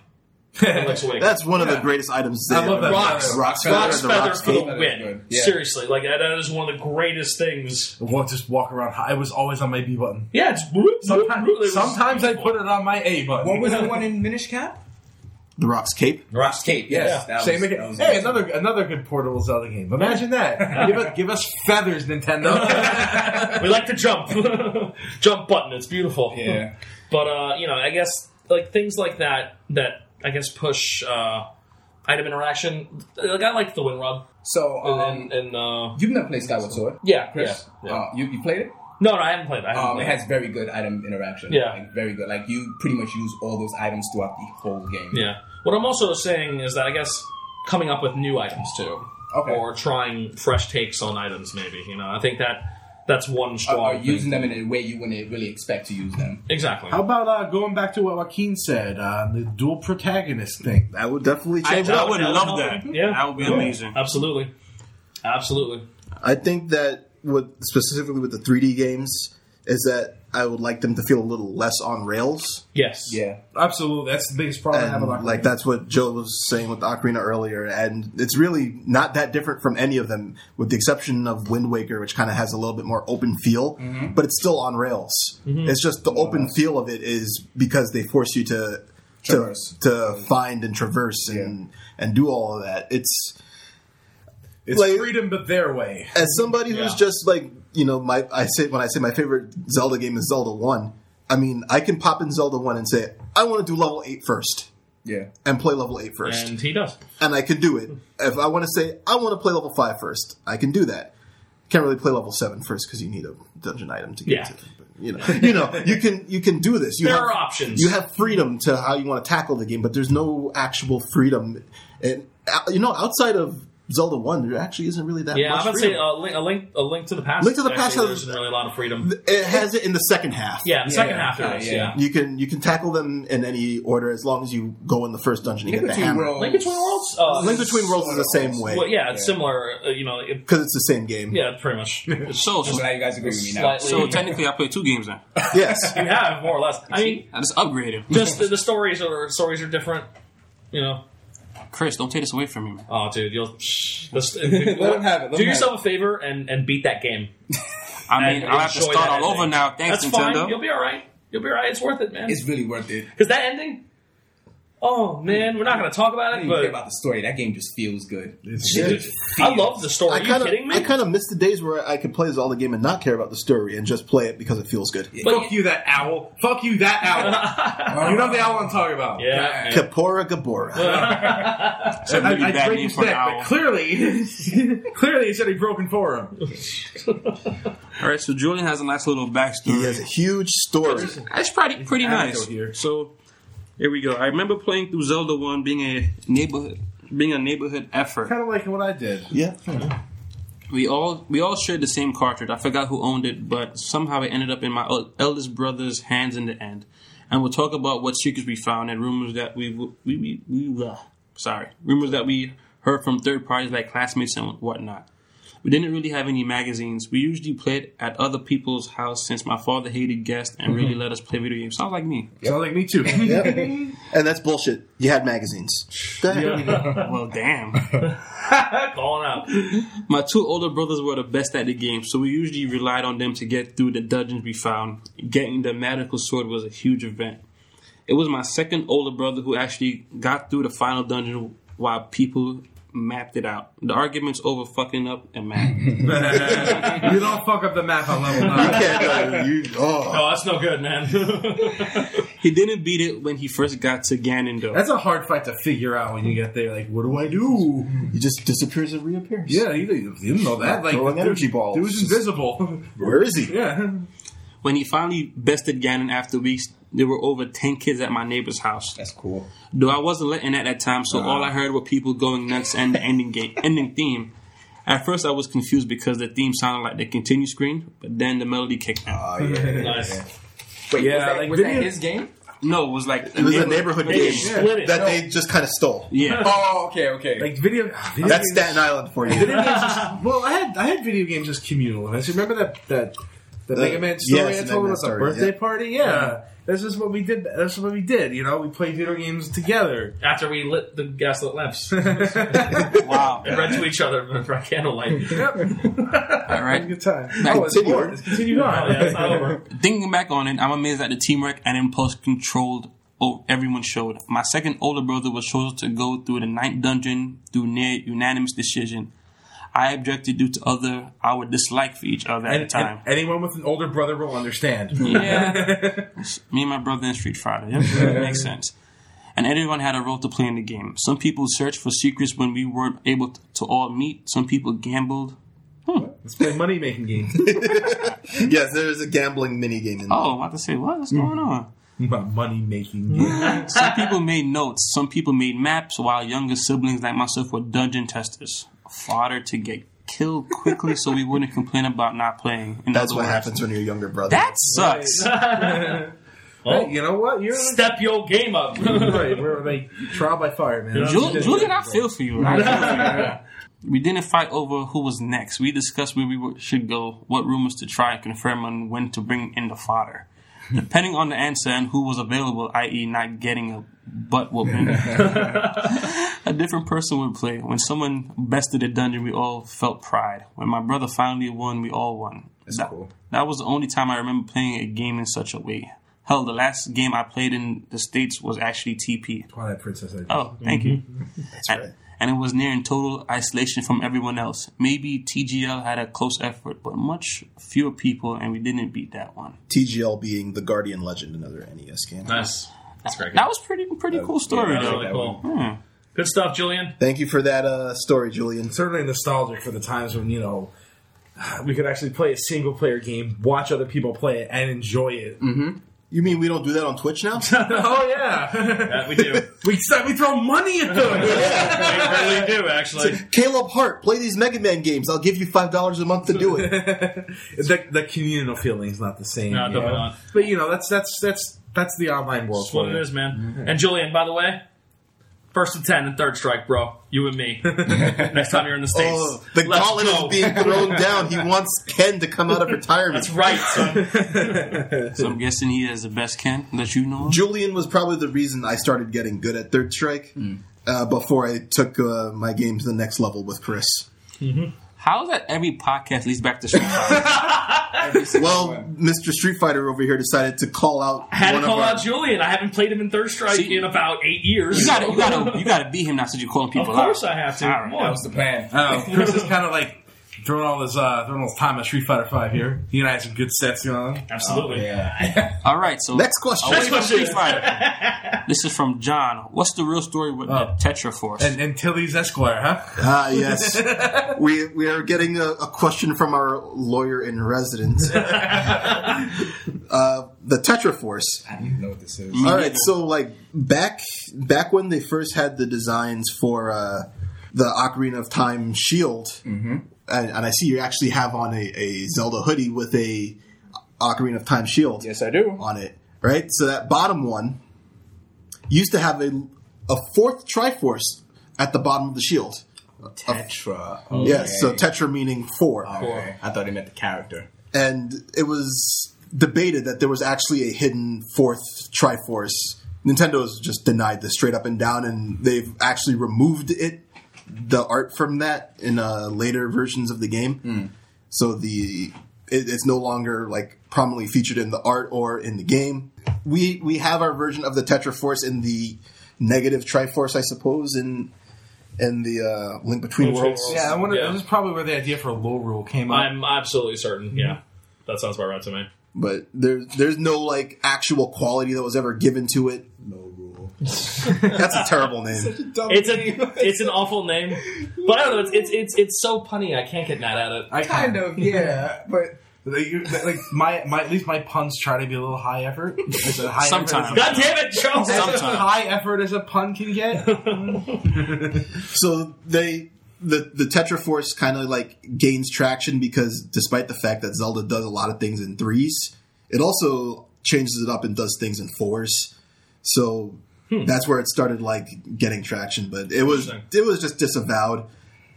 [SPEAKER 3] in Link's Awakening?
[SPEAKER 1] That's one of the greatest items.
[SPEAKER 2] I
[SPEAKER 1] they
[SPEAKER 2] love
[SPEAKER 1] ever-
[SPEAKER 2] that.
[SPEAKER 1] Rocks, rocks,
[SPEAKER 3] Fox
[SPEAKER 1] the
[SPEAKER 3] feather
[SPEAKER 1] rocks
[SPEAKER 3] for the
[SPEAKER 1] cake.
[SPEAKER 3] win.
[SPEAKER 4] Yeah.
[SPEAKER 3] Seriously, like that- that is one of the greatest things.
[SPEAKER 2] Well, just walk around. high. I was always on my B button.
[SPEAKER 3] Yeah, it's whoop, whoop, whoop. It
[SPEAKER 2] Sometimes,
[SPEAKER 3] was
[SPEAKER 2] sometimes I
[SPEAKER 3] beautiful.
[SPEAKER 2] put it on my A button.
[SPEAKER 4] What was the one in Minish Cap?
[SPEAKER 1] The rocks cape.
[SPEAKER 4] [laughs] Rock's Cape. Yes. That
[SPEAKER 2] Same
[SPEAKER 4] was-
[SPEAKER 2] again.
[SPEAKER 4] that was awesome.
[SPEAKER 2] hey, another another good portable Zelda game.
[SPEAKER 4] [laughs]
[SPEAKER 2] Imagine that. give, us, give us feathers, Nintendo.
[SPEAKER 3] We like
[SPEAKER 4] [laughs]
[SPEAKER 3] to jump, jump button. It's beautiful.
[SPEAKER 4] Yeah.
[SPEAKER 3] [laughs] but uh, you know, I guess like things like that that I guess push uh, item interaction. Like I like the Winrod
[SPEAKER 4] So,
[SPEAKER 3] and
[SPEAKER 4] um,
[SPEAKER 3] and, and uh,
[SPEAKER 4] you've never played Skyward Sword,
[SPEAKER 3] yeah,
[SPEAKER 4] Chris?
[SPEAKER 3] yeah. yeah.
[SPEAKER 4] Uh, you, you played it?
[SPEAKER 3] No, no, I haven't played. it. I haven't
[SPEAKER 4] Um,
[SPEAKER 3] played
[SPEAKER 4] it has very good item interaction.
[SPEAKER 3] Yeah.
[SPEAKER 4] Like, very good. Like you pretty much use all those items throughout the whole game.
[SPEAKER 3] Yeah. What I'm also saying is that I guess coming up with new items too,
[SPEAKER 4] Okay.
[SPEAKER 3] or trying fresh takes on items. Maybe you know, I think that that's one
[SPEAKER 4] Or-
[SPEAKER 3] strong.
[SPEAKER 4] Or
[SPEAKER 3] thing.
[SPEAKER 4] Uh, using them in a way you wouldn't really expect to use them.
[SPEAKER 3] exactly.
[SPEAKER 2] How about uh, going back to what Joaquin said, uh, the dual protagonist thing?
[SPEAKER 1] I would definitely
[SPEAKER 5] I,
[SPEAKER 1] check.
[SPEAKER 5] I would
[SPEAKER 3] That would
[SPEAKER 5] love
[SPEAKER 3] help.
[SPEAKER 5] that.
[SPEAKER 3] Yeah.
[SPEAKER 5] that would be amazing.
[SPEAKER 3] Absolutely, absolutely.
[SPEAKER 1] I think that with specifically with the 3D games is that I would like them to feel a little less on rails.
[SPEAKER 3] Yes.
[SPEAKER 4] Yeah.
[SPEAKER 2] Absolutely, that's the biggest problem I have
[SPEAKER 1] And
[SPEAKER 2] about
[SPEAKER 1] like that's what Joe was saying with Ocarina earlier, and it's really not that different from any of them, with the exception of Wind Waker, which kind of has a little bit more open feel, but it's still on rails. It's just the open feel of it is because they force you to to,
[SPEAKER 4] Traverse.
[SPEAKER 1] to find and traverse and and do all of that. It's
[SPEAKER 2] It's
[SPEAKER 1] Like-
[SPEAKER 2] freedom, but their way.
[SPEAKER 1] as somebody who's
[SPEAKER 3] Yeah.
[SPEAKER 1] just like you know my I say when I say my favorite Zelda game is Zelda One. I mean, I can pop in Zelda One and say I want to do level eight first
[SPEAKER 4] Yeah.
[SPEAKER 1] and play level eight first, and,
[SPEAKER 3] And he does.
[SPEAKER 1] I can do it. If I want to say I want to play level five first, I can do that. Can't really play level seven first because you need a dungeon item to get
[SPEAKER 3] Yeah.
[SPEAKER 1] to. But, you know, you know, you can you can do this. You
[SPEAKER 3] There
[SPEAKER 1] have,
[SPEAKER 3] are options.
[SPEAKER 1] You have freedom to how you want to tackle the game, but there's no actual freedom. And uh, you know, outside of Zelda One, there actually isn't really that.
[SPEAKER 3] Yeah,
[SPEAKER 1] much
[SPEAKER 3] I'm gonna
[SPEAKER 1] freedom.
[SPEAKER 3] say uh, link, a link, a link to the past.
[SPEAKER 1] Link to the Past
[SPEAKER 3] Actually,
[SPEAKER 1] has-
[SPEAKER 3] There's really a lot of freedom.
[SPEAKER 1] It has it in the second half.
[SPEAKER 3] uh, yeah, the second half
[SPEAKER 4] yeah,
[SPEAKER 3] there is.
[SPEAKER 4] yeah.
[SPEAKER 3] Yeah.
[SPEAKER 1] You can you can tackle them in any order as long as you go in the first dungeon and
[SPEAKER 4] Link
[SPEAKER 1] get the
[SPEAKER 4] Between
[SPEAKER 1] hammer.
[SPEAKER 4] Worlds.
[SPEAKER 3] Link Between Worlds. Uh,
[SPEAKER 1] Link Between Worlds is the same way
[SPEAKER 3] Well,
[SPEAKER 1] because
[SPEAKER 3] yeah, it's similar. Uh, you know. It,
[SPEAKER 1] it's the same game.
[SPEAKER 3] yeah, pretty much.
[SPEAKER 4] So
[SPEAKER 5] So, so,
[SPEAKER 4] now you guys agree with me now.
[SPEAKER 3] uh, Slightly-
[SPEAKER 5] so technically, I play two games now.
[SPEAKER 1] Yes.
[SPEAKER 3] you have more or less. I
[SPEAKER 5] [laughs]
[SPEAKER 3] mean,
[SPEAKER 5] I just upgraded.
[SPEAKER 3] just the, the stories are stories are different. You know.
[SPEAKER 5] Chris, don't take this away from me, man.
[SPEAKER 3] Oh, dude, you'll [laughs] let's,
[SPEAKER 4] Let him have it, let
[SPEAKER 3] do
[SPEAKER 4] him
[SPEAKER 3] yourself a favor and, and beat that game.
[SPEAKER 5] I mean,
[SPEAKER 3] And
[SPEAKER 5] I'll have to
[SPEAKER 3] enjoy
[SPEAKER 5] start
[SPEAKER 3] that
[SPEAKER 5] all over
[SPEAKER 3] ending.
[SPEAKER 5] now. Thanks,
[SPEAKER 3] That's fine.
[SPEAKER 5] Nintendo.
[SPEAKER 3] You'll be all right. You'll be all right. It's worth it, man.
[SPEAKER 4] It's really worth it.
[SPEAKER 3] Because that ending, Oh man, we're not going to talk
[SPEAKER 4] I
[SPEAKER 3] about it.
[SPEAKER 4] don't even care
[SPEAKER 3] But
[SPEAKER 4] about the story. That game just feels good.
[SPEAKER 2] It's
[SPEAKER 3] Dude, I love the story.
[SPEAKER 1] I
[SPEAKER 3] Are you
[SPEAKER 1] kind of
[SPEAKER 3] kidding me?
[SPEAKER 1] I kind of miss the days where I could play as all the game and not care about the story and just play it because it feels good.
[SPEAKER 3] But-
[SPEAKER 2] Fuck you, that owl. Fuck you, that owl. you know the owl I'm talking about.
[SPEAKER 3] yeah. yeah.
[SPEAKER 1] Kapora Gabora.
[SPEAKER 5] It's a
[SPEAKER 2] I,
[SPEAKER 5] really
[SPEAKER 2] I
[SPEAKER 5] bad
[SPEAKER 2] trade
[SPEAKER 5] name
[SPEAKER 2] you
[SPEAKER 5] for
[SPEAKER 2] stick,
[SPEAKER 5] an
[SPEAKER 2] but
[SPEAKER 5] owl.
[SPEAKER 2] clearly, [laughs] clearly it's already broken for him.
[SPEAKER 5] All right, so Julian has a nice little
[SPEAKER 1] he
[SPEAKER 5] backstory.
[SPEAKER 1] has a huge story.
[SPEAKER 5] That's pretty pretty
[SPEAKER 2] anecdote
[SPEAKER 5] nice.
[SPEAKER 2] here.
[SPEAKER 5] So here we go. I remember playing through Zelda One, being a neighborhood, being a neighborhood effort.
[SPEAKER 2] Kind of like what I [laughs] did.
[SPEAKER 1] Yeah, I know.
[SPEAKER 5] We all we all shared the same cartridge. I forgot who owned it, but somehow it ended up in my el- eldest brother's hands in the end. And we'll talk about what secrets we found and rumors that we we we, we uh, sorry rumors that we heard from third parties like classmates and whatnot. We didn't really have any magazines. We usually played at other people's house since my father hated guests and really let us play video games. Sounds like me.
[SPEAKER 2] Sounds like me too.
[SPEAKER 3] [laughs]
[SPEAKER 1] and that's bullshit. You had magazines. Go ahead.
[SPEAKER 5] well, damn.
[SPEAKER 3] Calling out.
[SPEAKER 5] My two older brothers were the best at the game, so we usually relied on them to get through the dungeons we found. Getting the magical sword was a huge event. It was my second older brother who actually got through the final dungeon while people mapped it out. The arguments over fucking up and map.
[SPEAKER 2] you don't fuck up the map on level
[SPEAKER 1] You
[SPEAKER 2] 9.
[SPEAKER 1] can't. uh, [laughs] you, oh.
[SPEAKER 3] Oh, that's no good, man. [laughs]
[SPEAKER 5] he didn't beat it when he first got to Ganon though.
[SPEAKER 2] That's a hard fight to figure out when you get there. Like, what do I do?
[SPEAKER 1] He just disappears and reappears.
[SPEAKER 2] Yeah, you didn't you didn't know that. Like,
[SPEAKER 1] Throwing
[SPEAKER 2] the dude-
[SPEAKER 1] energy balls.
[SPEAKER 2] Dude's invisible. [laughs]
[SPEAKER 1] Where is he?
[SPEAKER 2] yeah.
[SPEAKER 5] when he finally bested Ganon after weeks, there were over 10 kids at my neighbor's house.
[SPEAKER 4] That's
[SPEAKER 2] [laughs]
[SPEAKER 4] cool.
[SPEAKER 5] Though I wasn't letting at that time, so all I heard were people going nuts and the ending [laughs] game, ending theme. At first, I was confused because the theme sounded like the continue screen, but then the melody kicked in.
[SPEAKER 1] Ah,
[SPEAKER 4] Oh yeah.
[SPEAKER 3] nice.
[SPEAKER 4] Wait,
[SPEAKER 2] Yeah,
[SPEAKER 4] was that,
[SPEAKER 2] like,
[SPEAKER 4] was that
[SPEAKER 2] video-
[SPEAKER 4] his game?
[SPEAKER 5] no, it was like
[SPEAKER 1] It was a neighborhood
[SPEAKER 3] They
[SPEAKER 1] game
[SPEAKER 3] split it.
[SPEAKER 1] that they just kind of stole.
[SPEAKER 5] Yeah,
[SPEAKER 4] Oh, okay, okay.
[SPEAKER 2] Like, video. video
[SPEAKER 1] That's
[SPEAKER 2] games-
[SPEAKER 1] Staten Island for you.
[SPEAKER 3] [laughs]
[SPEAKER 2] Video games is- well, I had I had video games as communal events. Remember that that the
[SPEAKER 1] Uh,
[SPEAKER 2] Mega Man story
[SPEAKER 1] yes,
[SPEAKER 2] I
[SPEAKER 1] the Mega
[SPEAKER 2] told
[SPEAKER 1] Man
[SPEAKER 2] about the
[SPEAKER 1] story,
[SPEAKER 2] birthday
[SPEAKER 1] yeah.
[SPEAKER 2] party? Yeah. That's just what we did. That's what we did. You know, we played video games together.
[SPEAKER 3] After we lit the gaslit lamps
[SPEAKER 2] All
[SPEAKER 3] and
[SPEAKER 5] [laughs] wow.
[SPEAKER 3] read to each other by candlelight. [laughs]
[SPEAKER 5] All right.
[SPEAKER 2] Good time.
[SPEAKER 5] Now
[SPEAKER 2] oh, it's
[SPEAKER 1] continue.
[SPEAKER 2] bored. It's continued
[SPEAKER 3] Oh, [laughs]
[SPEAKER 2] on.
[SPEAKER 3] yeah, it's not over.
[SPEAKER 5] Thinking back on it, I'm amazed at the teamwork and impulse controlled o- everyone showed. My second older brother was chosen to go through the ninth dungeon through near unanimous decision. I objected due to other our dislike for each other at
[SPEAKER 2] And,
[SPEAKER 5] the time.
[SPEAKER 2] and anyone with an older brother will understand.
[SPEAKER 5] Yeah. Me and my brother in Street Fighter. Yep, that makes sense. And everyone had a role to play in the game. Some people searched for secrets when we weren't able t- to all meet. Some people gambled.
[SPEAKER 2] Let's play money
[SPEAKER 1] [laughs]
[SPEAKER 2] making games.
[SPEAKER 1] yes, there is a gambling mini game in there.
[SPEAKER 5] Oh, I'm about to say, what? What's going on?
[SPEAKER 2] money making games.
[SPEAKER 5] Some people made notes. Some people made maps, while younger siblings like myself were dungeon testers. Fodder to get killed quickly so we wouldn't complain about not playing. In
[SPEAKER 1] That's
[SPEAKER 5] other
[SPEAKER 1] what
[SPEAKER 5] words,
[SPEAKER 1] happens when you're a younger brother.
[SPEAKER 5] That sucks.
[SPEAKER 1] Oh.
[SPEAKER 2] Hey, you know what? You're
[SPEAKER 3] [laughs] Step your game up.
[SPEAKER 2] right. We're like trial by fire, man. That's what
[SPEAKER 5] Julian,
[SPEAKER 2] you did.
[SPEAKER 5] Julian, I feel for you. I feel for you. [laughs] We didn't fight over who was next. We discussed where we were- should go, what rumors to try and confirm, and when to bring in the fodder. Depending on the answer and who was available, i.e., not getting a butt whooping, [laughs] a different person would play. When someone bested a dungeon, we all felt pride. When my brother finally won, we all won. that,
[SPEAKER 4] cool.
[SPEAKER 5] that was the only time I remember playing a game in such a way. Hell, the last game I played in the States was actually TP.
[SPEAKER 2] Twilight Princess. I
[SPEAKER 5] Oh, thank you. and, and it was nearing total isolation from everyone else. Maybe TGL had a close effort, but much fewer people, and we didn't beat that one.
[SPEAKER 1] TGL being the Guardian Legend, another NES game.
[SPEAKER 3] nice. That's great.
[SPEAKER 5] That was pretty pretty cool story
[SPEAKER 3] That was
[SPEAKER 5] though.
[SPEAKER 3] really cool. Good stuff, Julian.
[SPEAKER 1] Thank you for that uh, story, Julian.
[SPEAKER 2] certainly nostalgic for the times when you know we could actually play a single player game, watch other people play it, and enjoy it.
[SPEAKER 1] You mean we don't do that on Twitch
[SPEAKER 3] [laughs]
[SPEAKER 1] now?
[SPEAKER 2] [laughs] oh yeah, [laughs]
[SPEAKER 3] Yeah, we do.
[SPEAKER 2] we start, we throw money into it.
[SPEAKER 3] we
[SPEAKER 2] [laughs]
[SPEAKER 3] really do, actually.
[SPEAKER 1] [laughs] Caleb Hart, play these Mega Man games. I'll give you five dollars a month to do
[SPEAKER 3] [laughs]
[SPEAKER 1] it.
[SPEAKER 2] the, the communal feeling is not the same.
[SPEAKER 3] No,
[SPEAKER 2] you
[SPEAKER 3] definitely
[SPEAKER 2] know?
[SPEAKER 3] not.
[SPEAKER 2] But you know that's that's that's that's the online world.
[SPEAKER 3] That's what it
[SPEAKER 2] for
[SPEAKER 3] is, man. And Julian, by the way, first and ten and third strike, bro. You and me. Next time you're in the states,
[SPEAKER 1] Oh, the
[SPEAKER 3] let's
[SPEAKER 1] gauntlet
[SPEAKER 3] go.
[SPEAKER 1] is being thrown down. He wants Ken to come out
[SPEAKER 3] [laughs]
[SPEAKER 1] of retirement.
[SPEAKER 3] That's [laughs] right. son.
[SPEAKER 5] So I'm guessing he is the best Ken that you know. of?
[SPEAKER 1] Julian was probably the reason I started getting good at Third Strike
[SPEAKER 3] Hmm.
[SPEAKER 1] uh, before I took uh, my game to the next level with Chris.
[SPEAKER 3] [laughs]
[SPEAKER 5] How is that every podcast leads back to Street Fighter?
[SPEAKER 4] every single
[SPEAKER 1] Well,
[SPEAKER 4] one.
[SPEAKER 1] Mr. Street Fighter over here decided to call out
[SPEAKER 3] I had
[SPEAKER 1] one
[SPEAKER 3] to call
[SPEAKER 1] of our,
[SPEAKER 3] out Julian. I haven't played him in Third Strike
[SPEAKER 5] See-
[SPEAKER 3] in about eight years.
[SPEAKER 5] You gotta,
[SPEAKER 3] [laughs]
[SPEAKER 5] you gotta, you gotta beat him now since you're calling
[SPEAKER 3] of
[SPEAKER 5] people out.
[SPEAKER 3] course I have to.
[SPEAKER 5] All right.
[SPEAKER 3] Come
[SPEAKER 4] that
[SPEAKER 3] on.
[SPEAKER 4] was the plan.
[SPEAKER 2] [laughs] Oh, Chris is kind of like throwing all his uh, throwing all his time at Street Fighter Five here. He and I had some good sets going on.
[SPEAKER 3] Absolutely.
[SPEAKER 4] Oh, Yeah.
[SPEAKER 5] All right, so
[SPEAKER 1] Next question.
[SPEAKER 5] Away
[SPEAKER 3] Next
[SPEAKER 5] from
[SPEAKER 3] question.
[SPEAKER 5] Street Fighter. this is from John. What's the real story with
[SPEAKER 2] Oh.
[SPEAKER 5] the Tetra Force?
[SPEAKER 2] And, and Tilly's Esquire, huh?
[SPEAKER 1] Ah, yes. we we are getting a, a question from our lawyer in residence. uh, the Tetra Force.
[SPEAKER 4] I don't even know what this is.
[SPEAKER 1] All right, so like back back when they first had the designs for uh, the Ocarina of Time shield, and, and I see you actually have on a, a Zelda hoodie with a Ocarina of Time shield
[SPEAKER 4] Yes, I do.
[SPEAKER 1] on it, right? So that bottom one used to have a a fourth Triforce at the bottom of the shield.
[SPEAKER 4] Tetra.
[SPEAKER 1] Yes, so
[SPEAKER 4] Okay. Oh.
[SPEAKER 1] Tetra meaning four.
[SPEAKER 4] Okay. I thought it meant the character.
[SPEAKER 1] and it was debated that there was actually a hidden fourth Triforce. Nintendo's just denied this straight up and down, and they've actually removed it, the art from that in uh, later versions of the game. So the it, it's no longer like prominently featured in the art or in the game. We we have our version of the Tetraforce in the negative Triforce, I suppose, in in the uh, Link Between
[SPEAKER 3] Between
[SPEAKER 1] Worlds.
[SPEAKER 3] Worlds.
[SPEAKER 2] Yeah, I wonder.
[SPEAKER 3] Yeah.
[SPEAKER 2] This is probably where the idea for a low rule came up.
[SPEAKER 3] I'm absolutely certain. Yeah. That sounds about right to me.
[SPEAKER 1] but there's there's no like actual quality that was ever given to it.
[SPEAKER 4] No rule.
[SPEAKER 1] That's a terrible name.
[SPEAKER 3] It's a it's an awful name, but I don't know. It's it's it's, it's so punny. I can't get mad at it.
[SPEAKER 4] [laughs]
[SPEAKER 2] I
[SPEAKER 4] kind of yeah, but
[SPEAKER 2] Like, you- like my, my at least my puns try to be a little
[SPEAKER 4] [laughs]
[SPEAKER 2] high effort. It's a high
[SPEAKER 5] Sometimes.
[SPEAKER 2] effort.
[SPEAKER 5] [laughs]
[SPEAKER 3] God damn it, Charles!
[SPEAKER 2] As
[SPEAKER 5] Sometimes.
[SPEAKER 2] high effort as a pun
[SPEAKER 4] [laughs]
[SPEAKER 2] can get.
[SPEAKER 1] So they the the Tetra Force kind of like gains traction because despite the fact that Zelda does a lot of things in threes, it also changes it up and does things in fours. So that's where it started like getting traction, but it was
[SPEAKER 3] Interesting.
[SPEAKER 1] it was just disavowed.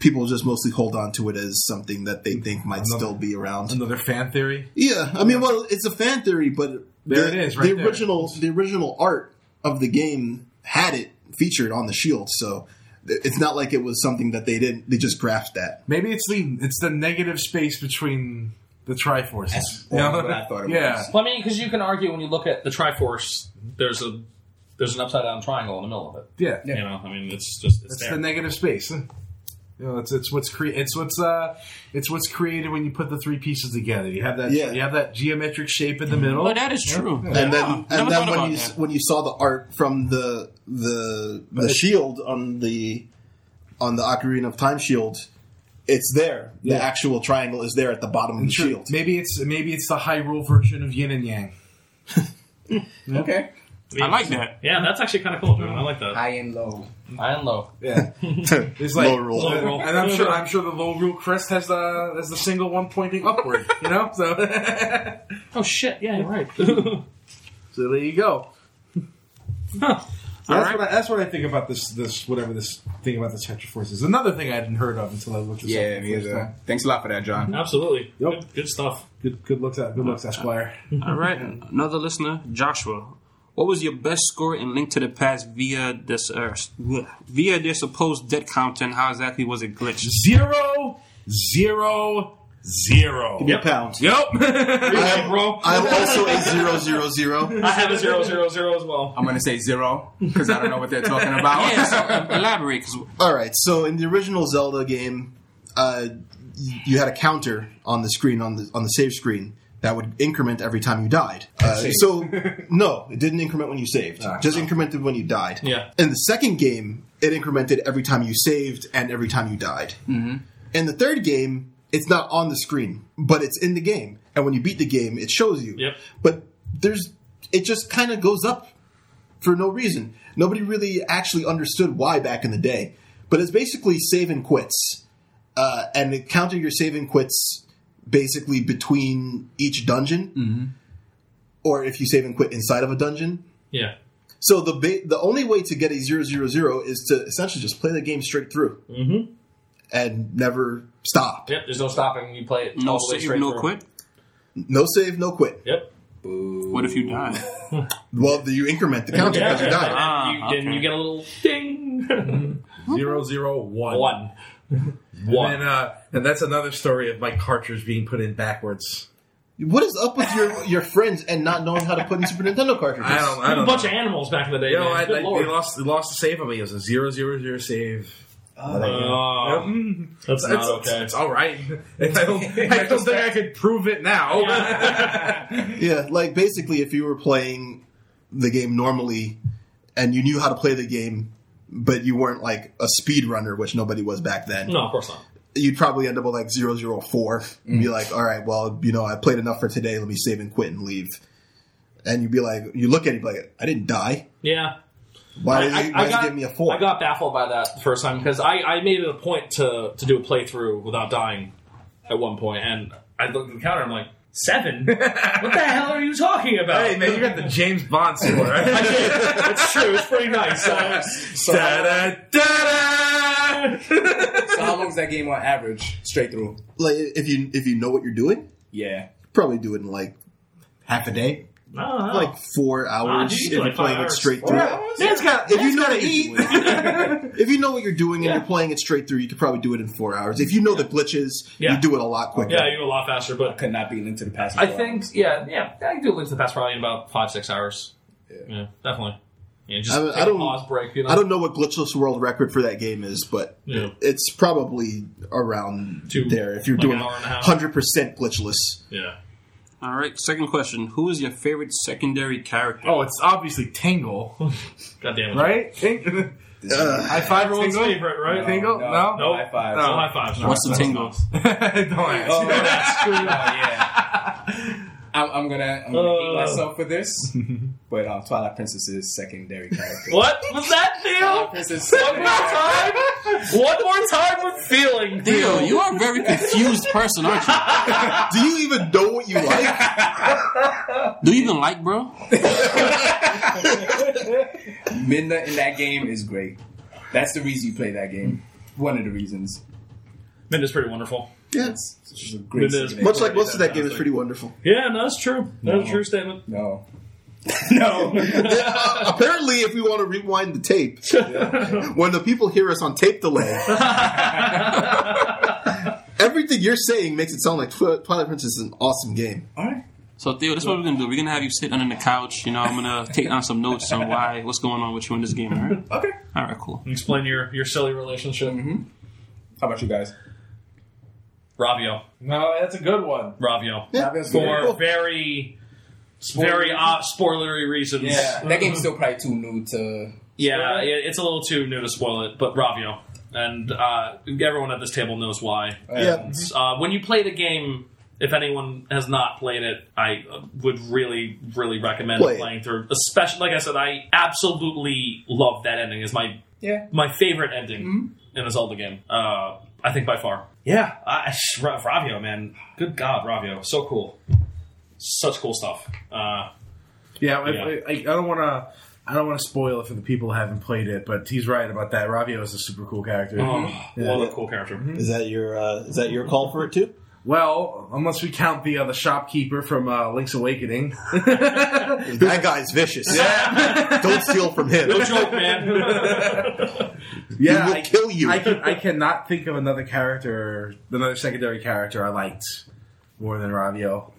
[SPEAKER 1] People just mostly hold on to it as something that they think might still be around.
[SPEAKER 2] Another fan theory.
[SPEAKER 1] Yeah, I mean, well, it's a fan theory, but the,
[SPEAKER 2] There it is, right
[SPEAKER 1] the
[SPEAKER 2] there.
[SPEAKER 1] original the original art of the game had it featured on the shield, so th- it's not like it was something that they didn't they just grasped at.
[SPEAKER 2] Maybe it's the it's the negative space between the Triforces.
[SPEAKER 4] That's
[SPEAKER 2] You know?
[SPEAKER 4] what I thought it
[SPEAKER 2] yeah.
[SPEAKER 4] was.
[SPEAKER 3] Well, I mean, because you can argue when you look at the Triforce, there's a there's an upside down triangle in the middle of it.
[SPEAKER 2] Yeah,
[SPEAKER 3] You know, I mean, it's just it's
[SPEAKER 2] It's
[SPEAKER 3] there.
[SPEAKER 2] the negative space. You know, it's it's what's cre- it's what's uh it's what's created when you put the three pieces together. You have that
[SPEAKER 1] Yeah.
[SPEAKER 2] you have that geometric shape in the middle.
[SPEAKER 5] oh, that is true.
[SPEAKER 1] And then,
[SPEAKER 5] Wow, never
[SPEAKER 1] and then when
[SPEAKER 5] thought about
[SPEAKER 1] you
[SPEAKER 5] that.
[SPEAKER 1] s when you saw the art from the the the shield on the on the Ocarina of Time shield, it's there. The actual triangle is there at the bottom of the
[SPEAKER 2] Sure.
[SPEAKER 1] shield.
[SPEAKER 2] Maybe it's maybe it's the Hyrule version of Yin and Yang.
[SPEAKER 4] Okay.
[SPEAKER 5] I like that.
[SPEAKER 3] Yeah, that's actually kind of cool. Man. I like that.
[SPEAKER 4] High and low.
[SPEAKER 3] High and low.
[SPEAKER 2] Yeah, [laughs]
[SPEAKER 1] [laughs]
[SPEAKER 2] it's like
[SPEAKER 1] Low rule.
[SPEAKER 3] Low rule.
[SPEAKER 2] and I'm sure I'm sure the low rule crest has the has the single one pointing upward. You know, so [laughs]
[SPEAKER 3] Oh shit! Yeah, you're right. Huh.
[SPEAKER 2] so there you go. So that's what I, that's what I think about this this whatever this thing about the Tetra Force is. Another thing I hadn't heard of until I looked this
[SPEAKER 4] Yeah,
[SPEAKER 2] up.
[SPEAKER 4] me
[SPEAKER 2] the first time.
[SPEAKER 4] either. Thanks a lot for that, John.
[SPEAKER 3] Absolutely.
[SPEAKER 2] Yep.
[SPEAKER 3] Good, good stuff.
[SPEAKER 2] Good good looks at good looks Esquire.
[SPEAKER 5] All right, another listener, Joshua. What was your best score in Link to the Past via this uh, via their supposed dead counter, and how exactly was it glitched?
[SPEAKER 2] Zero, zero, zero.
[SPEAKER 1] Give me a pound.
[SPEAKER 2] Yep.
[SPEAKER 1] I am,
[SPEAKER 3] bro.
[SPEAKER 1] I am also a zero zero zero.
[SPEAKER 3] I have a zero zero zero as well.
[SPEAKER 4] I'm gonna say zero because I don't know what they're talking about.
[SPEAKER 5] [laughs] [laughs] yeah, so uh, elaborate because
[SPEAKER 1] All right. So in the original Zelda game, uh, y- you had a counter on the screen on the on the save screen that would increment every time you died. Uh, so no, it didn't increment when you saved. just incremented when you died.
[SPEAKER 3] Yeah.
[SPEAKER 1] In the second game, it incremented every time you saved and every time you died. Mm-hmm. In the third game, it's not on the screen, but it's in the game, and when you beat the game, it shows you.
[SPEAKER 3] Yep.
[SPEAKER 1] But there's it just kind of goes up for no reason. Nobody really actually understood why back in the day. But it's basically save and quits. Uh, and it counter your save and quits basically between each dungeon. Or if you save and quit inside of a dungeon.
[SPEAKER 3] Yeah.
[SPEAKER 1] So the ba- the only way to get a zero zero zero is to essentially just play the game straight through. Mm-hmm. And never stop.
[SPEAKER 3] Yep. There's no stopping. You play it.
[SPEAKER 5] [laughs] no
[SPEAKER 3] all the way
[SPEAKER 5] save,
[SPEAKER 3] straight
[SPEAKER 5] no
[SPEAKER 3] through.
[SPEAKER 5] quit.
[SPEAKER 1] No save, no quit.
[SPEAKER 3] Yep.
[SPEAKER 5] What if you die?
[SPEAKER 1] Well, you increment the counter
[SPEAKER 3] Yeah.
[SPEAKER 1] because you died.
[SPEAKER 5] Ah,
[SPEAKER 3] and you, then
[SPEAKER 5] okay.
[SPEAKER 3] you get a little [laughs] ding.
[SPEAKER 2] Zero zero one.
[SPEAKER 3] One.
[SPEAKER 2] And,
[SPEAKER 3] One.
[SPEAKER 2] uh, and that's another story of my cartridge being put in backwards.
[SPEAKER 7] What is up with your your friends and not knowing how to put in Super Nintendo cartridges?
[SPEAKER 2] I don't. I
[SPEAKER 3] a
[SPEAKER 2] don't.
[SPEAKER 3] bunch
[SPEAKER 2] know.
[SPEAKER 3] of animals back in the day.
[SPEAKER 2] Yo,
[SPEAKER 3] man.
[SPEAKER 2] I,
[SPEAKER 3] Good
[SPEAKER 2] like,
[SPEAKER 3] lord.
[SPEAKER 2] they lost. They lost the save on me. It was a zero zero zero save. Uh,
[SPEAKER 3] Oh,
[SPEAKER 2] Mm.
[SPEAKER 3] [laughs] that's
[SPEAKER 2] It's,
[SPEAKER 3] not
[SPEAKER 2] it's-
[SPEAKER 3] okay.
[SPEAKER 2] it's all right. [laughs] I don't, [laughs] I don't think I could prove it now.
[SPEAKER 1] Yeah, like basically, if you were playing the game normally and you knew how to play the game, but you weren't like a speedrunner, which nobody was back
[SPEAKER 3] [laughs]
[SPEAKER 1] then,
[SPEAKER 3] no, of course not.
[SPEAKER 1] you'd probably end up with like 004 and
[SPEAKER 3] Mm.
[SPEAKER 1] be like, all right, well, you know, I played enough for today. Let me save and quit and leave. And you'd be like, you look at it, you'd be like, I didn't die.
[SPEAKER 3] Yeah.
[SPEAKER 1] Why
[SPEAKER 3] I-
[SPEAKER 1] did
[SPEAKER 3] I-
[SPEAKER 1] you,
[SPEAKER 3] I
[SPEAKER 1] why did you
[SPEAKER 3] got-
[SPEAKER 1] give me a four?
[SPEAKER 3] I got baffled by that the first time because I, I made it a point to, to do a playthrough without dying at one point, and I looked at the counter and I'm like,
[SPEAKER 2] [laughs]
[SPEAKER 3] seven? what the hell are you talking about?
[SPEAKER 2] [laughs] hey man, you got the James Bond score.
[SPEAKER 3] [laughs] I
[SPEAKER 2] [laughs]
[SPEAKER 3] did. It's true. It's pretty nice. Uh,
[SPEAKER 2] da, da,
[SPEAKER 4] So how long's that game on average, straight through?
[SPEAKER 1] like if you if you know what you're doing,
[SPEAKER 4] Yeah.
[SPEAKER 1] probably do it in like half a day,
[SPEAKER 3] I don't know.
[SPEAKER 1] like four hours.
[SPEAKER 3] Ah, Oh. you
[SPEAKER 1] if
[SPEAKER 3] should do
[SPEAKER 1] you're
[SPEAKER 3] like five
[SPEAKER 1] playing it
[SPEAKER 3] hours.
[SPEAKER 1] straight
[SPEAKER 3] Four
[SPEAKER 1] through,
[SPEAKER 2] Man's got.
[SPEAKER 1] if you know what you-
[SPEAKER 3] [laughs]
[SPEAKER 1] if you know what you're doing
[SPEAKER 3] Yeah.
[SPEAKER 1] and you're playing it straight through, you could probably do it in four hours. If you know the glitches,
[SPEAKER 3] Yeah.
[SPEAKER 1] you do it a lot quicker.
[SPEAKER 3] yeah, you do a lot faster, but
[SPEAKER 4] Could not be linked to the past.
[SPEAKER 3] I think, yeah, yeah, I can do Link to the Past probably in about five, six hours. Yeah, definitely. Yeah, just
[SPEAKER 1] I mean,
[SPEAKER 3] take
[SPEAKER 1] I
[SPEAKER 3] a
[SPEAKER 1] don't-
[SPEAKER 3] pause break. You know,
[SPEAKER 1] I don't know what glitchless world record for that game is, but
[SPEAKER 3] Yeah.
[SPEAKER 1] it's probably around
[SPEAKER 3] Two-
[SPEAKER 1] there. If you're
[SPEAKER 3] like
[SPEAKER 1] doing
[SPEAKER 3] an hour and a half.
[SPEAKER 1] hundred percent glitchless,
[SPEAKER 3] Yeah.
[SPEAKER 5] [laughs] All right. Second question: Who is your favorite secondary character?
[SPEAKER 2] Oh, it's obviously Tangle, [laughs]
[SPEAKER 3] God damn it. [laughs]
[SPEAKER 2] right? Tangle.
[SPEAKER 1] Ugh.
[SPEAKER 2] High five, everyone's
[SPEAKER 3] His favorite, right?
[SPEAKER 2] Tingle?
[SPEAKER 4] no,
[SPEAKER 2] No.
[SPEAKER 3] Nope.
[SPEAKER 4] High five.
[SPEAKER 3] No
[SPEAKER 2] No.
[SPEAKER 3] high fives.
[SPEAKER 5] What's the
[SPEAKER 3] That's
[SPEAKER 5] tingle?
[SPEAKER 3] nice.
[SPEAKER 2] [laughs] [laughs] Don't ask.
[SPEAKER 4] Oh, oh,
[SPEAKER 3] [laughs]
[SPEAKER 4] yeah. I'm, I'm gonna, I'm gonna hate
[SPEAKER 3] Uh.
[SPEAKER 4] myself for [laughs] this, but um, Twilight Princess's secondary character.
[SPEAKER 3] What was that,
[SPEAKER 4] Twilight
[SPEAKER 3] Theo?
[SPEAKER 4] Princess.
[SPEAKER 3] One more time. One more time with feeling.
[SPEAKER 5] Theo, you are a very confused person, aren't you?
[SPEAKER 1] do you even know what you [laughs] like?
[SPEAKER 5] Do you even like, bro?
[SPEAKER 4] Midna in that game is great. That's the reason you play that game. One of the reasons.
[SPEAKER 3] Minda's pretty wonderful.
[SPEAKER 1] yes,
[SPEAKER 4] She's a great.
[SPEAKER 3] Midna is
[SPEAKER 4] secondary-
[SPEAKER 1] much like most of that game is pretty wonderful.
[SPEAKER 3] Yeah, no, that's true. That's
[SPEAKER 1] Mm-hmm.
[SPEAKER 3] a true statement.
[SPEAKER 4] No. [laughs] no.
[SPEAKER 1] [laughs] Apparently, if we want to rewind the tape, when the people hear us on tape
[SPEAKER 3] [laughs]
[SPEAKER 1] delay, everything you're saying makes it sound like Twi- Twilight Princess is an awesome game.
[SPEAKER 4] All right.
[SPEAKER 5] So Theo, this is what we're gonna do. We're gonna have you sit under the couch. You know, I'm gonna take down some notes on why, what's going on with you in this game. All right.
[SPEAKER 4] Okay.
[SPEAKER 5] All right. Cool.
[SPEAKER 3] Explain your, your silly relationship.
[SPEAKER 1] Mm-hmm.
[SPEAKER 4] How about you guys?
[SPEAKER 3] Ravio.
[SPEAKER 2] No, that's a good one.
[SPEAKER 3] Ravio.
[SPEAKER 1] Yeah.
[SPEAKER 4] Obviously.
[SPEAKER 3] For very, very uh, spoilery reasons.
[SPEAKER 4] Yeah, that game's still probably too new to.
[SPEAKER 3] Yeah, it- it's a little too new to spoil it, but Ravio. And uh, everyone at this table knows why.
[SPEAKER 1] Yeah.
[SPEAKER 3] Uh, when you play the game, if anyone has not played it, I uh, would really, really recommend
[SPEAKER 1] Play it.
[SPEAKER 3] playing through. Especially, like I said, I absolutely love that ending. It's my
[SPEAKER 4] Yeah.
[SPEAKER 3] my favorite ending in a Zelda game. Uh, I think by far. Yeah, I, Ra- Ravio, man, good God, Ravio, so cool, such cool stuff. Uh,
[SPEAKER 2] Yeah, I,
[SPEAKER 3] Yeah.
[SPEAKER 2] I, I don't want to. I don't want to spoil it for the people who haven't played it, but he's right about that. Ravio is a super cool character.
[SPEAKER 3] oh, what a cool character.
[SPEAKER 7] Is that your uh, is that your call for it too?
[SPEAKER 2] Well, unless we count the uh, the shopkeeper from uh,
[SPEAKER 1] [laughs]
[SPEAKER 2] Link's Awakening.
[SPEAKER 1] That guy's vicious. Don't steal from him.
[SPEAKER 3] No joke, [laughs] man.
[SPEAKER 2] yeah,
[SPEAKER 1] will
[SPEAKER 2] I,
[SPEAKER 1] kill you.
[SPEAKER 2] I, can, I cannot think of another character, another secondary character I liked more
[SPEAKER 1] [laughs]
[SPEAKER 2] than Ravio.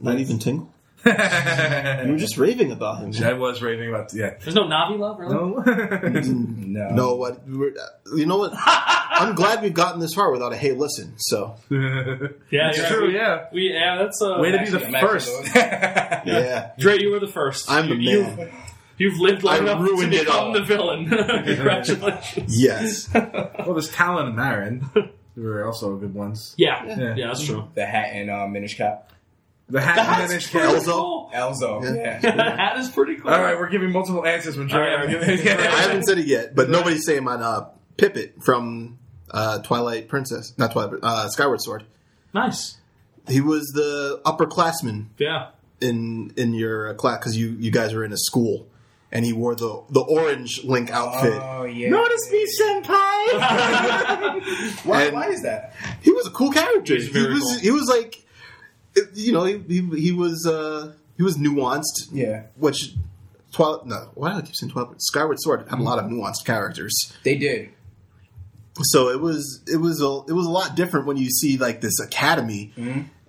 [SPEAKER 7] Not even Tingle. You
[SPEAKER 2] I
[SPEAKER 7] were just raving about him.
[SPEAKER 2] was raving about yeah.
[SPEAKER 3] There's no Navi love, really.
[SPEAKER 2] No.
[SPEAKER 4] No.
[SPEAKER 1] Mm-hmm.
[SPEAKER 2] [laughs]
[SPEAKER 1] No, what? We're, uh, you know what? I'm glad we've gotten this far without a hey, listen. So
[SPEAKER 3] Yeah,
[SPEAKER 2] It's
[SPEAKER 3] you're right.
[SPEAKER 2] true,
[SPEAKER 3] We-
[SPEAKER 2] yeah.
[SPEAKER 3] we, yeah, that's uh,
[SPEAKER 2] Way to be
[SPEAKER 4] Actually,
[SPEAKER 2] the
[SPEAKER 4] I'm actually going-
[SPEAKER 3] [laughs]
[SPEAKER 2] first. [laughs]
[SPEAKER 1] yeah,
[SPEAKER 3] Dre, you were the first.
[SPEAKER 1] I'm the
[SPEAKER 3] you, you-
[SPEAKER 1] man.
[SPEAKER 3] You've lived long
[SPEAKER 1] I
[SPEAKER 3] enough
[SPEAKER 1] ruined
[SPEAKER 3] to
[SPEAKER 1] it
[SPEAKER 3] become
[SPEAKER 1] all.
[SPEAKER 3] the
[SPEAKER 1] [laughs]
[SPEAKER 3] villain. Congratulations.
[SPEAKER 1] Yes,
[SPEAKER 2] Well, there's Talon and Marin. They were also good ones.
[SPEAKER 3] Yeah.
[SPEAKER 2] Yeah.
[SPEAKER 3] yeah, that's true.
[SPEAKER 4] the hat and um, Minish Cap.
[SPEAKER 2] The hat and Minish Cap.
[SPEAKER 1] Elzo.
[SPEAKER 3] cool. [laughs]
[SPEAKER 4] Elzo.
[SPEAKER 1] Yeah.
[SPEAKER 4] Yeah.
[SPEAKER 3] that is pretty cool.
[SPEAKER 2] All right, we're giving multiple answers when Dre.
[SPEAKER 3] All
[SPEAKER 2] [laughs]
[SPEAKER 3] right.
[SPEAKER 1] I haven't said it yet, but nobody's saying mine. Uh, Pippet from uh, Twilight Princess, not Twilight, uh, Skyward Sword.
[SPEAKER 3] nice.
[SPEAKER 1] He was the upperclassman
[SPEAKER 3] Yeah.
[SPEAKER 1] in in your class because you you guys were in a school, and he wore the the orange Link outfit.
[SPEAKER 4] Oh yeah.
[SPEAKER 2] Notice me, senpai.
[SPEAKER 4] why,
[SPEAKER 1] and-
[SPEAKER 4] why is that?
[SPEAKER 1] he was a cool character.
[SPEAKER 3] He's
[SPEAKER 1] He
[SPEAKER 3] very
[SPEAKER 1] was
[SPEAKER 3] cool.
[SPEAKER 1] he was like, you know, he he, he was uh, he was nuanced.
[SPEAKER 4] Yeah.
[SPEAKER 1] which Twilight. No, why do I keep saying Twilight? Skyward Sword had a lot of nuanced characters,
[SPEAKER 4] They did.
[SPEAKER 1] so it was it was a it was a lot different when you see like this academy.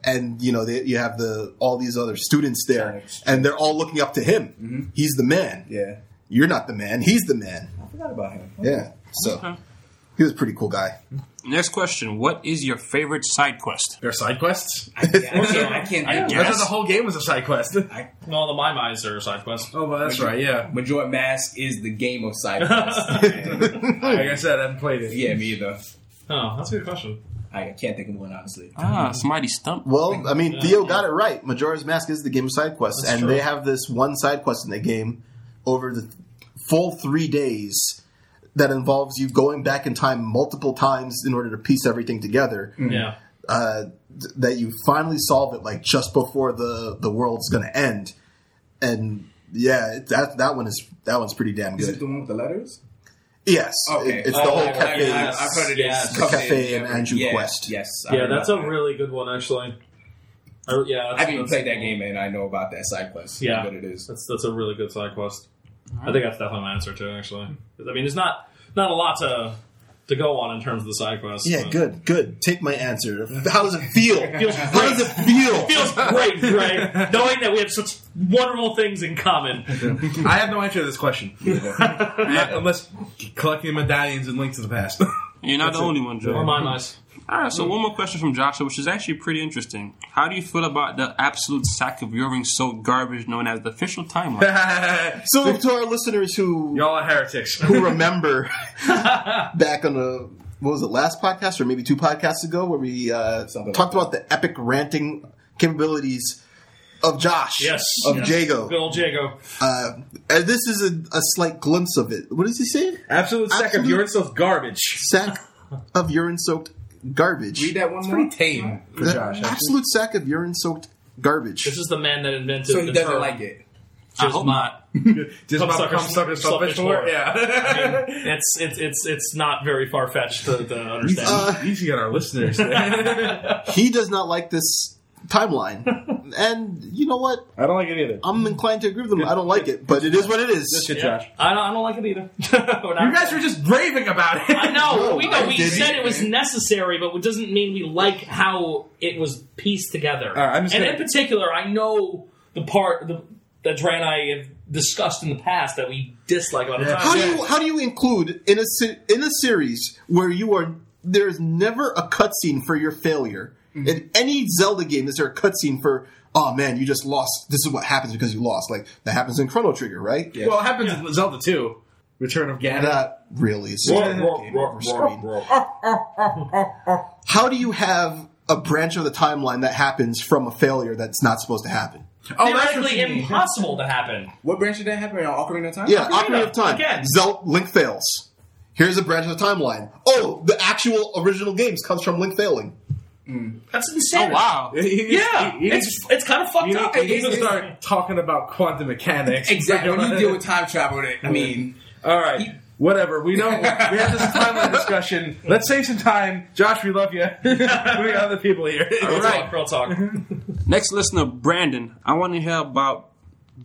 [SPEAKER 1] and you know they, you have the all these other students there,
[SPEAKER 4] Thanks.
[SPEAKER 1] and they're all looking up to him. He's the man.
[SPEAKER 4] Yeah.
[SPEAKER 1] You're not the man. He's the man.
[SPEAKER 4] I forgot about him.
[SPEAKER 1] Yeah. So he was a pretty cool guy.
[SPEAKER 5] Next question: What is your favorite side quest?
[SPEAKER 2] There are side quests.
[SPEAKER 4] I [laughs] can't. I can't.
[SPEAKER 5] I
[SPEAKER 4] I
[SPEAKER 2] I thought
[SPEAKER 5] guess.
[SPEAKER 2] the whole game was a side quest.
[SPEAKER 3] Well, the my eyes are a side quest.
[SPEAKER 2] [laughs]
[SPEAKER 3] [laughs]
[SPEAKER 2] Oh, well, that's right. Yeah.
[SPEAKER 4] Majora Mask is the game of side quests.
[SPEAKER 2] Like I said, I haven't played it.
[SPEAKER 4] yeah, me either.
[SPEAKER 3] Oh, that's a good question.
[SPEAKER 4] I can't think of one honestly.
[SPEAKER 5] Ah, somebody stumped.
[SPEAKER 1] Well, I mean,
[SPEAKER 4] uh,
[SPEAKER 1] Theo got it right. Majora's Mask is the game of side quests,
[SPEAKER 3] That's
[SPEAKER 1] and
[SPEAKER 3] true.
[SPEAKER 1] they have this one side quest in the game over the full three days that involves you going back in time multiple times in order to piece everything together.
[SPEAKER 4] Mm.
[SPEAKER 3] Yeah.
[SPEAKER 1] Uh, th- that you finally solve it like just before the the world's going to end, and yeah, that that one is that one's pretty damn
[SPEAKER 4] Is it
[SPEAKER 1] good.
[SPEAKER 4] the one with the letters?
[SPEAKER 1] Yes,
[SPEAKER 4] Okay.
[SPEAKER 1] it- it's the
[SPEAKER 4] Oh,
[SPEAKER 1] whole
[SPEAKER 4] I- I-
[SPEAKER 1] cafe.
[SPEAKER 4] I- I've heard it is.
[SPEAKER 3] Yes.
[SPEAKER 1] The cafe and Andrew
[SPEAKER 4] yeah,
[SPEAKER 1] Quest.
[SPEAKER 4] Yes. I
[SPEAKER 3] Yeah,
[SPEAKER 4] heard
[SPEAKER 3] that's a
[SPEAKER 4] about that.
[SPEAKER 3] really good one, actually. I, yeah,
[SPEAKER 4] I
[SPEAKER 3] that's,
[SPEAKER 4] haven't even
[SPEAKER 3] that's-
[SPEAKER 4] played that game, and I know about that side quest.
[SPEAKER 3] Yeah.
[SPEAKER 4] but it is.
[SPEAKER 3] That's that's a really good side quest. I think that's definitely my answer too. Actually, I mean, there's not not a lot to to go on in terms of the side quest.
[SPEAKER 1] Yeah,
[SPEAKER 3] but-
[SPEAKER 1] good, good. Take my
[SPEAKER 4] [laughs]
[SPEAKER 1] answer. How does it feel? How [laughs] does it feel?
[SPEAKER 3] Feels great, Greg, knowing that we have such wonderful things in common.
[SPEAKER 2] I have no answer to this
[SPEAKER 4] [laughs]
[SPEAKER 2] question. [laughs] Not unless collecting medallions and links to the past. [laughs]
[SPEAKER 5] You're not the only one, Joe.
[SPEAKER 3] Or my mice.
[SPEAKER 5] All right, so one more question from Joshua, which is actually pretty interesting. How do you feel about the absolute sack of urine soaked garbage known as the official timeline?
[SPEAKER 1] So to our listeners who
[SPEAKER 2] Y'all are heretics.
[SPEAKER 1] who
[SPEAKER 2] [laughs]
[SPEAKER 1] remember [laughs] back on the what was it last podcast or maybe two podcasts ago where we uh,
[SPEAKER 4] Something
[SPEAKER 1] talked
[SPEAKER 4] like
[SPEAKER 1] about the epic ranting capabilities of Josh
[SPEAKER 3] Yes,
[SPEAKER 1] of
[SPEAKER 3] yes. Good
[SPEAKER 1] Jago.
[SPEAKER 3] old Jago.
[SPEAKER 1] Uh, and this is a, a slight glimpse of it. What does he say?
[SPEAKER 2] Absolute sack of
[SPEAKER 1] Absolute-
[SPEAKER 2] urine stuff garbage.
[SPEAKER 1] Sack of urine soaked garbage.
[SPEAKER 4] Read that one more.
[SPEAKER 2] Pretty tame for
[SPEAKER 1] The
[SPEAKER 2] Josh.
[SPEAKER 1] absolute sack of urine soaked garbage.
[SPEAKER 3] This is the man that invented.
[SPEAKER 4] So he
[SPEAKER 3] the
[SPEAKER 4] doesn't
[SPEAKER 3] term.
[SPEAKER 4] like it.
[SPEAKER 5] I hope not.
[SPEAKER 2] Just
[SPEAKER 3] Come
[SPEAKER 2] about
[SPEAKER 3] sucker,
[SPEAKER 2] come sucker,
[SPEAKER 3] suck
[SPEAKER 2] selfish
[SPEAKER 3] bitch whore.
[SPEAKER 2] whore. Yeah.
[SPEAKER 3] It's it's it's it's not very far fetched to, to understand.
[SPEAKER 1] Uh,
[SPEAKER 2] [laughs] You should get our listeners. I
[SPEAKER 1] he does not like this
[SPEAKER 3] [laughs]
[SPEAKER 1] timeline. and you know what?
[SPEAKER 2] don't like it either.
[SPEAKER 1] I'm inclined to agree with him. I don't like it, but it is what it is.
[SPEAKER 2] That's good,
[SPEAKER 3] Yeah.
[SPEAKER 2] Josh.
[SPEAKER 3] I don't, I don't like it either. [laughs] We're not-
[SPEAKER 2] You guys were just raving about it.
[SPEAKER 3] I know. we know.
[SPEAKER 1] I
[SPEAKER 3] We
[SPEAKER 1] didn't.
[SPEAKER 3] said it was necessary, but it doesn't mean we like how it was pieced together.
[SPEAKER 2] right, I'm just
[SPEAKER 3] and
[SPEAKER 2] gonna-
[SPEAKER 3] in particular, I know the part the, that Dre and I have discussed in the past that we dislike about the
[SPEAKER 2] Yeah.
[SPEAKER 1] How
[SPEAKER 3] time.
[SPEAKER 1] do you how do you include in a se- in a series where you are there is never a cutscene for your failure in any Zelda game? Is there a cutscene for? Oh man, you just lost. This is what happens because you lost. Like that happens in Chrono Trigger, right? Yeah.
[SPEAKER 2] Well, it happens in Zelda 2. Return of Ganon.
[SPEAKER 1] Not really. It's just
[SPEAKER 3] Roar, roar,
[SPEAKER 1] game
[SPEAKER 3] roar,
[SPEAKER 1] over
[SPEAKER 3] roar,
[SPEAKER 1] screen.
[SPEAKER 3] roar.
[SPEAKER 1] How do you have a branch of the timeline that happens from a failure that's not supposed to happen?
[SPEAKER 2] oh, that's what
[SPEAKER 3] Theoretically
[SPEAKER 2] you mean.
[SPEAKER 3] impossible to happen.
[SPEAKER 4] What branch did that happen on? Ocarina of Time.
[SPEAKER 1] Yeah,
[SPEAKER 3] Ocarina,
[SPEAKER 1] Ocarina of Time.
[SPEAKER 3] again.
[SPEAKER 1] Zel- Link fails. Here's a branch of the timeline. Oh, the actual original games comes from Link failing.
[SPEAKER 3] That's
[SPEAKER 5] Oh,
[SPEAKER 3] insane.
[SPEAKER 5] wow.
[SPEAKER 3] Yeah,
[SPEAKER 2] You need-
[SPEAKER 3] it's it's kind of fucked
[SPEAKER 2] you
[SPEAKER 3] up.
[SPEAKER 2] need, you need to
[SPEAKER 4] It's-
[SPEAKER 2] start talking about quantum mechanics.
[SPEAKER 4] [laughs] Exactly. When you deal with time travel, it- I mean,
[SPEAKER 2] All right. Whatever. We know we had this timeline discussion. Let's save some time. Josh, we love you. [laughs] we got other people here.
[SPEAKER 3] Real talk, real talk.
[SPEAKER 5] Next listener, Brandon. I want to hear about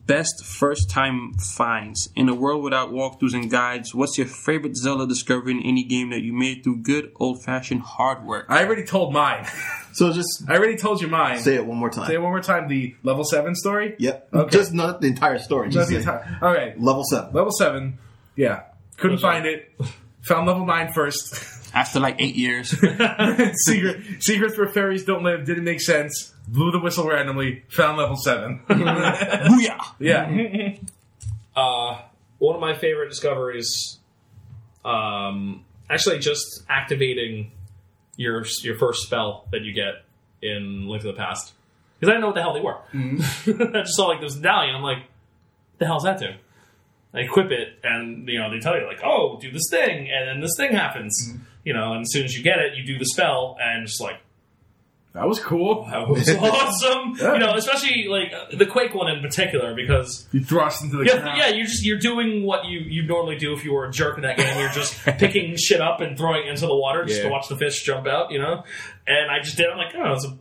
[SPEAKER 5] best first time finds. In a world without walkthroughs and guides, what's your favorite Zelda discovery in any game that you made through good old fashioned hard work?
[SPEAKER 2] I already told mine.
[SPEAKER 1] So just
[SPEAKER 2] I already told you mine.
[SPEAKER 1] say it one more time.
[SPEAKER 2] Say one more time the level 7 story?
[SPEAKER 1] Yep.
[SPEAKER 2] Okay.
[SPEAKER 1] Just not the entire story.
[SPEAKER 2] That's
[SPEAKER 1] Just
[SPEAKER 2] the
[SPEAKER 1] say
[SPEAKER 2] entire- All right.
[SPEAKER 1] level seven.
[SPEAKER 2] Level 7. Yeah. Couldn't find it. Found level 9 first.
[SPEAKER 5] After like eight [laughs] years.
[SPEAKER 3] [laughs]
[SPEAKER 2] [laughs] Secret, secrets where fairies don't live didn't make sense. Blew the whistle randomly. Found level 7.
[SPEAKER 5] Booyah!
[SPEAKER 2] [laughs] yeah.
[SPEAKER 3] [laughs] uh, one of my favorite discoveries, um, actually, just activating your your first spell that you get in Link to the Past, because I didn't know what the hell they were. [laughs] I just saw like this medallion. I'm like, the hell's that do? I equip it, and you know they tell you like, oh, do this thing, and then this thing happens. You know, and as soon as you get it, you do the spell, and it's just like.
[SPEAKER 2] That was cool.
[SPEAKER 3] That was awesome, you know, especially like uh, the Quake one in particular, because
[SPEAKER 2] You thrust into the
[SPEAKER 3] yeah,
[SPEAKER 2] ground.
[SPEAKER 3] yeah, you're just you're doing what you you normally do if you were a jerk in that game. You're just picking shit up and throwing it into the water just to
[SPEAKER 4] Yeah.
[SPEAKER 3] watch the fish jump out, you know. And I just did. it. I'm like, oh, it's a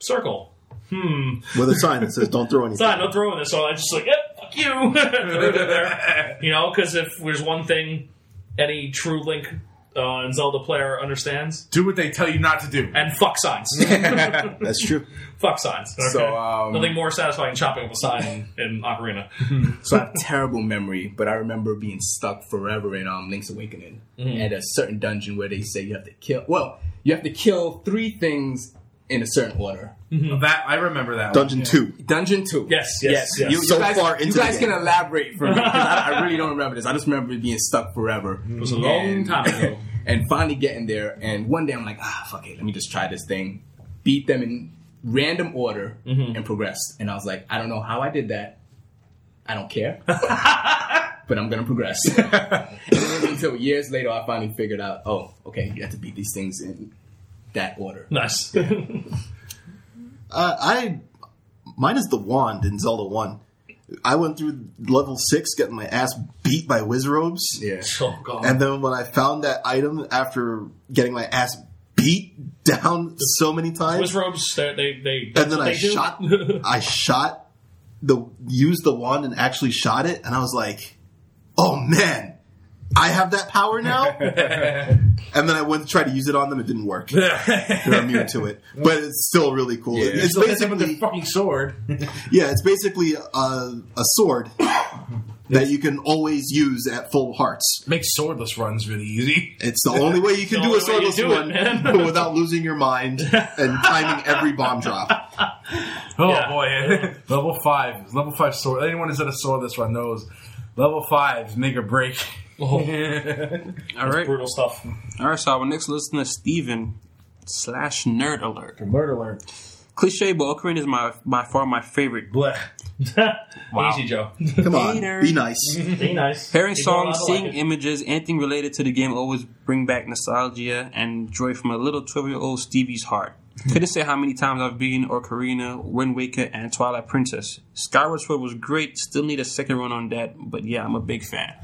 [SPEAKER 3] circle. Hmm.
[SPEAKER 1] With a sign that says don't throw anything.
[SPEAKER 3] So I'm not throwing this. So I just like, yep, fuck [laughs] you. Threw it in there. You know, because if there's one thing any true Link uh, and Zelda player understands,
[SPEAKER 2] Do what they tell you not to
[SPEAKER 3] [laughs]
[SPEAKER 2] do.
[SPEAKER 3] and fuck signs.
[SPEAKER 1] That's true.
[SPEAKER 3] fuck signs.
[SPEAKER 4] So, um,
[SPEAKER 3] Nothing more satisfying than chopping up a sign in Ocarina.
[SPEAKER 4] So I have terrible memory, but I remember being stuck forever in um, Link's Awakening
[SPEAKER 1] Mm-hmm.
[SPEAKER 4] at a certain dungeon where they say you have to kill. Well, you have to kill three things in a certain order.
[SPEAKER 2] That I remember that.
[SPEAKER 1] Dungeon two.
[SPEAKER 4] Dungeon two.
[SPEAKER 3] Yes, yes, yes.
[SPEAKER 4] You,
[SPEAKER 1] So
[SPEAKER 4] you guys,
[SPEAKER 1] far
[SPEAKER 4] you
[SPEAKER 1] into the
[SPEAKER 4] guys
[SPEAKER 1] game.
[SPEAKER 4] can elaborate for me 'cause I,
[SPEAKER 1] [laughs]
[SPEAKER 4] I really don't remember this. I just remember being stuck forever.
[SPEAKER 1] Mm-hmm.
[SPEAKER 4] It
[SPEAKER 3] was a long time
[SPEAKER 4] [laughs]
[SPEAKER 3] ago.
[SPEAKER 4] and finally getting there. And one day I'm like, ah, fuck it, let me just try this thing. Beat them in random order
[SPEAKER 3] Mm-hmm.
[SPEAKER 4] and progressed. And I was like, I don't know how I did that. I don't
[SPEAKER 3] [laughs]
[SPEAKER 4] care. but I'm gonna progress. and it wasn't until years later I finally figured out, oh, okay, you have to beat these things in that order.
[SPEAKER 3] Nice.
[SPEAKER 1] Uh, I mine is the wand in Zelda One. I went through level six, getting my ass beat by wizrobes.
[SPEAKER 4] Yeah.
[SPEAKER 3] oh god.
[SPEAKER 1] And then when I found that item after getting my ass beat down so many times,
[SPEAKER 3] Swiss robes, they they, they
[SPEAKER 1] and
[SPEAKER 3] that's
[SPEAKER 1] then
[SPEAKER 3] what
[SPEAKER 1] I
[SPEAKER 3] they do. [laughs]
[SPEAKER 1] shot, I shot the used the wand and actually shot it, and I was like, "Oh man, I have that power
[SPEAKER 3] [laughs]
[SPEAKER 1] now." and then I went to try to use it on them; it didn't work. [laughs] They're immune to it, but it's still really cool. it's
[SPEAKER 2] So hit them with
[SPEAKER 1] basically
[SPEAKER 2] their fucking sword.
[SPEAKER 3] [laughs]
[SPEAKER 1] yeah, it's basically a, a
[SPEAKER 3] [coughs]
[SPEAKER 1] sword that you can always use at full hearts.
[SPEAKER 2] Makes swordless runs really easy.
[SPEAKER 1] It's the only way you can
[SPEAKER 3] The
[SPEAKER 1] do a
[SPEAKER 3] only way you
[SPEAKER 1] swordless
[SPEAKER 3] do it,
[SPEAKER 1] one
[SPEAKER 3] man.
[SPEAKER 1] but [laughs] without losing your mind and timing every bomb drop.
[SPEAKER 2] Oh
[SPEAKER 3] Yeah.
[SPEAKER 2] boy, [laughs] level five, level five sword. Anyone who's at a swordless run knows level fives make or break.
[SPEAKER 3] Oh.
[SPEAKER 2] [laughs]
[SPEAKER 5] All right.
[SPEAKER 3] Brutal stuff. [laughs]
[SPEAKER 5] All right, so our next listener, Steven slash Nerd Alert.
[SPEAKER 2] Murder alert.
[SPEAKER 5] Cliche, but Ocarina is my by far my favorite.
[SPEAKER 2] Blech.
[SPEAKER 3] Easy, Joe.
[SPEAKER 1] Come on,
[SPEAKER 5] Later.
[SPEAKER 1] be nice.
[SPEAKER 3] Be nice.
[SPEAKER 5] Hearing
[SPEAKER 3] People are allowed
[SPEAKER 5] songs,
[SPEAKER 3] to
[SPEAKER 5] seeing
[SPEAKER 3] like it.
[SPEAKER 5] images, anything related to the game always bring back nostalgia and joy from a little 12 year old
[SPEAKER 3] [laughs]
[SPEAKER 5] Stevie's heart. Couldn't say how many times I've been Ocarina, Wind Waker, and Twilight Princess. Skyward Sword was great, still need a second run on that, but yeah, I'm a big fan.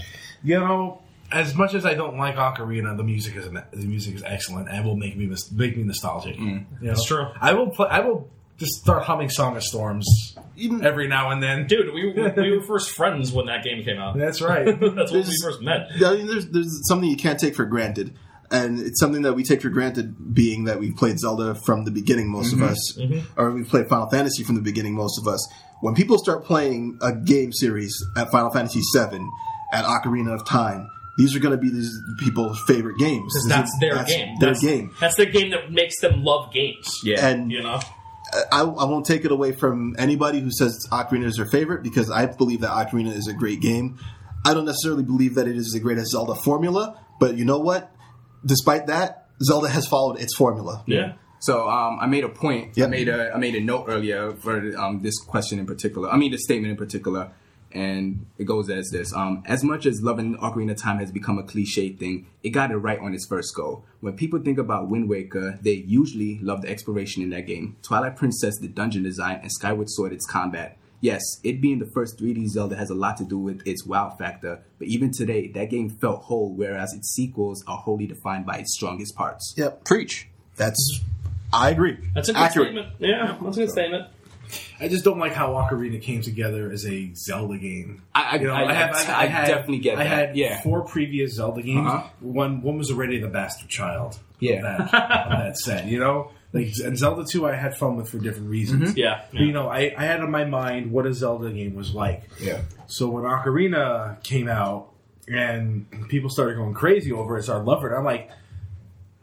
[SPEAKER 2] You know, as much as I don't like Ocarina, the music is the music is excellent and will make me mis- make me nostalgic. You know?
[SPEAKER 3] That's true.
[SPEAKER 2] I will play. I will just start humming "Song of Storms" every now and then.
[SPEAKER 3] Dude, we, we, we were first friends when that game came out.
[SPEAKER 2] That's
[SPEAKER 3] [laughs]
[SPEAKER 2] right.
[SPEAKER 3] That's when we
[SPEAKER 1] There's-
[SPEAKER 3] first met.
[SPEAKER 1] I mean, there's there's something you can't take for granted, and it's something that we take for granted, being that we've played Zelda from the beginning, most
[SPEAKER 3] Mm-hmm.
[SPEAKER 1] of us, or we've played Final Fantasy from the beginning, most of us. When people start playing a game series at Final Fantasy VII, at Ocarina of Time, these are going to be these people's favorite games. These
[SPEAKER 3] That's
[SPEAKER 1] are-
[SPEAKER 3] their
[SPEAKER 1] that's
[SPEAKER 3] game.
[SPEAKER 1] Their
[SPEAKER 3] that's,
[SPEAKER 1] game.
[SPEAKER 3] That's their game that makes them love games.
[SPEAKER 4] Yeah.
[SPEAKER 1] And
[SPEAKER 3] You know?
[SPEAKER 1] I, I won't take it away from anybody who says Ocarina is their favorite because I believe that Ocarina is a great game. I don't necessarily believe that it is the greatest Zelda formula, but you know what? Despite that, Zelda has followed its formula.
[SPEAKER 3] Yeah.
[SPEAKER 4] So um, I made a point.
[SPEAKER 1] Yeah.
[SPEAKER 4] I made a I made a note earlier for um, this question in particular. I mean, this statement in particular, and it goes as this: um, As much as loving Ocarina of Time has become a cliche thing, it got it right on its first go. When people think about Wind Waker, they usually love the exploration in that game. Twilight Princess, the dungeon design, and Skyward Sword, its combat. Yes, it being the first 3D Zelda has a lot to do with its wow factor, but even today, that game felt whole, whereas its sequels are wholly defined by its strongest parts.
[SPEAKER 1] Yep.
[SPEAKER 5] Preach.
[SPEAKER 1] That's, I agree.
[SPEAKER 3] That's a good
[SPEAKER 1] Accurate.
[SPEAKER 3] statement. Yeah, that's a good statement.
[SPEAKER 2] I just don't like how Ocarina came together as a Zelda game.
[SPEAKER 4] I- I- I- I definitely get
[SPEAKER 2] I
[SPEAKER 4] that,
[SPEAKER 2] had
[SPEAKER 4] yeah.
[SPEAKER 2] four previous Zelda games.
[SPEAKER 4] Uh-huh.
[SPEAKER 2] One one was already the bastard child.
[SPEAKER 4] Yeah.
[SPEAKER 2] of that, of that set, you know. Like and Zelda two, I had fun with for different reasons.
[SPEAKER 4] Mm-hmm.
[SPEAKER 3] Yeah.
[SPEAKER 2] But, you know, I, I had in my mind what a Zelda game was like.
[SPEAKER 4] Yeah.
[SPEAKER 2] So when Ocarina came out and people started going crazy over it, started loving it, I'm like,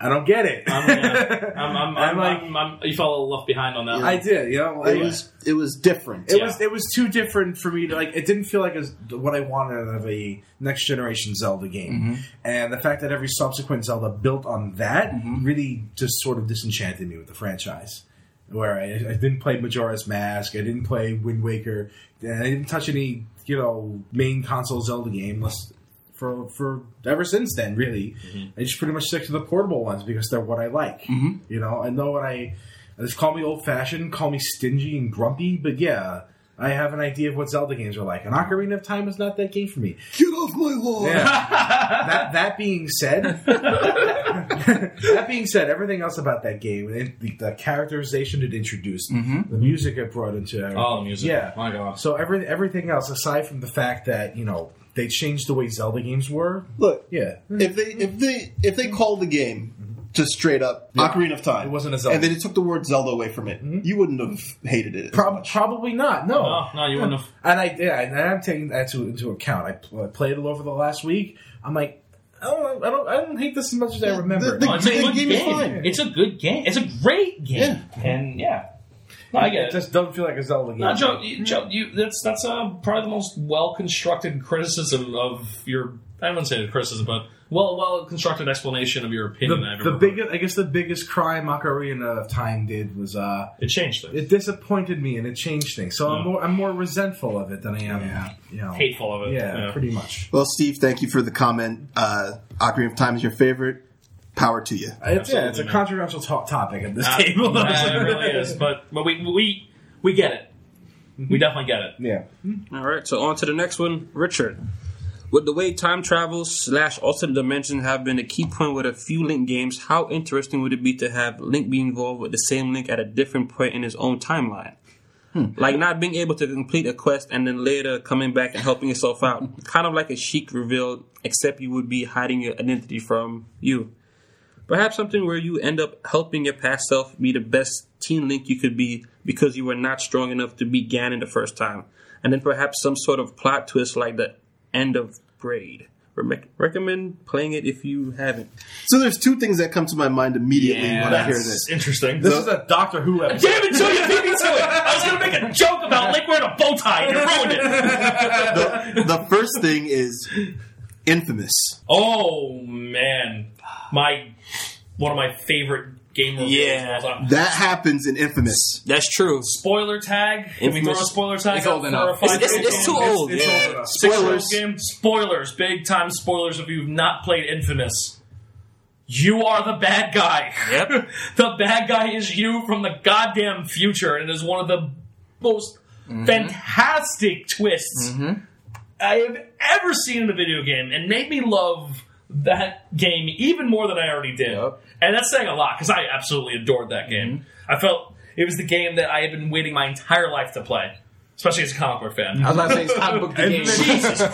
[SPEAKER 2] I don't get it.
[SPEAKER 3] I'm, yeah.
[SPEAKER 2] [laughs]
[SPEAKER 3] I'm, I'm, I'm,
[SPEAKER 2] like-
[SPEAKER 3] I'm, I'm- you fell a little left behind on that
[SPEAKER 2] I
[SPEAKER 3] one.
[SPEAKER 2] did, you know.
[SPEAKER 1] It
[SPEAKER 2] like-
[SPEAKER 1] was it was different.
[SPEAKER 2] it
[SPEAKER 3] Yeah.
[SPEAKER 2] was it was too different for me to like it didn't feel like as what I wanted out of a next generation Zelda game. And the fact that every subsequent Zelda built on that really just sort of disenchanted me with the franchise. Where I, I didn't play Majora's Mask, I didn't play Wind Waker, and I didn't touch any, you know, main console Zelda game unless for for ever since then, really. I just pretty much stick to the portable ones because they're what I like. You know, I know what I just call me old fashioned, call me stingy and grumpy, but yeah, I have an idea of what Zelda games are like. And Ocarina of Time is not that game for me.
[SPEAKER 1] Get off my lawn!
[SPEAKER 2] Yeah. that that being said, [laughs] that being said, everything else about that game, it- the, the characterization it introduced, the music it brought into it,
[SPEAKER 3] Oh, the music.
[SPEAKER 2] yeah,
[SPEAKER 3] My God.
[SPEAKER 2] so every, everything else, aside from the fact that you know they changed the way Zelda games were.
[SPEAKER 1] Look,
[SPEAKER 2] Yeah,
[SPEAKER 1] if they if they if they called the game just straight up Ocarina of Time,
[SPEAKER 2] It wasn't a Zelda.
[SPEAKER 1] and then it took the word Zelda away from it, you wouldn't have hated it. as
[SPEAKER 2] Prob-
[SPEAKER 1] much.
[SPEAKER 2] probably not. No,
[SPEAKER 3] No, no, you wouldn't have.
[SPEAKER 2] And I yeah, and I'm taking that to, into account. I, pl- I played it over the last week. I'm like, I don't, I don't, I don't hate this as much as I remember.
[SPEAKER 1] the-
[SPEAKER 3] No, it's a
[SPEAKER 1] They
[SPEAKER 3] good
[SPEAKER 1] gave
[SPEAKER 3] game.
[SPEAKER 1] me fine.
[SPEAKER 3] It's a good game. It's a great game. And yeah, no, I get
[SPEAKER 2] it
[SPEAKER 3] it.
[SPEAKER 2] just doesn't feel like a Zelda game.
[SPEAKER 3] No, Joe, you- Joe, you, that's that's uh, probably the most well constructed criticism of your. I wouldn't say criticism, but well well constructed explanation of your opinion. I've ever
[SPEAKER 2] the, the
[SPEAKER 3] heard.
[SPEAKER 2] biggest, I guess, the biggest crime Ocarina of Time did was uh,
[SPEAKER 3] it changed it.
[SPEAKER 2] it disappointed me and it changed things. So I'm more, I'm more resentful of it than I am, you know,
[SPEAKER 3] Mm. Hateful of it.
[SPEAKER 2] Yeah,
[SPEAKER 3] Yeah.
[SPEAKER 2] pretty much.
[SPEAKER 1] Well, Steve, thank you for the comment. Uh, Ocarina of Time is your favorite. Power to you.
[SPEAKER 2] It's, yeah, it's
[SPEAKER 3] Absolutely
[SPEAKER 2] a
[SPEAKER 3] not.
[SPEAKER 2] controversial to- topic at this
[SPEAKER 3] Uh,
[SPEAKER 2] [laughs] table.
[SPEAKER 3] [laughs] yeah, it really is. But but we we we get it. We definitely get
[SPEAKER 2] [laughs]
[SPEAKER 3] it.
[SPEAKER 2] [laughs] Yeah.
[SPEAKER 5] All right, so on to the next one, Richard. With the way time travel slash alternate dimensions have been a key point with a few Link games, how interesting would it be to have Link be involved with the same Link at a different point in his own timeline? Like not being able to complete a quest and then later coming back and helping yourself out, kind of like a chic reveal, except you would be hiding your identity from you. Perhaps something where you end up helping your past self be the best teen Link you could be because you were not strong enough to beat Ganon the first time. And then perhaps some sort of plot twist like the end of Braid. Re- recommend playing it if you haven't.
[SPEAKER 1] So there's two things that come to my mind immediately
[SPEAKER 2] Yeah,
[SPEAKER 1] when I hear
[SPEAKER 3] It's
[SPEAKER 1] this.
[SPEAKER 3] interesting.
[SPEAKER 2] This is a Doctor Who episode.
[SPEAKER 3] Damn it, Joe, you beat me to it! I was gonna make a joke about Link wearing a bow tie and you ruined it!
[SPEAKER 1] The, the first thing is infamous.
[SPEAKER 3] Oh, man. My, one of my favorite game reveals
[SPEAKER 5] Yeah.
[SPEAKER 3] of all time.
[SPEAKER 1] That happens in infamous.
[SPEAKER 5] That's true.
[SPEAKER 3] Spoiler tag? Can we throw a
[SPEAKER 5] Infamous-
[SPEAKER 3] spoiler tag
[SPEAKER 4] It's
[SPEAKER 3] out
[SPEAKER 4] old
[SPEAKER 3] for
[SPEAKER 4] enough.
[SPEAKER 3] a five
[SPEAKER 5] It's- it's- it's too
[SPEAKER 3] game?
[SPEAKER 5] old.
[SPEAKER 2] It's, it's old.
[SPEAKER 3] Six year old
[SPEAKER 1] Spoilers.
[SPEAKER 3] game? Spoilers. Big time spoilers if you've not played Infamous. You are the bad guy.
[SPEAKER 5] [laughs] Yep.
[SPEAKER 3] the bad guy is you from the goddamn future and is one of the most fantastic twists I have ever seen in a video game and made me love that game even more than I already did.
[SPEAKER 4] Yup.
[SPEAKER 3] And that's saying a lot because I absolutely adored that game. I felt it was the game that I had been waiting my entire life to play, especially as a comic book fan.
[SPEAKER 4] I was about to say it's comic book the game.
[SPEAKER 3] Jesus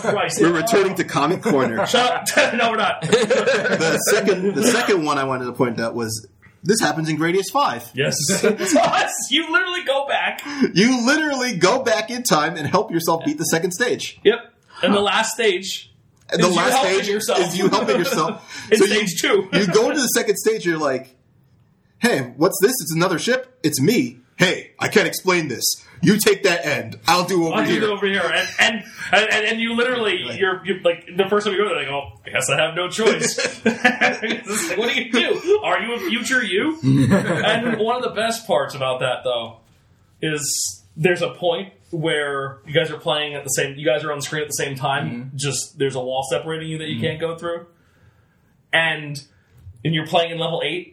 [SPEAKER 4] [laughs]
[SPEAKER 3] Christ.
[SPEAKER 1] We're returning to Comic Corner.
[SPEAKER 3] [laughs] Shut up. [laughs] no,
[SPEAKER 4] [laughs]
[SPEAKER 3] we're not.
[SPEAKER 1] The second, the second one I wanted to point out was this happens in Gradius Five.
[SPEAKER 3] yes. [laughs] Us. You literally go back.
[SPEAKER 1] You literally go back in time and help yourself beat the second stage.
[SPEAKER 3] Yep. And the last stage
[SPEAKER 1] And the
[SPEAKER 3] Is you
[SPEAKER 1] last
[SPEAKER 3] helping
[SPEAKER 1] stage
[SPEAKER 3] yourself.
[SPEAKER 1] is you helping
[SPEAKER 3] [laughs]
[SPEAKER 1] yourself.
[SPEAKER 3] is
[SPEAKER 1] So you-
[SPEAKER 3] stage two.
[SPEAKER 1] you go to the second stage, you're like, hey, what's this? It's another ship. It's me. Hey, I can't explain this. You take that end. I'll do over
[SPEAKER 3] I'll do
[SPEAKER 1] here.
[SPEAKER 3] it over here, and and, and and and you literally, you're, you're like the first time you go there, like, oh, I guess I have no
[SPEAKER 1] [laughs]
[SPEAKER 3] choice. [laughs] It's like, what do you do? Are you a
[SPEAKER 1] [laughs]
[SPEAKER 3] future you? and one of the best parts about that though is there's a point where you guys are playing at the same, you guys are on the screen at the same time.
[SPEAKER 1] Mm-hmm.
[SPEAKER 3] Just there's a wall separating you that you can't go through, and and you're playing in level eight.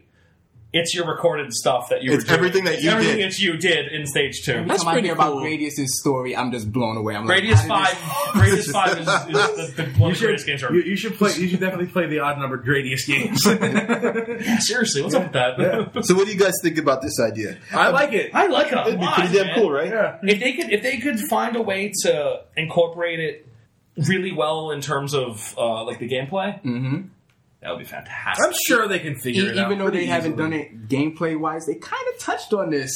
[SPEAKER 3] It's your recorded stuff that you
[SPEAKER 1] It's
[SPEAKER 3] were doing.
[SPEAKER 1] everything that you
[SPEAKER 3] everything
[SPEAKER 1] did. Mm-hmm.
[SPEAKER 3] that you did in stage two.
[SPEAKER 4] Every time I
[SPEAKER 5] pretty
[SPEAKER 4] hear about
[SPEAKER 5] cool.
[SPEAKER 4] Gradius' story, I'm just blown away. I'm like,
[SPEAKER 3] Radius [laughs]
[SPEAKER 4] how
[SPEAKER 3] Five.
[SPEAKER 4] did
[SPEAKER 3] Radius Five is, is the, the one of the greatest games ever.
[SPEAKER 2] You, you should play. You should definitely play the odd numbered Gradius
[SPEAKER 4] [laughs]
[SPEAKER 2] games. [laughs]
[SPEAKER 3] Seriously, what's up with that?
[SPEAKER 1] So, what do you guys think about this idea?
[SPEAKER 2] I like it.
[SPEAKER 3] [laughs] I like it a
[SPEAKER 1] It'd be
[SPEAKER 3] lot.
[SPEAKER 1] pretty damn
[SPEAKER 3] man.
[SPEAKER 1] cool, right?
[SPEAKER 2] Yeah.
[SPEAKER 3] If they could, if they could find a way to incorporate it really well in terms of uh, like the gameplay,
[SPEAKER 1] Mm.
[SPEAKER 3] mm-hmm. that would be fantastic.
[SPEAKER 2] I'm sure they can figure
[SPEAKER 4] this-
[SPEAKER 2] it
[SPEAKER 4] E-
[SPEAKER 2] out.
[SPEAKER 4] Even though they
[SPEAKER 2] pretty
[SPEAKER 4] haven't
[SPEAKER 2] easily.
[SPEAKER 4] done it gameplay wise, they kind of touched on this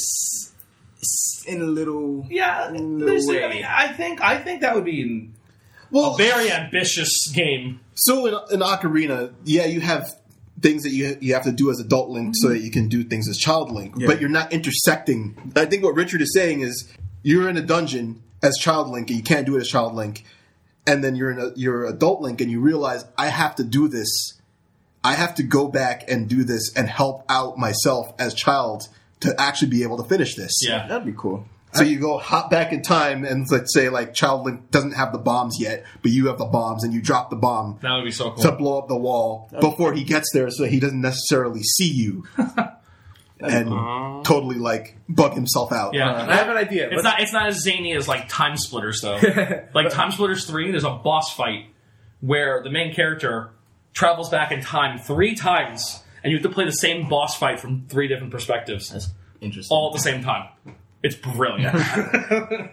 [SPEAKER 4] s- in a little.
[SPEAKER 3] Yeah,
[SPEAKER 4] No
[SPEAKER 3] there's- I
[SPEAKER 4] way.
[SPEAKER 3] mean, I think I think that would be
[SPEAKER 1] Well,
[SPEAKER 3] a very ambitious game.
[SPEAKER 1] so in, in Ocarina, yeah, you have things that you you have to do as adult Link so that you can do things as child Link, but you're not intersecting. I think what Richard is saying is you're in a dungeon as child Link and you can't do it as child Link, and then you're in a you're adult Link and you realize I have to do this. I have to go back and do this and help out myself as child to actually be able to finish this.
[SPEAKER 3] Yeah,
[SPEAKER 4] That'd be cool.
[SPEAKER 1] So you go hop back in time and let's say like Child Link doesn't have the bombs yet, but you have the bombs and you drop the bomb
[SPEAKER 3] that would be so cool.
[SPEAKER 1] to blow up the wall before he gets there so he doesn't necessarily see
[SPEAKER 3] [laughs]
[SPEAKER 1] you and totally like bug himself out.
[SPEAKER 3] yeah,
[SPEAKER 2] I have an idea.
[SPEAKER 3] It's
[SPEAKER 2] Let's-
[SPEAKER 3] not. It's not as zany as like Time Splitters though. like Time Splitters three, there's a boss fight where the main character travels back in time three times, and you have to play the same boss fight from three different perspectives
[SPEAKER 4] Interesting.
[SPEAKER 3] all at the same time. It's brilliant.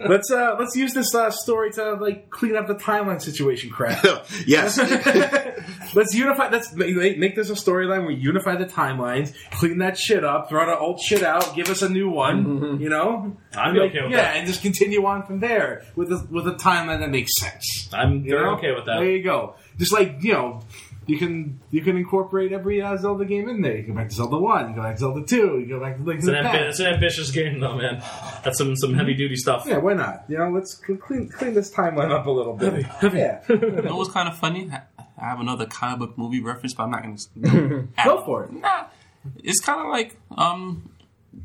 [SPEAKER 2] Let's uh let's use this uh, story to like clean up the timeline situation crap.
[SPEAKER 1] [laughs]
[SPEAKER 4] [laughs]
[SPEAKER 3] [laughs]
[SPEAKER 1] yes.
[SPEAKER 3] Oh,
[SPEAKER 2] Let's unify. Let's ma- make, make this a storyline. We unify the timelines, clean that shit up, throw the old shit out, give us a new one.
[SPEAKER 4] Mm-hmm.
[SPEAKER 2] You know,
[SPEAKER 3] I'm
[SPEAKER 2] Like,
[SPEAKER 3] okay with
[SPEAKER 2] yeah,
[SPEAKER 3] that.
[SPEAKER 2] and just continue on from there with a, with a timeline that makes sense.
[SPEAKER 3] I'm
[SPEAKER 2] You
[SPEAKER 3] very
[SPEAKER 2] know?
[SPEAKER 3] okay with
[SPEAKER 2] There
[SPEAKER 3] that.
[SPEAKER 2] you go. Just like you know, you can you can incorporate every uh, Zelda game in there. You go back to Zelda One, you go back to Zelda Two, you go back to like
[SPEAKER 3] It's an, ambi- it's an ambitious game, though, man. That's some some heavy duty stuff.
[SPEAKER 2] Yeah, why not? You know, let's cl- clean clean this timeline up a little bit. yeah,
[SPEAKER 5] You know what's kind of funny? I I have another comic book movie reference, but I'm not going to.
[SPEAKER 2] go for it.
[SPEAKER 5] Nah, [laughs] it's kind of like um,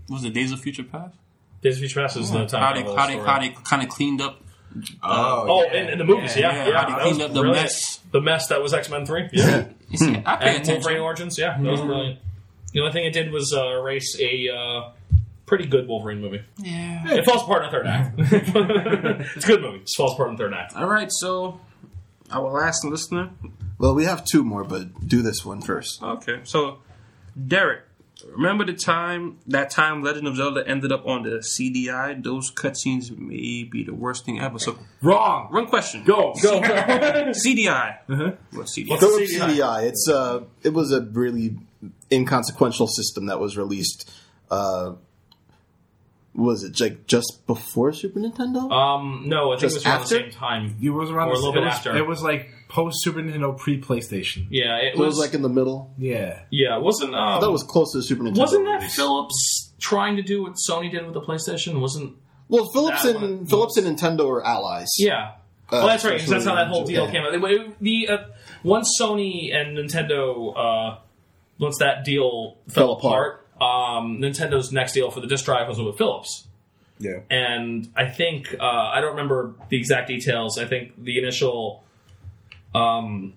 [SPEAKER 5] was it Days of Future Past?
[SPEAKER 3] Days of Future Past is no time.
[SPEAKER 5] How they
[SPEAKER 3] travel
[SPEAKER 5] how they
[SPEAKER 3] story.
[SPEAKER 5] how they kind of cleaned up.
[SPEAKER 3] Oh, in, in the movies, yeah, yeah.
[SPEAKER 5] yeah, how they
[SPEAKER 3] That was
[SPEAKER 5] cleaned up the
[SPEAKER 3] brilliant.
[SPEAKER 5] mess.
[SPEAKER 3] The mess that was X Men Three, yeah,
[SPEAKER 5] You see, I pay
[SPEAKER 3] and
[SPEAKER 5] attention.
[SPEAKER 3] Wolverine Origins, yeah, that
[SPEAKER 1] Mm-hmm.
[SPEAKER 3] was brilliant. The only thing it did was uh, erase a uh, pretty good Wolverine movie.
[SPEAKER 5] Yeah.
[SPEAKER 3] It falls apart in the
[SPEAKER 1] [laughs]
[SPEAKER 3] third act. it's a good movie. It just falls apart in the third act.
[SPEAKER 1] Uh,
[SPEAKER 5] All right, so our last listener.
[SPEAKER 1] Well, we have two more, but do this one first.
[SPEAKER 5] Okay, so Derek, remember the time that time Legend of Zelda ended up on the CDI? Those cutscenes may be the worst thing ever. So
[SPEAKER 2] Wrong.
[SPEAKER 5] wrong question. [laughs]
[SPEAKER 2] Go go.
[SPEAKER 5] CDI.
[SPEAKER 1] Uh-huh.
[SPEAKER 5] What's CDI?
[SPEAKER 3] What's
[SPEAKER 1] Philips
[SPEAKER 3] CDI.
[SPEAKER 1] CDI. It's uh, it was a really inconsequential system that was released. Uh, was it like just before Super Nintendo?
[SPEAKER 3] Um, no, I think
[SPEAKER 1] Just
[SPEAKER 3] it was around
[SPEAKER 1] after?
[SPEAKER 3] the same time.
[SPEAKER 2] It was around
[SPEAKER 3] Or a
[SPEAKER 2] the-
[SPEAKER 3] little
[SPEAKER 2] it
[SPEAKER 3] bit
[SPEAKER 2] was-
[SPEAKER 3] after.
[SPEAKER 2] It was like post Super Nintendo, pre PlayStation.
[SPEAKER 3] Yeah, it
[SPEAKER 1] it
[SPEAKER 3] was,
[SPEAKER 1] was like in the middle.
[SPEAKER 2] Yeah.
[SPEAKER 3] yeah, it wasn't um,
[SPEAKER 1] That was close to the Super Nintendo.
[SPEAKER 3] wasn't that
[SPEAKER 1] release.
[SPEAKER 3] Phillips trying to do what Sony did with the PlayStation? Wasn't
[SPEAKER 1] Well, Philips
[SPEAKER 3] that
[SPEAKER 1] and
[SPEAKER 3] one-
[SPEAKER 1] Philips and Nintendo are allies.
[SPEAKER 3] yeah. well, that's right. 'cause that's how that whole
[SPEAKER 1] Uh, especially
[SPEAKER 3] deal
[SPEAKER 1] in
[SPEAKER 3] came out. It- it- The uh, once Sony and Nintendo, uh, once that deal
[SPEAKER 1] Fell
[SPEAKER 3] fell, apart, um, Nintendo's next deal for the disc drive was with Philips.
[SPEAKER 4] Yeah.
[SPEAKER 3] and I think uh, I don't remember the exact details. I think the initial, um,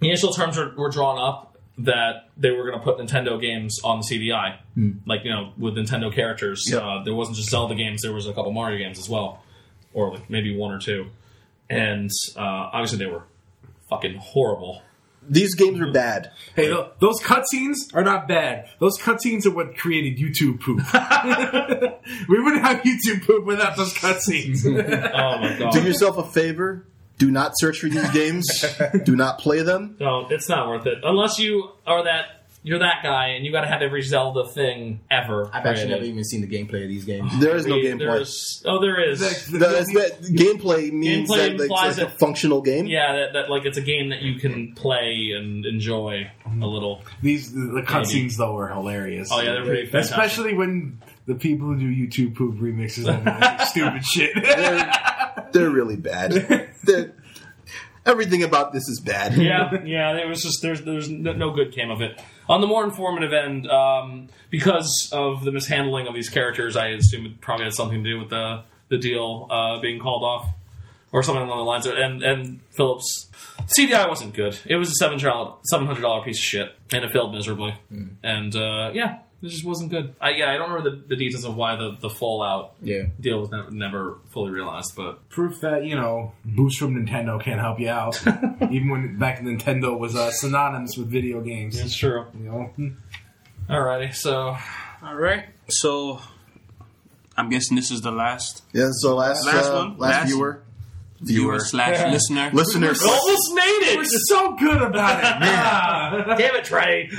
[SPEAKER 3] the initial terms were, were drawn up that they were going to put Nintendo games on the CDI, like you know with Nintendo characters. Uh, there wasn't just Zelda games; there was a couple Mario games as well, or like maybe one or two. And uh, obviously, they were fucking horrible.
[SPEAKER 1] These games were bad.
[SPEAKER 2] Hey, tho- those cutscenes are not bad. Those cutscenes are what created YouTube poop. [laughs] we wouldn't have YouTube poop without
[SPEAKER 1] [laughs]
[SPEAKER 2] those cutscenes.
[SPEAKER 3] Oh [laughs] my god!
[SPEAKER 1] Do yourself a favor. Do not search for these
[SPEAKER 3] [laughs]
[SPEAKER 1] games. Do not play them.
[SPEAKER 3] No, it's not worth it unless you are that you're that guy and you got to have every Zelda thing ever.
[SPEAKER 4] I've actually
[SPEAKER 3] created.
[SPEAKER 4] never even seen the gameplay of these games.
[SPEAKER 1] There is no
[SPEAKER 3] We-
[SPEAKER 1] gameplay.
[SPEAKER 3] there's- oh, there is.
[SPEAKER 2] The-
[SPEAKER 1] That, is-
[SPEAKER 2] the-
[SPEAKER 1] that gameplay means
[SPEAKER 3] Gameplay
[SPEAKER 1] that like, it's
[SPEAKER 3] implies
[SPEAKER 1] like a
[SPEAKER 3] that-
[SPEAKER 1] functional game.
[SPEAKER 3] Yeah, that, that like it's a game that you can play and enjoy a little.
[SPEAKER 2] these the, the cutscenes though were hilarious.
[SPEAKER 3] Oh, yeah, they're pretty fantastic.
[SPEAKER 2] Especially when the people who do YouTube poop remixes of [laughs] like, stupid shit. [laughs]
[SPEAKER 1] They're, they're really bad.
[SPEAKER 3] [laughs]
[SPEAKER 1] They're- everything about this is bad.
[SPEAKER 3] Yeah, yeah. There was just there's there's no, no good came of it. On the more informative end, um, because of the mishandling of these characters, I assume it probably had something to do with the the deal uh, being called off or something along the lines. Of, and and Phillips CDI wasn't good. It was a seven seven hundred dollar piece of shit, and it failed miserably. And uh, yeah, it just wasn't good. I yeah, I don't remember the, the details of why the the fallout
[SPEAKER 4] [laughs] Yeah.
[SPEAKER 3] deal was never, never fully realized, but
[SPEAKER 2] Proof that you know boost from Nintendo can't help you [laughs] out, even when back Nintendo was uh, synonymous with video games.
[SPEAKER 3] it's true.
[SPEAKER 2] You know?
[SPEAKER 3] Alrighty, so
[SPEAKER 5] All right. So I'm guessing this is the last
[SPEAKER 1] Yeah, so last
[SPEAKER 5] Last
[SPEAKER 1] uh,
[SPEAKER 5] one?
[SPEAKER 1] last
[SPEAKER 5] Last-
[SPEAKER 1] viewer,
[SPEAKER 5] viewer
[SPEAKER 1] viewer,
[SPEAKER 5] slash listener.
[SPEAKER 1] listener,
[SPEAKER 3] almost made
[SPEAKER 2] We're
[SPEAKER 3] it.
[SPEAKER 2] so good about [laughs] it. Ah.
[SPEAKER 3] Damn [laughs] it, Trey.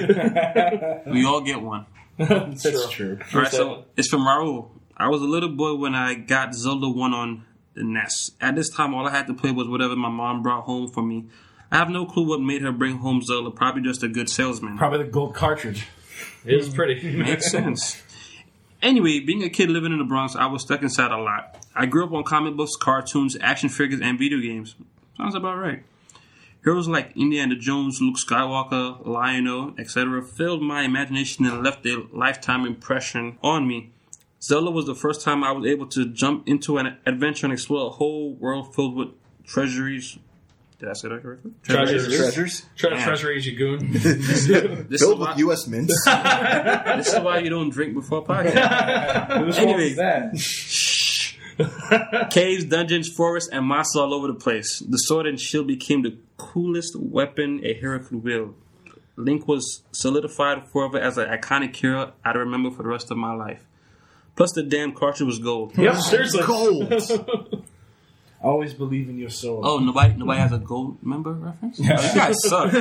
[SPEAKER 5] We all get one.
[SPEAKER 3] That's true.
[SPEAKER 5] All right, so it's from Raul. I was a little boy when I got Zelda 1 on the NES. At this time, all I had to play was whatever my mom brought home for me. I have no clue what made her bring home Zelda, probably just a good salesman.
[SPEAKER 2] Probably the gold cartridge.
[SPEAKER 3] It was pretty.
[SPEAKER 5] Makes sense. Anyway, being a kid living in the Bronx, I was stuck inside a lot. I grew up on comic books, cartoons, action figures, and video games. Sounds about right. Heroes like Indiana Jones, Luke Skywalker, Lion-O, etc. filled my imagination and left a lifetime impression on me. Zelda was the first time I was able to jump into an adventure and explore a whole world filled with treasuries. Did I say that correctly?
[SPEAKER 3] Treasures.
[SPEAKER 1] treasures,
[SPEAKER 3] Tre-
[SPEAKER 5] Man.
[SPEAKER 3] Treasuries, you goon.
[SPEAKER 5] This is,
[SPEAKER 1] filled with
[SPEAKER 5] why,
[SPEAKER 1] U.S. mints.
[SPEAKER 5] this is why you don't drink before podcast. anyway, caves, dungeons, forests, and monsters all over the place. The sword and shield became the coolest weapon a hero could wield. Link was solidified forever as an iconic hero I'd remember for the rest of my life. Plus, the damn cartridge was gold.
[SPEAKER 3] Yep, seriously.
[SPEAKER 7] Gold.
[SPEAKER 2] Always believe in your soul.
[SPEAKER 5] Oh, nobody, nobody has a gold member reference. Oh, you guys suck.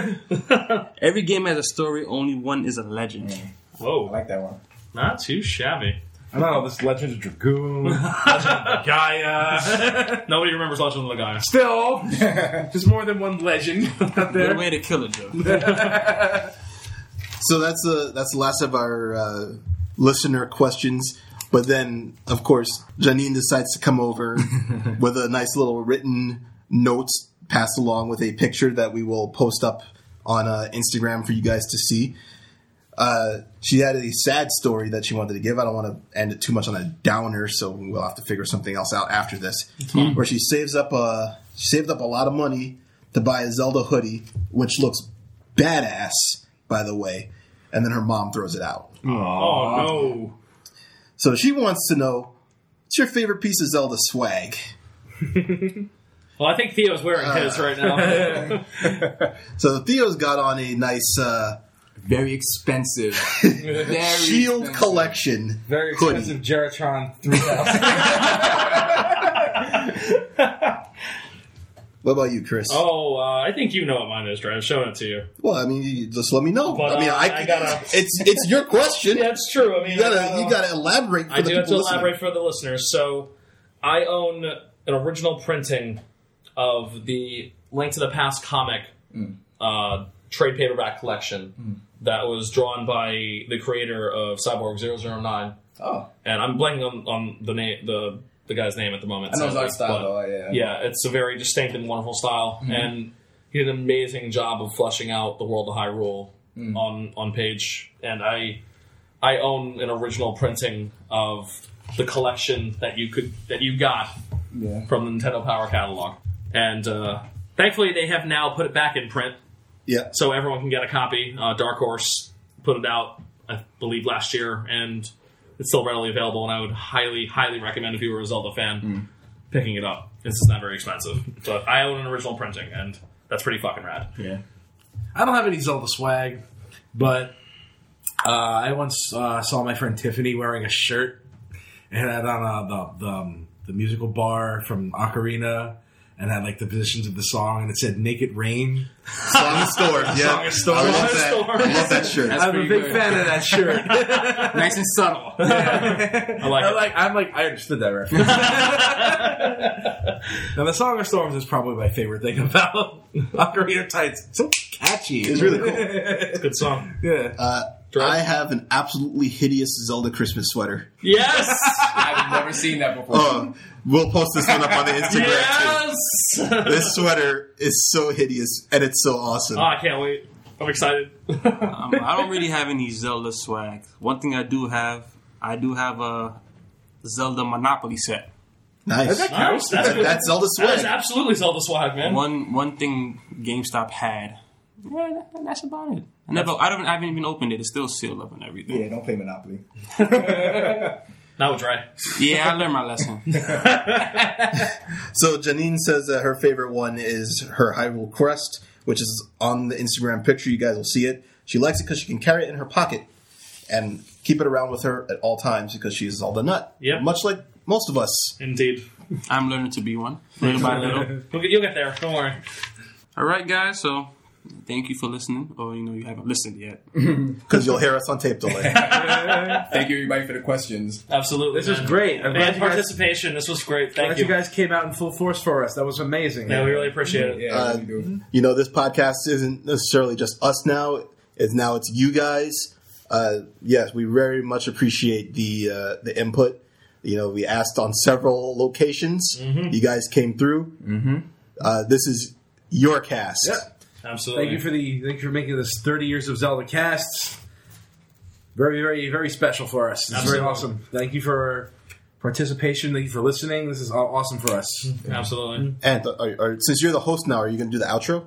[SPEAKER 5] [laughs] Every game has a story. Only one is a legend.
[SPEAKER 4] I
[SPEAKER 3] Whoa,
[SPEAKER 4] like that one.
[SPEAKER 3] not too shabby.
[SPEAKER 2] I don't know this Legend of Dragoon. Gaia.
[SPEAKER 3] Nobody remembers Legend of the Gaia.
[SPEAKER 2] [laughs] Still, [laughs] there's more than one legend [laughs] out
[SPEAKER 5] What a
[SPEAKER 2] there.
[SPEAKER 5] way to kill it, Joe.
[SPEAKER 1] So that's the that's the last of our uh, listener questions. But then, of course, Janine decides to come over with a nice little written note passed along with a picture that we will post up on uh, Instagram for you guys to see. Uh, she had a sad story that she wanted to give. I don't want to end it too much on a downer, so we'll have to figure something else out after this. Where she saves up a she saved up a lot of money to buy a Zelda hoodie, which looks badass, by the way. And then her mom throws it out.
[SPEAKER 3] Oh no.
[SPEAKER 1] So she wants to know what's your favorite piece of Zelda swag?
[SPEAKER 3] Well, I think Theo's wearing his right now.
[SPEAKER 1] So Theo's got on a nice uh,
[SPEAKER 4] Very [laughs] expensive. Very
[SPEAKER 1] shield
[SPEAKER 4] expensive.
[SPEAKER 1] collection.
[SPEAKER 2] Very
[SPEAKER 1] Hoodie.
[SPEAKER 2] expensive Geratron 3000.
[SPEAKER 1] What about you, Chris?
[SPEAKER 3] oh, uh, I think you know what mine is, Dre. I'm showing it to you.
[SPEAKER 1] Well, I mean, you just let me know.
[SPEAKER 3] But,
[SPEAKER 1] I mean,
[SPEAKER 3] uh,
[SPEAKER 1] I,
[SPEAKER 3] I gotta-
[SPEAKER 1] [laughs] It's it's your question.
[SPEAKER 3] Yeah, it's true. I mean,
[SPEAKER 1] You gotta
[SPEAKER 3] I- uh,
[SPEAKER 1] you gotta elaborate. For
[SPEAKER 3] I
[SPEAKER 1] the
[SPEAKER 3] do have to
[SPEAKER 1] people listening.
[SPEAKER 3] elaborate for the listeners. So, I own an original printing of the Link to the Past comic
[SPEAKER 4] Mm.
[SPEAKER 3] uh, trade paperback collection that was drawn by the creator of Cyborg 009.
[SPEAKER 4] Oh,
[SPEAKER 3] And I'm blanking on, on the name the the guy's name at the moment.
[SPEAKER 4] I know his art
[SPEAKER 3] but-
[SPEAKER 4] style though. Yeah.
[SPEAKER 3] yeah, it's a very distinct and wonderful style, and he did an amazing job of fleshing out the world of Hyrule on on page. And I I own an original printing of the collection that you could that you got
[SPEAKER 4] Yeah.
[SPEAKER 3] from the Nintendo Power catalog, and uh, thankfully they have now put it back in print, [laughs]
[SPEAKER 1] Yeah.
[SPEAKER 3] so everyone can get a copy. Uh, Dark Horse put it out, I believe, last year, and it's still readily available. And I would highly, highly recommend if you were a Zelda fan picking it up. It's just not very expensive. But I own an original printing, and that's pretty fucking rad.
[SPEAKER 2] I don't have any Zelda swag, but uh, I once uh, saw my friend Tiffany wearing a shirt and had on uh, the the, um, the musical bar from Ocarina and had like the positions of the song and it said "Naked Rain."
[SPEAKER 1] Song and store. Yeah.
[SPEAKER 2] Song and Storm.
[SPEAKER 1] I
[SPEAKER 2] Song
[SPEAKER 1] love
[SPEAKER 2] and
[SPEAKER 1] that.
[SPEAKER 3] Storm.
[SPEAKER 1] I love that
[SPEAKER 3] [laughs]
[SPEAKER 1] shirt.
[SPEAKER 2] I'm a big fan of that shirt.
[SPEAKER 4] Nice and subtle. [laughs]
[SPEAKER 3] I like
[SPEAKER 2] I'm
[SPEAKER 3] it.
[SPEAKER 2] like I'm like I understood that reference. [laughs] now the Song of Storms is probably my favorite thing about [laughs] Ocarina of Time. It's so [laughs] catchy.
[SPEAKER 1] It's really cool.
[SPEAKER 3] It's a good song.
[SPEAKER 2] Yeah.
[SPEAKER 1] Uh, I have an absolutely hideous Zelda Christmas sweater.
[SPEAKER 3] [laughs] Yes!
[SPEAKER 4] I've never seen that before.
[SPEAKER 1] Uh, we'll post this one up on the Instagram too.
[SPEAKER 3] yes! oh, [laughs]
[SPEAKER 1] This sweater is so hideous and it's so awesome.
[SPEAKER 3] Ah, I can't wait. I'm excited. [laughs]
[SPEAKER 5] Um, I don't really have any Zelda swag. One thing I do have, I do have a Zelda Monopoly set.
[SPEAKER 1] nice.
[SPEAKER 3] Nice. That's,
[SPEAKER 1] That- that's Zelda
[SPEAKER 3] that is
[SPEAKER 1] swag.
[SPEAKER 3] absolutely Zelda swag, man.
[SPEAKER 5] One one thing GameStop had. Yeah, that- that's about it. I never, I don't, I haven't even opened it. It's still sealed up and everything.
[SPEAKER 4] Yeah, don't play Monopoly.
[SPEAKER 3] Now it's right.
[SPEAKER 5] Yeah, I learned my lesson. [laughs]
[SPEAKER 1] So Janine says that her favorite one is her Hyrule Crest, which is on the Instagram picture. You guys will see it. She likes it because she can carry it in her pocket and keep it around with her at all times because she's Zelda nut.
[SPEAKER 3] Yep.
[SPEAKER 1] Much like most of us.
[SPEAKER 3] Indeed.
[SPEAKER 5] I'm learning to be one little by little.
[SPEAKER 3] You'll get, you'll get there. Don't worry.
[SPEAKER 5] All right, guys. So thank you for listening. Or you know, you haven't listened yet.
[SPEAKER 1] Because you'll hear us on tape delay.
[SPEAKER 4] Thank you everybody for the questions.
[SPEAKER 3] Absolutely.
[SPEAKER 2] This was
[SPEAKER 3] man.
[SPEAKER 2] great. I'm glad
[SPEAKER 3] Fan
[SPEAKER 2] you guys-
[SPEAKER 3] participation. This was great.
[SPEAKER 2] Glad
[SPEAKER 3] Thank
[SPEAKER 2] you.
[SPEAKER 3] you.
[SPEAKER 2] guys Mm-hmm. came out in full force for us. That was amazing.
[SPEAKER 3] Yeah, we really appreciate it.
[SPEAKER 4] Yeah,
[SPEAKER 1] Uh,
[SPEAKER 4] we do.
[SPEAKER 1] you know, this podcast isn't necessarily just us now. It's now it's you guys. Uh, yes, we very much appreciate the uh, the input. You know, we asked on several locations. You guys came through. Mm-hmm. Uh, this is your cast.
[SPEAKER 3] Absolutely.
[SPEAKER 2] Thank you for the thank you for making this 30 years of Zelda casts. Very, very, very special for us. This is
[SPEAKER 3] Absolutely.
[SPEAKER 2] very awesome. Thank you for participation. Thank you for listening. This is aw- awesome for Mm-hmm. us.
[SPEAKER 3] Absolutely.
[SPEAKER 1] And uh, are, are, since you're the host now, are you going to do the
[SPEAKER 2] [laughs]
[SPEAKER 1] outro?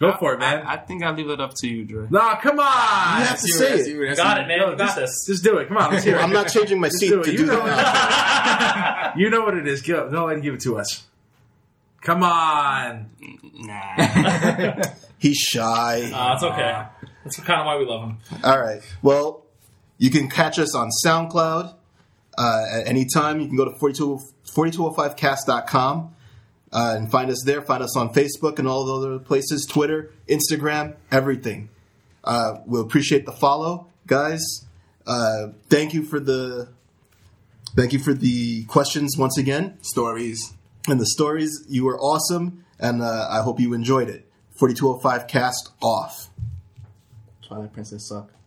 [SPEAKER 2] Go for it, man.
[SPEAKER 5] I think I leave it up to you, Dre.
[SPEAKER 2] nah, come on.
[SPEAKER 1] You have to say it.
[SPEAKER 3] Got it, man.
[SPEAKER 2] No,
[SPEAKER 3] You got this.
[SPEAKER 2] just, just do it. Come on, let's [laughs] hear it.
[SPEAKER 1] I'm not changing my seat
[SPEAKER 2] do it.
[SPEAKER 1] to
[SPEAKER 2] You
[SPEAKER 1] do the
[SPEAKER 2] know
[SPEAKER 1] outro.
[SPEAKER 2] You know what it is. Go, go ahead and give it to us. Come on.
[SPEAKER 5] Nah.
[SPEAKER 1] He's shy.
[SPEAKER 2] [laughs] Ah.
[SPEAKER 3] Uh, it's okay. That's kind of why we love him.
[SPEAKER 1] All right. Well, You can catch us on SoundCloud uh, at any time. You can go to oh 42, 4205cast.com uh, and find us there. Find us on Facebook and all the other places Twitter, Instagram, everything. Uh, we'll appreciate the follow, guys. Uh, thank you for the thank you for the questions once again
[SPEAKER 4] Stories.
[SPEAKER 1] and the stories. You were awesome, and uh, I hope you enjoyed it. 4205 cast off.
[SPEAKER 4] Twilight Princess suck.